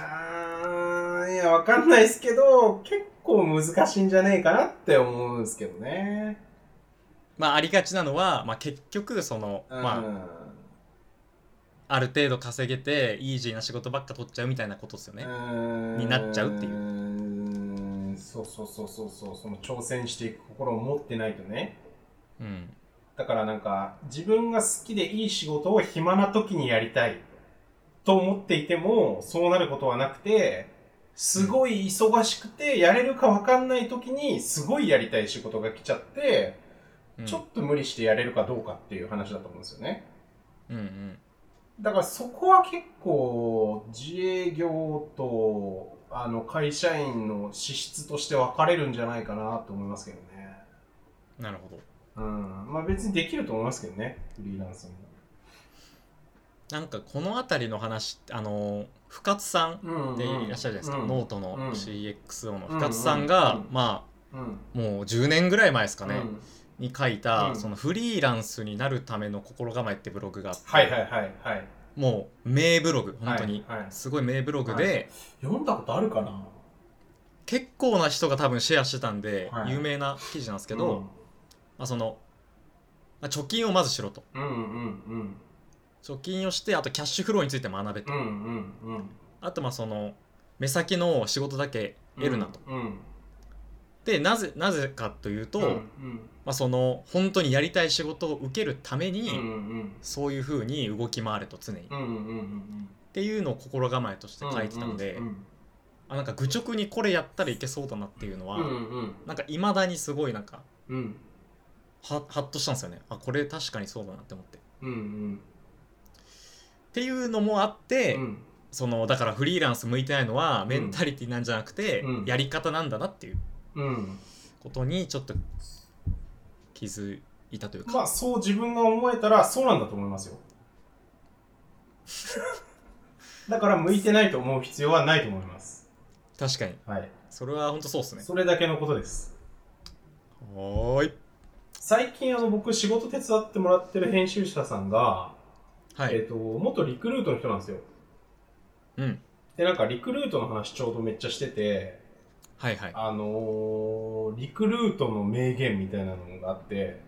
Speaker 2: ー、いや、わかんないですけど、結構難しいんじゃねえかなって思うんですけどね。
Speaker 1: まあありがちなのは、まあ、結局その、まあ、ある程度稼げてイージーな仕事ばっか取っちゃうみたいなことですよね、に
Speaker 2: に
Speaker 1: なっちゃうっていう
Speaker 2: うそうそうそうそうそうその挑戦していく心を持ってないとね
Speaker 1: うん、
Speaker 2: だからなんか自分が好きでいい仕事を暇な時にやりたいと思っていてもそうなることはなくてすごい忙しくてやれるかわかんない時にすごいやりたい仕事が来ちゃって
Speaker 1: うん
Speaker 2: ちょっと無理してやれるかどうかっていう話だと思うんですよね
Speaker 1: うんうん
Speaker 2: だからそこは結構自営業とあの会社員の資質として分かれるんじゃないかなと思いますけどね。
Speaker 1: なるほど
Speaker 2: うん。まあ別にできると思いますけどね、フリーランスも。
Speaker 1: なんかこの辺りの話あの深津さん
Speaker 2: うん
Speaker 1: でいらっしゃるじゃないですか、
Speaker 2: うん
Speaker 1: ノートの
Speaker 2: うん
Speaker 1: CXO の
Speaker 2: うん
Speaker 1: 深津さんが、
Speaker 2: うん
Speaker 1: ま
Speaker 2: うん。
Speaker 1: あもう10年ぐらい前ですかね、
Speaker 2: うん
Speaker 1: に書いた、
Speaker 2: うん
Speaker 1: そのフリーランスになるための心構えってブログがあって、
Speaker 2: はいはいはいはい。
Speaker 1: もう名ブログ本当に、
Speaker 2: はいはい
Speaker 1: すごい名ブログで、
Speaker 2: は読んだことあるかな
Speaker 1: 結構な人が多分シェアしてたんで、
Speaker 2: はい
Speaker 1: 有名な記事なんですけど、まあ、そのまあ貯金をまずしろと
Speaker 2: うん、うんうんうん。
Speaker 1: 貯金をしてあとキャッシュフローについて学べと、
Speaker 3: うんうんうん
Speaker 1: あとまあその目先の仕事だけ得るなと、
Speaker 3: うん
Speaker 1: でなぜなぜかというと、
Speaker 3: うん
Speaker 1: まあ、その本当にやりたい仕事を受けるために、
Speaker 3: うんうん
Speaker 1: そういうふうに動き回れと常に、っ
Speaker 3: うんうんうんうん
Speaker 1: ていうのを心構えとして書いてたので、
Speaker 3: うん
Speaker 1: あなんか愚直にこれやったらいけそうだなっていうのは、
Speaker 3: うんうん
Speaker 1: なんかいまだにすごいなんか
Speaker 3: うん
Speaker 1: ははっとしたんですよねあこれ確かにそうだなって思って。っ
Speaker 3: うんうん
Speaker 1: ていうのもあって、
Speaker 3: うん
Speaker 1: そのだからフリーランス向いてないのはメンタリティなんじゃなくて、
Speaker 3: うん
Speaker 1: やり方なんだなっていう
Speaker 3: うん
Speaker 1: ことにちょっと気づいたというか、
Speaker 2: まあそう自分が思えたらそうなんだと思います よだから向いてないと思う必要はないと思います
Speaker 1: 確かに
Speaker 2: はい
Speaker 1: それは本当そうですね
Speaker 2: それだけのことです
Speaker 1: はーい
Speaker 2: 最近あの僕仕事手伝ってもらってる編集者さんが、
Speaker 1: はい、
Speaker 2: えっと元リクルートの人なんですよ
Speaker 1: うん
Speaker 2: でなんかリクルートの話ちょうどめっちゃしてて
Speaker 1: はいはい
Speaker 2: あのーリクルートの名言みたいなのがあって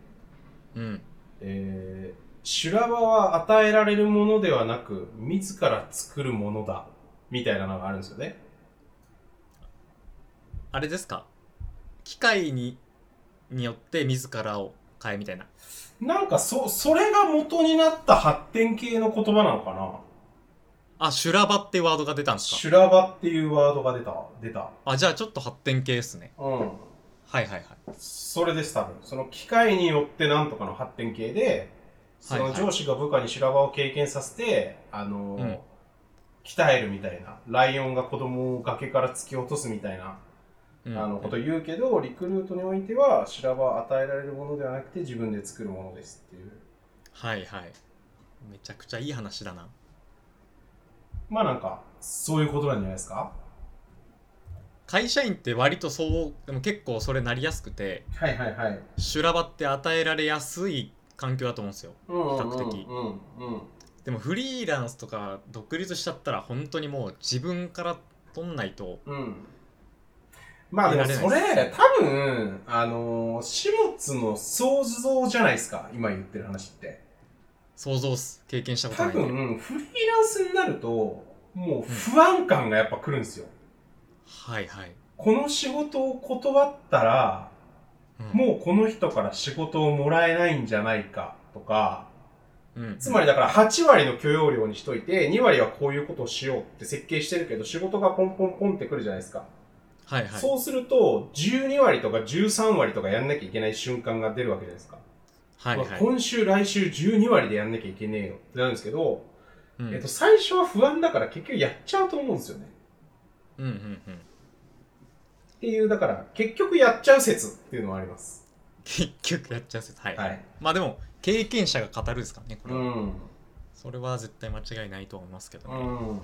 Speaker 1: うん
Speaker 2: えー修羅場は与えられるものではなく、自ら作るものだ。みたいなのがあるんですよね。
Speaker 1: あれですか機械にによって自らを変えみたいな
Speaker 2: なんか、そ、それが元になった発展系の言葉なのかな
Speaker 1: あ修羅場ってワードが出たんですか
Speaker 2: 修羅場っていうワードが出た、出た。
Speaker 1: あじゃあちょっと発展系ですね
Speaker 2: うん。
Speaker 1: はいはいはい
Speaker 2: それです、多分。その機械によってなんとかの発展系で、そ
Speaker 1: はい
Speaker 2: の
Speaker 1: はい
Speaker 2: 上司が部下に修羅場を経験させて、あのー
Speaker 1: うん
Speaker 2: 鍛えるみたいな。ライオンが子供を崖から突き落とすみたいな。
Speaker 1: うん
Speaker 2: あのこと言うけど、リクルートにおいては修羅場は与えられるものではなくて自分で作るものですっていう
Speaker 1: はいはいめちゃくちゃいい話だな
Speaker 2: まあなんかそういうことなんじゃないですか
Speaker 1: 会社員って割とそうでも結構それなりやすくて
Speaker 2: はいはいはい
Speaker 1: 修羅場って与えられやすい環境だと思うんですよ
Speaker 2: 比較
Speaker 1: 比較的
Speaker 2: うんうん
Speaker 1: でもフリーランスとか独立しちゃったら本当にもう自分から取んないと
Speaker 2: うんうんまあでもそ
Speaker 1: 見られない
Speaker 2: れ
Speaker 1: で
Speaker 2: 多分あのー始末の想像じゃないですか今言ってる話って
Speaker 1: 想像す経験したこと
Speaker 2: 多
Speaker 1: ないんで
Speaker 2: 分フリーランスになるともう不安感がやっぱ来るんですよ、
Speaker 1: はいはい、
Speaker 2: この仕事を断ったら
Speaker 1: うん
Speaker 2: もうこの人から仕事をもらえないんじゃないかとか、
Speaker 1: うん
Speaker 2: つまりだから8割の許容量にしといて、2割はこういうことをしようって設計してるけど、仕事がポンポンポンってくるじゃないですか。
Speaker 1: はいはい
Speaker 2: そうすると、12割とか13割とかやんなきゃいけない瞬間が出るわけじゃないですか。
Speaker 1: はいは
Speaker 2: まあ
Speaker 1: い、
Speaker 2: 今週、来週12割でやんなきゃいけねえよってなるんですけど、
Speaker 1: うん
Speaker 2: えっと、最初は不安だから結局やっちゃうと思うんですよね。
Speaker 1: うんうんうん
Speaker 2: っていう、だから結局やっちゃう説っていうのはあります。
Speaker 1: 結局やっちゃうせはい、
Speaker 2: はい。
Speaker 1: まあでも経験者が語るですからねこれは、
Speaker 2: ん。
Speaker 1: それは絶対間違いないとは思いますけどね、はい
Speaker 2: ん。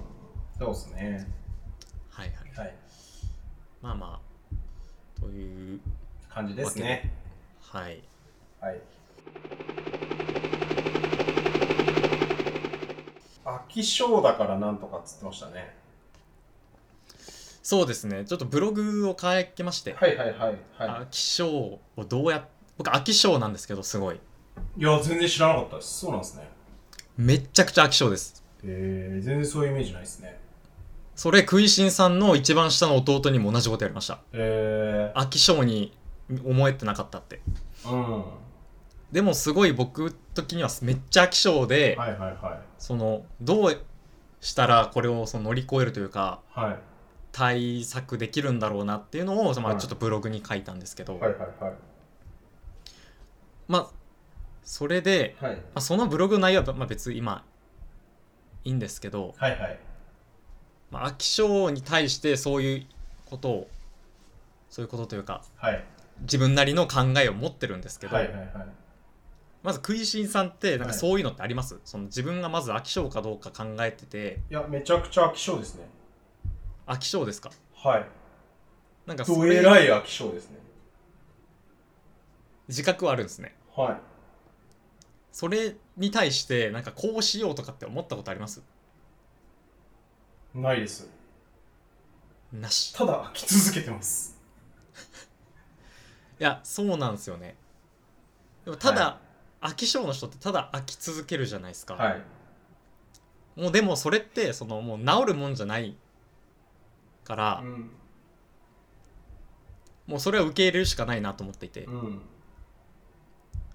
Speaker 2: そうですね。
Speaker 1: はい
Speaker 2: はい。
Speaker 1: まあまあという
Speaker 2: 感じですね。
Speaker 1: はい
Speaker 2: はい。飽き性だからなんとかっつってましたね。
Speaker 1: そうですねちょっとブログを変えまして、
Speaker 2: はいはいはいは
Speaker 1: 飽き性をどうやっ僕飽き性なんですけどすごい
Speaker 2: い。いや、全然知らなかったです。そうなんですね。
Speaker 1: めっちゃくちゃ飽き性です
Speaker 2: えー、全然そういうイメージないですね。
Speaker 1: それ食いしんさんの一番下の弟にも同じことやりました
Speaker 2: え
Speaker 1: 飽き性に思えてなかったって
Speaker 2: ー、うん。は
Speaker 1: でもすごい僕的にはめっちゃ飽き性で、
Speaker 2: いはいは
Speaker 1: そのどうしたらこれをその乗り越えるというか
Speaker 2: い。はい。
Speaker 1: 対策できるんだろうなっていうのを、ま
Speaker 2: は
Speaker 1: あ、
Speaker 2: い
Speaker 1: ちょっとブログに書いたんですけど、
Speaker 2: はいはいはい。
Speaker 1: まあそれで、
Speaker 2: はい。
Speaker 1: まあ、そのブログの内容は、まあ、別に今いいんですけど、
Speaker 2: はいはい。
Speaker 1: まあ、飽き性に対してそういうことをそういうことというか
Speaker 2: はい。
Speaker 1: 自分なりの考えを持ってるんですけど、
Speaker 2: はいはいはい。
Speaker 1: まず食いしんさんってなん
Speaker 2: は
Speaker 1: か
Speaker 2: い
Speaker 1: そういうのってあります、その自分がまず飽き性かどうか考えてて
Speaker 2: いや、めちゃくちゃ飽き性ですね。
Speaker 1: 飽き性ですか
Speaker 2: はい。
Speaker 1: なんかそ
Speaker 2: ど
Speaker 1: れ
Speaker 2: えらい飽き性ですね。
Speaker 1: 自覚はあるんですね
Speaker 2: はい。
Speaker 1: それに対してなんかこうしようとかって思ったことあります
Speaker 2: ないです。
Speaker 1: なした
Speaker 2: だ飽き続けてます。
Speaker 1: いやそうなんですよねでもただ、
Speaker 2: は
Speaker 1: 飽き性の人ってただ飽き続けるじゃないですか、
Speaker 2: はい。
Speaker 1: もうでもそれってそのもう治るもんじゃないから、
Speaker 2: うん
Speaker 1: もうそれは受け入れるしかないなと思っていて、だか
Speaker 2: うん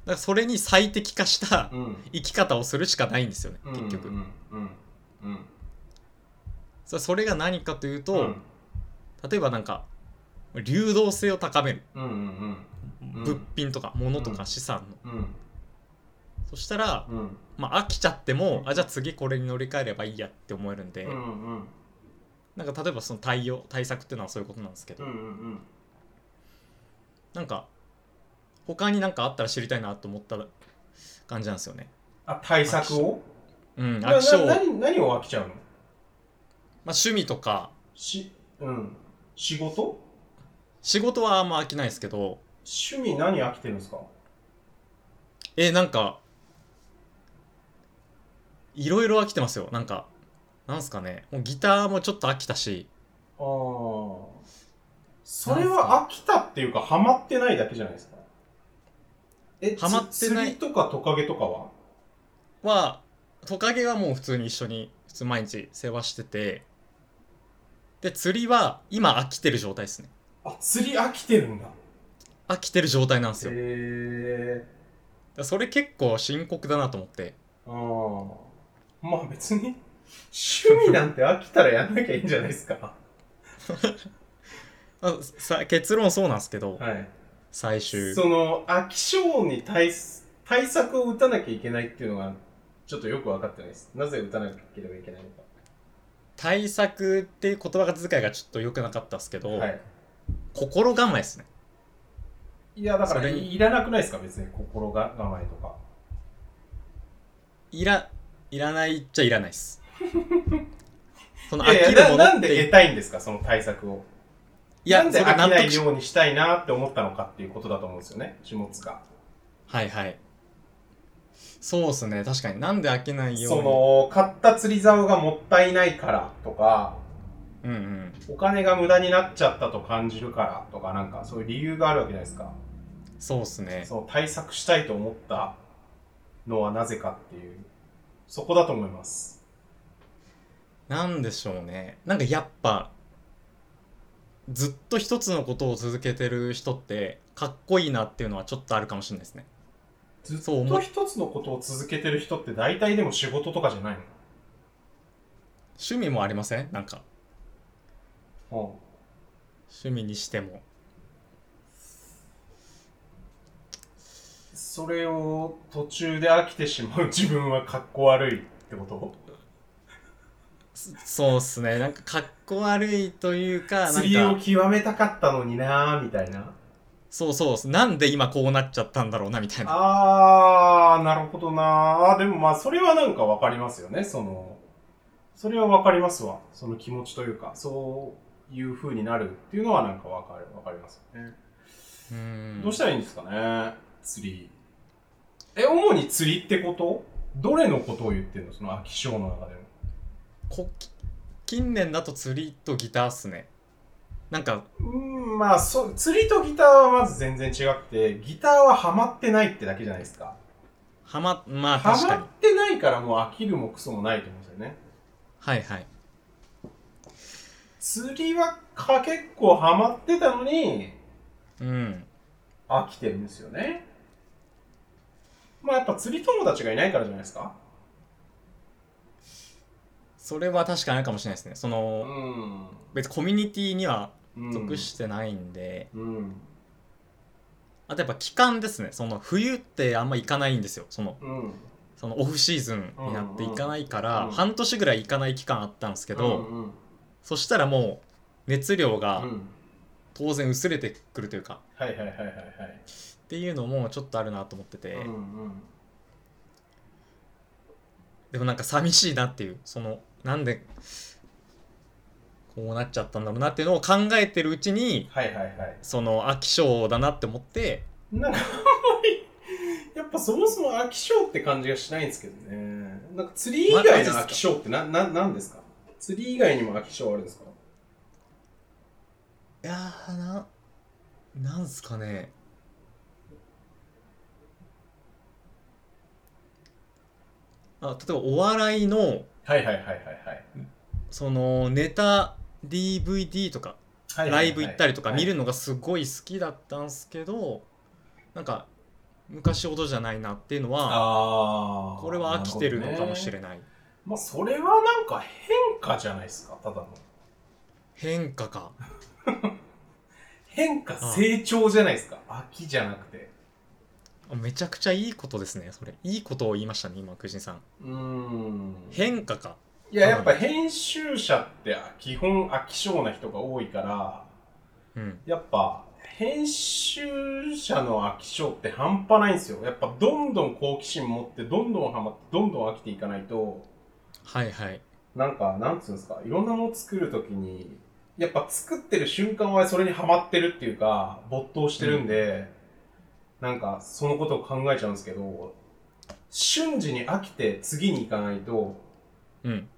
Speaker 1: らそれに最適化した
Speaker 2: うん
Speaker 1: 生き方をするしかないんですよね、
Speaker 2: うん
Speaker 1: 結局、
Speaker 2: うんうんうん
Speaker 1: そそれが何かというと、
Speaker 2: うん
Speaker 1: 例えばなんか流動性を高める
Speaker 2: うんうんん
Speaker 1: 物品とか物とか資産の、
Speaker 2: うん
Speaker 1: そしたら、
Speaker 2: うんうん
Speaker 1: まあ、飽きちゃってもあじゃあ次これに乗り換えればいいやって思えるんで、
Speaker 2: うんうん
Speaker 1: なんか例えばその対応対策っていうのはそういうことなんですけど、
Speaker 2: うんうん
Speaker 1: なんか他になんかあったら知りたいなと思った感じなんですよね。
Speaker 2: あ対策を
Speaker 1: うん、
Speaker 2: な
Speaker 1: 飽
Speaker 2: な
Speaker 1: き性、まあ、
Speaker 2: 何何を飽きちゃうの
Speaker 1: 趣味とか
Speaker 2: し、うん、仕事
Speaker 1: 仕事はあんま飽きないですけど
Speaker 2: 趣味何飽きてるんですか
Speaker 1: えなんかいろいろ飽きてますよなんかなんすかねもうギターもちょっと飽きたし
Speaker 2: ああ。それは飽きたっていうか、ハマってないだけじゃないですか。え、
Speaker 1: ハマってない
Speaker 2: つ釣りとかトカゲとかは
Speaker 1: はトカゲはもう普通に一緒に普通毎日世話しててで釣りは今飽きてる状態ですね
Speaker 2: あ、釣り飽きてるんだ。
Speaker 1: 飽きてる状態なんですよだか
Speaker 2: へえ。
Speaker 1: らそれ結構深刻だなと思って
Speaker 2: ああ。まあ別に、趣味なんて飽きたらやんなきゃいいんじゃないですか。
Speaker 1: あさ結論そうなんですけど
Speaker 2: はい。
Speaker 1: 最終
Speaker 2: その、飽き性に対す、対策を打たなきゃいけないっていうのが、ちょっとよく分かってないです。なぜ打たなければいけないのか。
Speaker 1: 対策っていう言葉遣いがちょっと良くなかったですけど、
Speaker 2: はい。
Speaker 1: 心構えですね
Speaker 2: いや、だから
Speaker 1: それに
Speaker 2: い、いらなくないですか、別に心が構えとか。
Speaker 1: いらいらないっちゃいらないです その
Speaker 2: い
Speaker 1: 飽
Speaker 2: や
Speaker 1: き
Speaker 2: いや
Speaker 1: るも
Speaker 2: な
Speaker 1: の
Speaker 2: なん
Speaker 1: っ
Speaker 2: で得
Speaker 1: て
Speaker 2: たいんですか、その対策を。
Speaker 1: いや
Speaker 2: なん
Speaker 1: そ
Speaker 2: で
Speaker 1: れ
Speaker 2: 飽
Speaker 1: 納
Speaker 2: きない
Speaker 1: 得し
Speaker 2: ようにしたいなって思ったのかっていうことだと思うんですよね、下津が。
Speaker 1: はいはいそうですね確かになんで飽きないよう
Speaker 2: そ
Speaker 1: に
Speaker 2: の、買った釣り竿がもったいないからとか、
Speaker 1: うんうん、
Speaker 2: お金が無駄になっちゃったと感じるからとか、なんかそういう理由があるわけじゃないですか。
Speaker 1: そうですね。
Speaker 2: その対策したいと思ったのはなぜかっていう、そこだと思います。
Speaker 1: なんでしょうね。なんかやっぱ、ずっと一つのことを続けてる人って、かっこいいなっていうのはちょっとあるかもしれないですね。
Speaker 2: ずっ
Speaker 1: そう思
Speaker 2: と
Speaker 1: う
Speaker 2: 一つのことを続けてる人って大体でも仕事とかじゃない
Speaker 1: 趣味もありませんなんか、
Speaker 2: の、
Speaker 1: 趣味にしても。
Speaker 2: それを途中で飽きてしまう自分はかっこ悪いってこと
Speaker 1: そそうっすね。なんかかっこ悪いというか、
Speaker 2: 釣り
Speaker 1: な
Speaker 2: を
Speaker 1: んか、
Speaker 2: 極めたかったのになーみたいな
Speaker 1: そうそう、なんで今こうなっちゃったんだろうな、みたいな。
Speaker 2: あーなるほどなーでもまあそれはなんかわかりますよねそのそれはわかりますわその気持ちというかそういう風になるっていうのはなんかわかるわかりますよね、
Speaker 1: うん。
Speaker 2: どうしたらいいんですかね釣りえ主に釣りってことどれのことを言ってるのその飽き性の中でも
Speaker 1: こ近年だと釣りとギターっすね。なんか、
Speaker 2: うんまあそう釣りとギターはまず全然違くてギターはハマってないってだけじゃないですか
Speaker 1: はま、まあ
Speaker 2: ハ
Speaker 1: 確か
Speaker 2: マ
Speaker 1: に
Speaker 2: っ。てないからもう飽きるもクソもないと思うんですよね。
Speaker 1: はいはい。
Speaker 2: 釣りはか結構ハマってたのに
Speaker 1: うん。
Speaker 2: 飽きてるんですよね。まあやっぱ釣り友達がいないからじゃないですか。
Speaker 1: それは確かにあるかもしれないですね。その、
Speaker 2: ん。
Speaker 1: 別にコミュニティには
Speaker 2: うん
Speaker 1: 属してないんで、
Speaker 2: うん。
Speaker 1: あとやっぱ期間ですねその冬ってあんま行かないんですよその
Speaker 2: うん。
Speaker 1: そのオフシーズンになって行かないから、
Speaker 2: うん
Speaker 1: 半年ぐらい行かない期間あったんですけど、
Speaker 2: うんうん
Speaker 1: そしたらもう熱量
Speaker 2: う
Speaker 1: が
Speaker 2: ん。
Speaker 1: 当然薄れてくるというか、
Speaker 2: はいはいはいはいはい。
Speaker 1: っていうのもちょっとあるなと思ってて、
Speaker 2: うんうん。
Speaker 1: でもなんか寂しいなっていうそのなんでこうなっちゃったんだろうなっていうのを考えてるうちに
Speaker 2: はいはいはい。
Speaker 1: その飽き性だなって思って
Speaker 2: なんかあんまり、やっぱそもそも飽き性って感じがしないんですけどね。なんか釣り以外の飽き性ってな、な、なんですか釣り以外にも飽き性あるんですか
Speaker 1: いやーななんすかねあ例えばお笑いの
Speaker 2: はいはいはいはいはい
Speaker 1: そのネタ DVD とか
Speaker 2: はいはいはい。
Speaker 1: ライブ行ったりとか見る
Speaker 2: の、
Speaker 1: のがすごい好きだったんすけどなんか昔ほどじゃないなっていうのは
Speaker 2: ああ。
Speaker 1: これは飽きてるのかもし
Speaker 2: な
Speaker 1: れ
Speaker 2: い。
Speaker 1: ない
Speaker 2: まあ、それはなんか変化じゃないですか、ただの。
Speaker 1: 変化か
Speaker 2: 変化、成長じゃないですか。飽きじゃなくて。
Speaker 1: あめちゃくちゃいいことですねそれいいことを言いましたね今くじんさん
Speaker 2: うーん。
Speaker 1: 変化か
Speaker 2: いや、やっぱ編集者って基本飽き性な人が多いから、
Speaker 1: うん
Speaker 2: やっぱ編集者の飽き性って半端ないんですよ。やっぱどんどん好奇心持って、どんどんハマって、どんどん飽きていかないと、
Speaker 1: はいはい
Speaker 2: なんか、なんつうんですか、いろんなもの作るときに、やっぱ作ってる瞬間はそれにハマってるっていうか、没頭してるんで、なんか、そのことを考えちゃうんですけど、瞬時に飽きて次に行かないと、
Speaker 1: うん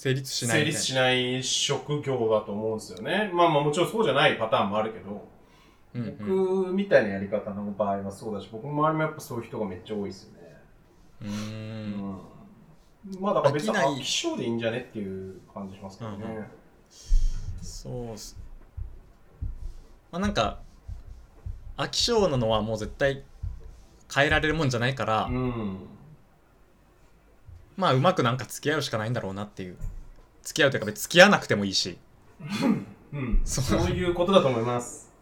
Speaker 1: 成立しないみ
Speaker 2: 成
Speaker 1: たいな
Speaker 2: 立しない職業だと思うんですよね。まあまあもちろんそうじゃないパターンもあるけど、
Speaker 1: うんうん
Speaker 2: 僕みたいなやり方の場合はそうだし、僕の周りもやっぱそういう人がめっちゃ多いですよね。
Speaker 1: うーん
Speaker 2: うん。まあだから別に
Speaker 1: 飽きない
Speaker 2: 飽き性でいいんじゃねっていう感じしますけどね。
Speaker 1: うんうんそうっすまあなんか飽き性なのはもう絶対変えられるもんじゃないから、
Speaker 2: うん。
Speaker 1: まあうまくなんか付き合うしかないんだろうなっていう付き合うというか別に付き合わなくてもいいし、
Speaker 2: うん。
Speaker 1: そう
Speaker 2: そういうことだと思います。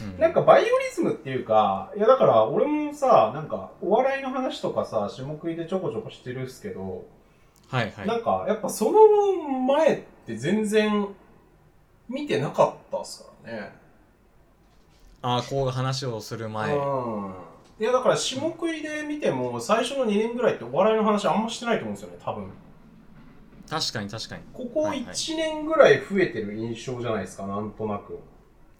Speaker 1: うん
Speaker 2: なんかバイオリズムっていうか、いやだから俺もさ、なんかお笑いの話とかさ、下食いでちょこちょこしてるっすけど、
Speaker 1: はいはい
Speaker 2: なんかやっぱその前って全然見てなかったっすからね。
Speaker 1: ああこう話をする前
Speaker 2: うん。いやだから下食いで見ても最初の2年ぐらいってお笑いの話あんましてないと思うんですよね、多分。
Speaker 1: 確かに確かに
Speaker 2: ここ
Speaker 1: はいはい
Speaker 2: 1年ぐらい増えてる印象じゃないですか、なんとなく。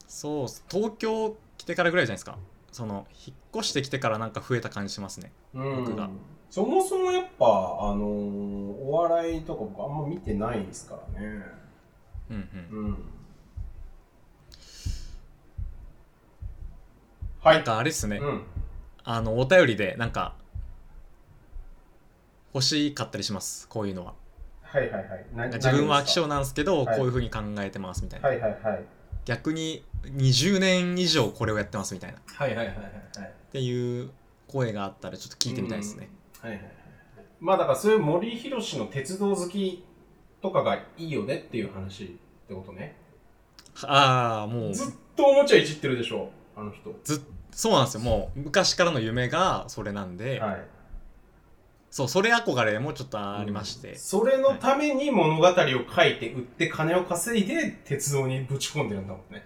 Speaker 1: そうっす東京来てからぐらいじゃないですかその引っ越してきてからなんか増えた感じしますね
Speaker 2: うん
Speaker 1: 僕が
Speaker 2: そもそもやっぱ、あのーお笑いとか僕あんま見てないですからね。
Speaker 1: うんうん、
Speaker 2: うん。
Speaker 1: は、
Speaker 2: はいい
Speaker 1: なん。かあれっすね、
Speaker 2: うん。
Speaker 1: あのお便りでなんか欲しかったりしますこういうのは
Speaker 2: はいはいはい。な
Speaker 1: 自分は飽き。性
Speaker 2: 何
Speaker 1: なんですけど、
Speaker 2: はい
Speaker 1: こういうふうに考えてますみたい
Speaker 2: です
Speaker 1: な、
Speaker 2: かはいはいはい。
Speaker 1: 逆に20年以上これをやってますみたいなっ
Speaker 2: はいはいはいはい。
Speaker 1: ていう声があったらちょっと聞いてみたいですね、
Speaker 2: はいはいはい。まあだからそういう森博の鉄道好きとかがいいよねっていう話ってことね。
Speaker 1: ああもう
Speaker 2: ずっとおもちゃいじってるでしょ、あの人。
Speaker 1: そうなんですよもう昔からの夢がそれなんで、
Speaker 2: はい。
Speaker 1: そうそれ憧れもちょっとありまして、
Speaker 2: それのために物語を書いて売って金を稼いで鉄道にぶち込んでるんだもんね。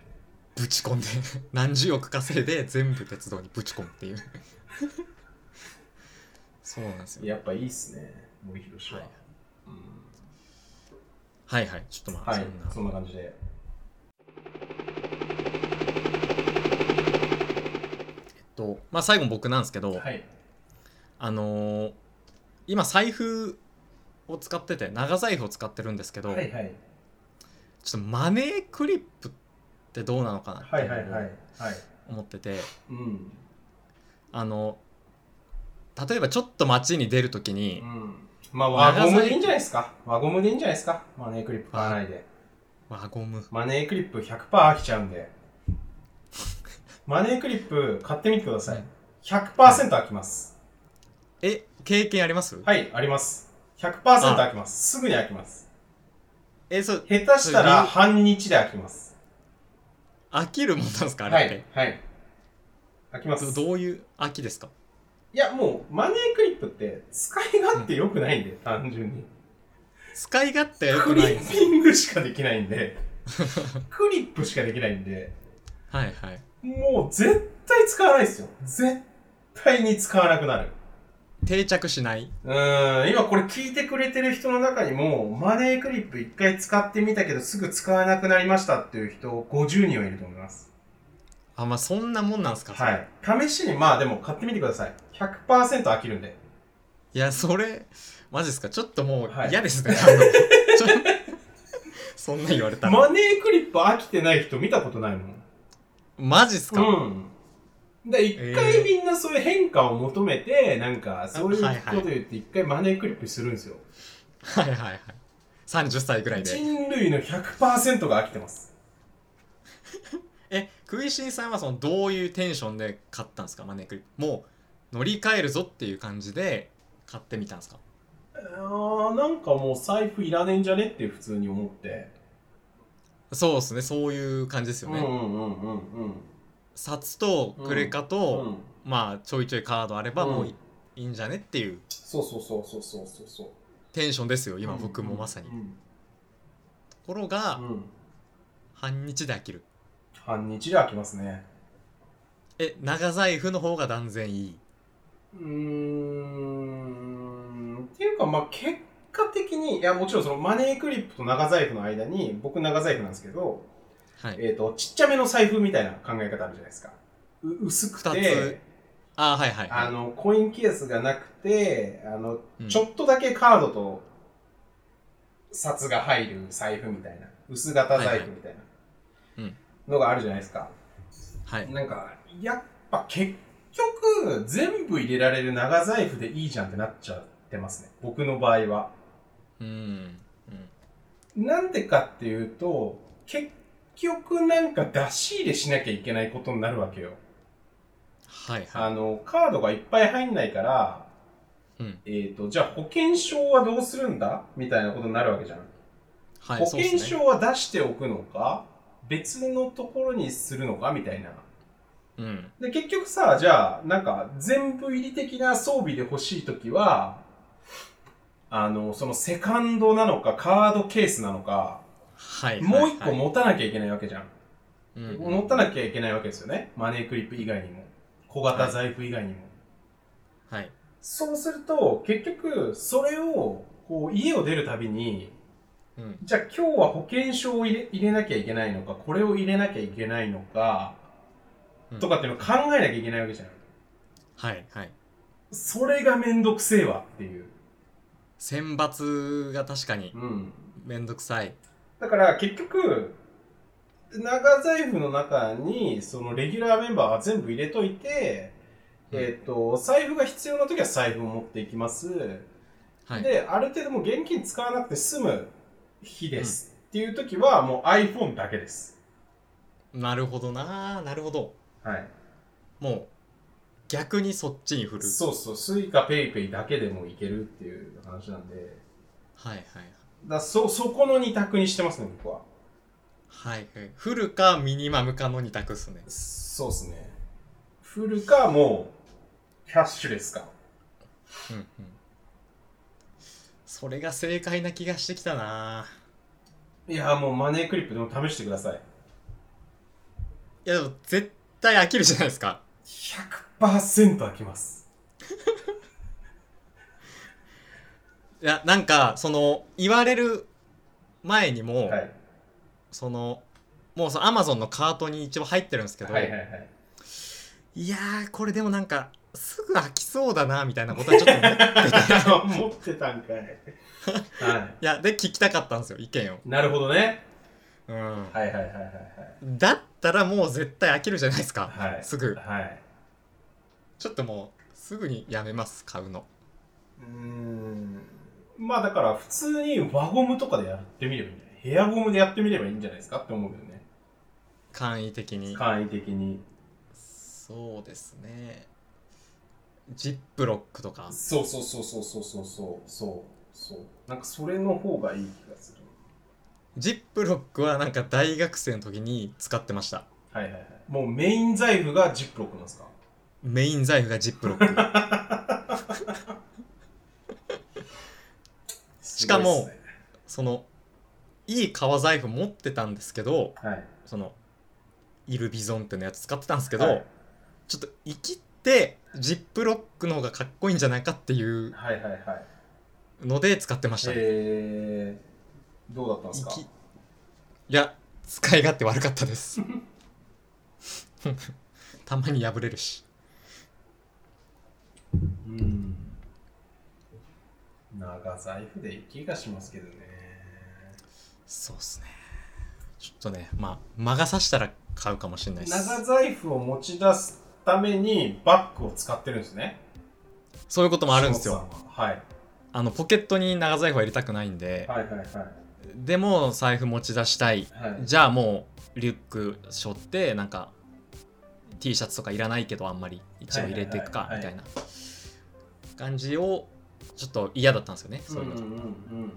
Speaker 1: ぶち込んで 何十億稼いで全部鉄道にぶち込む っていうそうなんですよ
Speaker 2: やっぱいいっすね、森博は。
Speaker 1: はい
Speaker 2: うん
Speaker 1: はいはいちょっとまあ、
Speaker 2: はい
Speaker 1: そんな、
Speaker 2: そんな感じで。
Speaker 1: と、まあ、最後僕なんですけど、
Speaker 2: はい。
Speaker 1: あのー今財布を使ってて長財布を使ってるんですけど、
Speaker 2: はいはい。
Speaker 1: ちょっとマネークリップってどうなのかなって
Speaker 2: はいいはいうは
Speaker 1: の
Speaker 2: い。は
Speaker 1: を
Speaker 2: い。
Speaker 1: 思ってて、
Speaker 2: うん。
Speaker 1: あの例えばちょっと街に出るとき
Speaker 2: う
Speaker 1: に、
Speaker 2: ん。まあ、輪ゴムでいいんじゃないですか。輪ゴムでいいんじゃないですか。マネークリップ買わないで。
Speaker 1: 輪ゴム
Speaker 2: マネークリップ100%飽きちゃうんで。マネークリップ買ってみてください。100%飽きます。
Speaker 1: え経験あります、
Speaker 2: はい、あります。100%飽きます。すぐに飽きます。
Speaker 1: えそう
Speaker 2: 下手したら半日で飽きます。
Speaker 1: 飽きるもんなんですかあ
Speaker 2: は
Speaker 1: れって
Speaker 2: い、、はい。飽きます。
Speaker 1: ど
Speaker 2: い
Speaker 1: どういう飽きですか
Speaker 2: や、もう、マネークリップって使い勝手良くないんで、単純に。
Speaker 1: 使い勝手が良
Speaker 2: ク
Speaker 1: く
Speaker 2: リ
Speaker 1: ないんで
Speaker 2: ッ
Speaker 1: す
Speaker 2: ピングしかできないん で、クリップしかできないんで、
Speaker 1: はいはい
Speaker 2: もう絶対使わないですよ。絶対に使わなくなる。
Speaker 1: 定着しないう
Speaker 2: ーん、今これ聞いてくれてる人の中にも、マネークリップ一回使ってみたけどすぐ使わなくなりましたっていう人50人はいると思います。
Speaker 1: あまあそんなもんなんですか、それ
Speaker 2: はい。試しに、まあでも買ってみてください。100%飽きるんで。
Speaker 1: いやそれマジですかちょっともう
Speaker 2: はい
Speaker 1: 嫌ですね、あのちょそんなん言われたら、
Speaker 2: マネークリップ飽きてない人見たことないもん。
Speaker 1: マジっすか、
Speaker 2: うん。で一
Speaker 1: え
Speaker 2: 回
Speaker 1: ー
Speaker 2: みんなそういう変化を求めて、なんかそういう
Speaker 1: はいはい
Speaker 2: こと言って一回マネークリップするんですよ。
Speaker 1: はいはいはい30歳ぐらいで
Speaker 2: 人類の100%が飽きてます。
Speaker 1: え食いしんさんはそのどういうテンションで買ったんですかマネークリップもう乗り換えるぞっていう感じで買ってみたんですか
Speaker 2: あーなんかもう財布いらねえんじゃねって普通に思って。
Speaker 1: そうですねそういう感じですよ
Speaker 2: うんう
Speaker 1: ね、
Speaker 2: んうんうんうん。
Speaker 1: 札とクレカ
Speaker 2: う
Speaker 1: と、
Speaker 2: ん
Speaker 1: まあちょいちょいカードあればもうい,、
Speaker 2: うん
Speaker 1: いんじゃねっていう
Speaker 2: そうそうそうそうそうそうそう。
Speaker 1: テンションですよ今僕もまさに、
Speaker 2: うん
Speaker 1: ところが、
Speaker 2: うんうん
Speaker 1: 半日で飽きる
Speaker 2: 半日で飽きますね。
Speaker 1: え長財布の方が断然いいう
Speaker 2: ーんっていうか、まあ、結果的に、いや、もちろんそのマネークリップと長財布の間に、僕長財布なんですけど、
Speaker 1: はい
Speaker 2: えっ、と、ちっちゃめの財布みたいな考え方あるじゃないですか。う薄く
Speaker 1: 二つ
Speaker 2: て、
Speaker 1: あーはいはいはい
Speaker 2: あの、コインケースがなくて、あの、
Speaker 1: うん
Speaker 2: ちょっとだけカードと札が入る財布みたいな、薄型財布みたい
Speaker 1: いはいう
Speaker 2: なんのがあるじゃないですか。
Speaker 1: はい
Speaker 2: なんか、やっぱ結局、全部入れられる長財布でいいじゃんってなっちゃってますね。僕の場合は。
Speaker 1: うんうん
Speaker 2: なんでかっていうと、結局なんか出し入れしなきゃいけないことになるわけよ。
Speaker 1: はい
Speaker 2: あ
Speaker 1: は
Speaker 2: の、カードがいっぱい入んないから、
Speaker 1: いうん
Speaker 2: えっ、と、じゃあ保険証はどうするんだみたいなことになるわけじゃん。
Speaker 1: はい
Speaker 2: 保
Speaker 1: そうっす
Speaker 2: 険
Speaker 1: ね
Speaker 2: 証は出しておくのか別のところにするのかみたいな。
Speaker 1: うん
Speaker 2: で、結局さ、じゃあ、なんか、全部入り的な装備で欲しいときは、あの、そのセカンドなのか、カードケースなのか、
Speaker 1: はいはい
Speaker 2: もう一
Speaker 1: は
Speaker 2: 個
Speaker 1: い
Speaker 2: 持たなきゃいけないわけじゃん。
Speaker 1: うん
Speaker 2: 持たなきゃいけないわけですよね。マネークリップ以外にも。小型財布以外にも。
Speaker 1: はい
Speaker 2: そうすると、結局、それを、こう、家を出るたびに、
Speaker 1: うん
Speaker 2: じゃあ今日は保険証を入れ入れなきゃいけないのか、これを入れなきゃいけないのか、
Speaker 1: うん
Speaker 2: とかっていうのを考えなきゃいけないわけじゃん。
Speaker 1: はいはい
Speaker 2: それがめんどくせえわっていう。
Speaker 1: 選抜が確かに
Speaker 2: うん。
Speaker 1: めんどくさい
Speaker 2: だから結局、長財布の中に、そのレギュラーメンバーは全部入れといて、
Speaker 1: うん
Speaker 2: えっ、と、財布が必要な時は財布を持っていきます。
Speaker 1: はい
Speaker 2: で、ある程度もう現金使わなくて済む日です。っていう時はもう iPhone だけです。
Speaker 1: なるほどななるほど
Speaker 2: はい。
Speaker 1: もう逆にそっちに振る
Speaker 2: そうそう、スイカペイペイだけでもいけるっていう話なんで、
Speaker 1: はいはい
Speaker 2: だそ、そこの二択にしてますね、僕は。
Speaker 1: はいはい振るかミニマムかの二択っすね
Speaker 2: そうですね。フルか、もう、キャッシュレスか。
Speaker 1: うんうんそれが正解な気がしてきたない
Speaker 2: やーもうマネークリップでも試してください。
Speaker 1: いやでも絶対飽きるじゃないですか
Speaker 2: 100%開きます。
Speaker 1: いやなんかその言われる前にも、
Speaker 2: はい。
Speaker 1: そのもうそのアマゾンのカートに一応入ってるんですけど、
Speaker 2: はいはいはい。
Speaker 1: いやーこれでもなんかすぐ飽きそうだなみたいなことはちょっと思って
Speaker 2: 持ってたんかい。 はい
Speaker 1: やで聞きたかったんですよ意見を、
Speaker 2: い。なるほどね。
Speaker 1: うん
Speaker 2: はいはいはいはい
Speaker 1: だったらもう絶対飽きるじゃないですか、
Speaker 2: はい。はい。
Speaker 1: すぐ
Speaker 2: はい。
Speaker 1: ちょっともうすぐにやめます買うの
Speaker 2: うーん。まあだから普通に輪ゴムとかでやってみればいいんじゃないヘアゴムでやってみればいいんじゃないですかって思うよね。
Speaker 1: 簡易的に
Speaker 2: 簡易的に。
Speaker 1: そうですねジップロックとか
Speaker 2: そうそうそうそうそうそうそうそうそう。なんかそれの方がいい気がする。
Speaker 1: ジップロックはなんか大学生の時に使ってました
Speaker 2: はいはいはい。もうメイン財布がジップロックなんですか
Speaker 1: メイン財布がジップロッ クしかも
Speaker 2: すごいっすね
Speaker 1: そのいい革財布持ってたんですけど
Speaker 2: はい。
Speaker 1: そのイルビゾンってのやつ使ってたんですけど、
Speaker 2: はい
Speaker 1: ちょっと生きってジップロックの方がかっこいいんじゃないかっていう
Speaker 2: はいはいはい。
Speaker 1: ので使ってましたね、
Speaker 2: えー、どうだったんですか
Speaker 1: 生きいや使い勝手悪かったです たまに破れるし
Speaker 2: うん。長財布でいい気がしますけどね。
Speaker 1: そうっすねちょっとねまあ魔が差したら買うかもしれないです
Speaker 2: 長財布を持ち出すためにバッグを使ってるんですね。
Speaker 1: そういうこともあるんですよ。
Speaker 2: 下本さんは。はい。
Speaker 1: あのポケットに長財布は入れたくないんで、
Speaker 2: はいはいはい。
Speaker 1: でも財布持ち出したい
Speaker 2: はい、
Speaker 1: じゃあもうリュック背負ってなんか T シャツとかいらないけどあんまり一応入れていくか
Speaker 2: はい
Speaker 1: み
Speaker 2: はい
Speaker 1: た
Speaker 2: は
Speaker 1: い
Speaker 2: い
Speaker 1: な感じをちょっと嫌だったんですよねそういうの
Speaker 2: んうん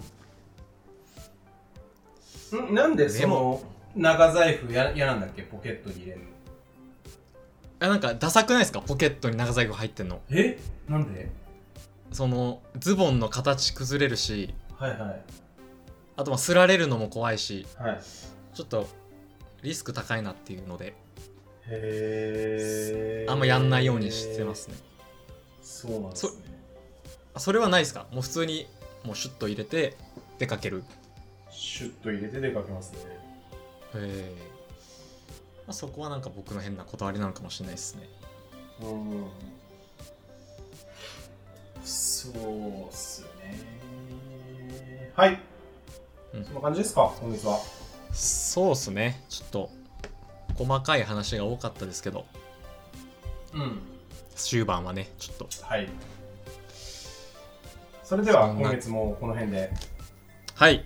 Speaker 2: うんんなんでその長財布や嫌なんだっけポケットに入れるの
Speaker 1: あなんかダサくないですかポケットに長財布入ってんの
Speaker 2: えなんで
Speaker 1: そのズボンの形崩れるし
Speaker 2: はいはい
Speaker 1: あとまあすられるのも怖いし
Speaker 2: はい
Speaker 1: ちょっとリスク高いなっていうので
Speaker 2: へえ
Speaker 1: あんまやんないようにしてますね
Speaker 2: そうなんですね
Speaker 1: あそれはないですかもう普通にもうシュッと入れて出かける
Speaker 2: シュッと入れて出かけますね
Speaker 1: ええまあ、そこはなんか僕の変なこだわりなのかもしれないですね
Speaker 2: うんそうっすねはい、
Speaker 1: うん
Speaker 2: そんな感じですか今月は
Speaker 1: そうっすねちょっと細かい話が多かったですけど
Speaker 2: うん
Speaker 1: 終盤はねちょっと
Speaker 2: はいそれでは
Speaker 1: そんな
Speaker 2: 今月もこの辺で
Speaker 1: はい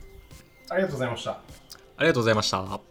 Speaker 2: ありがとうございました
Speaker 1: ありがとうございました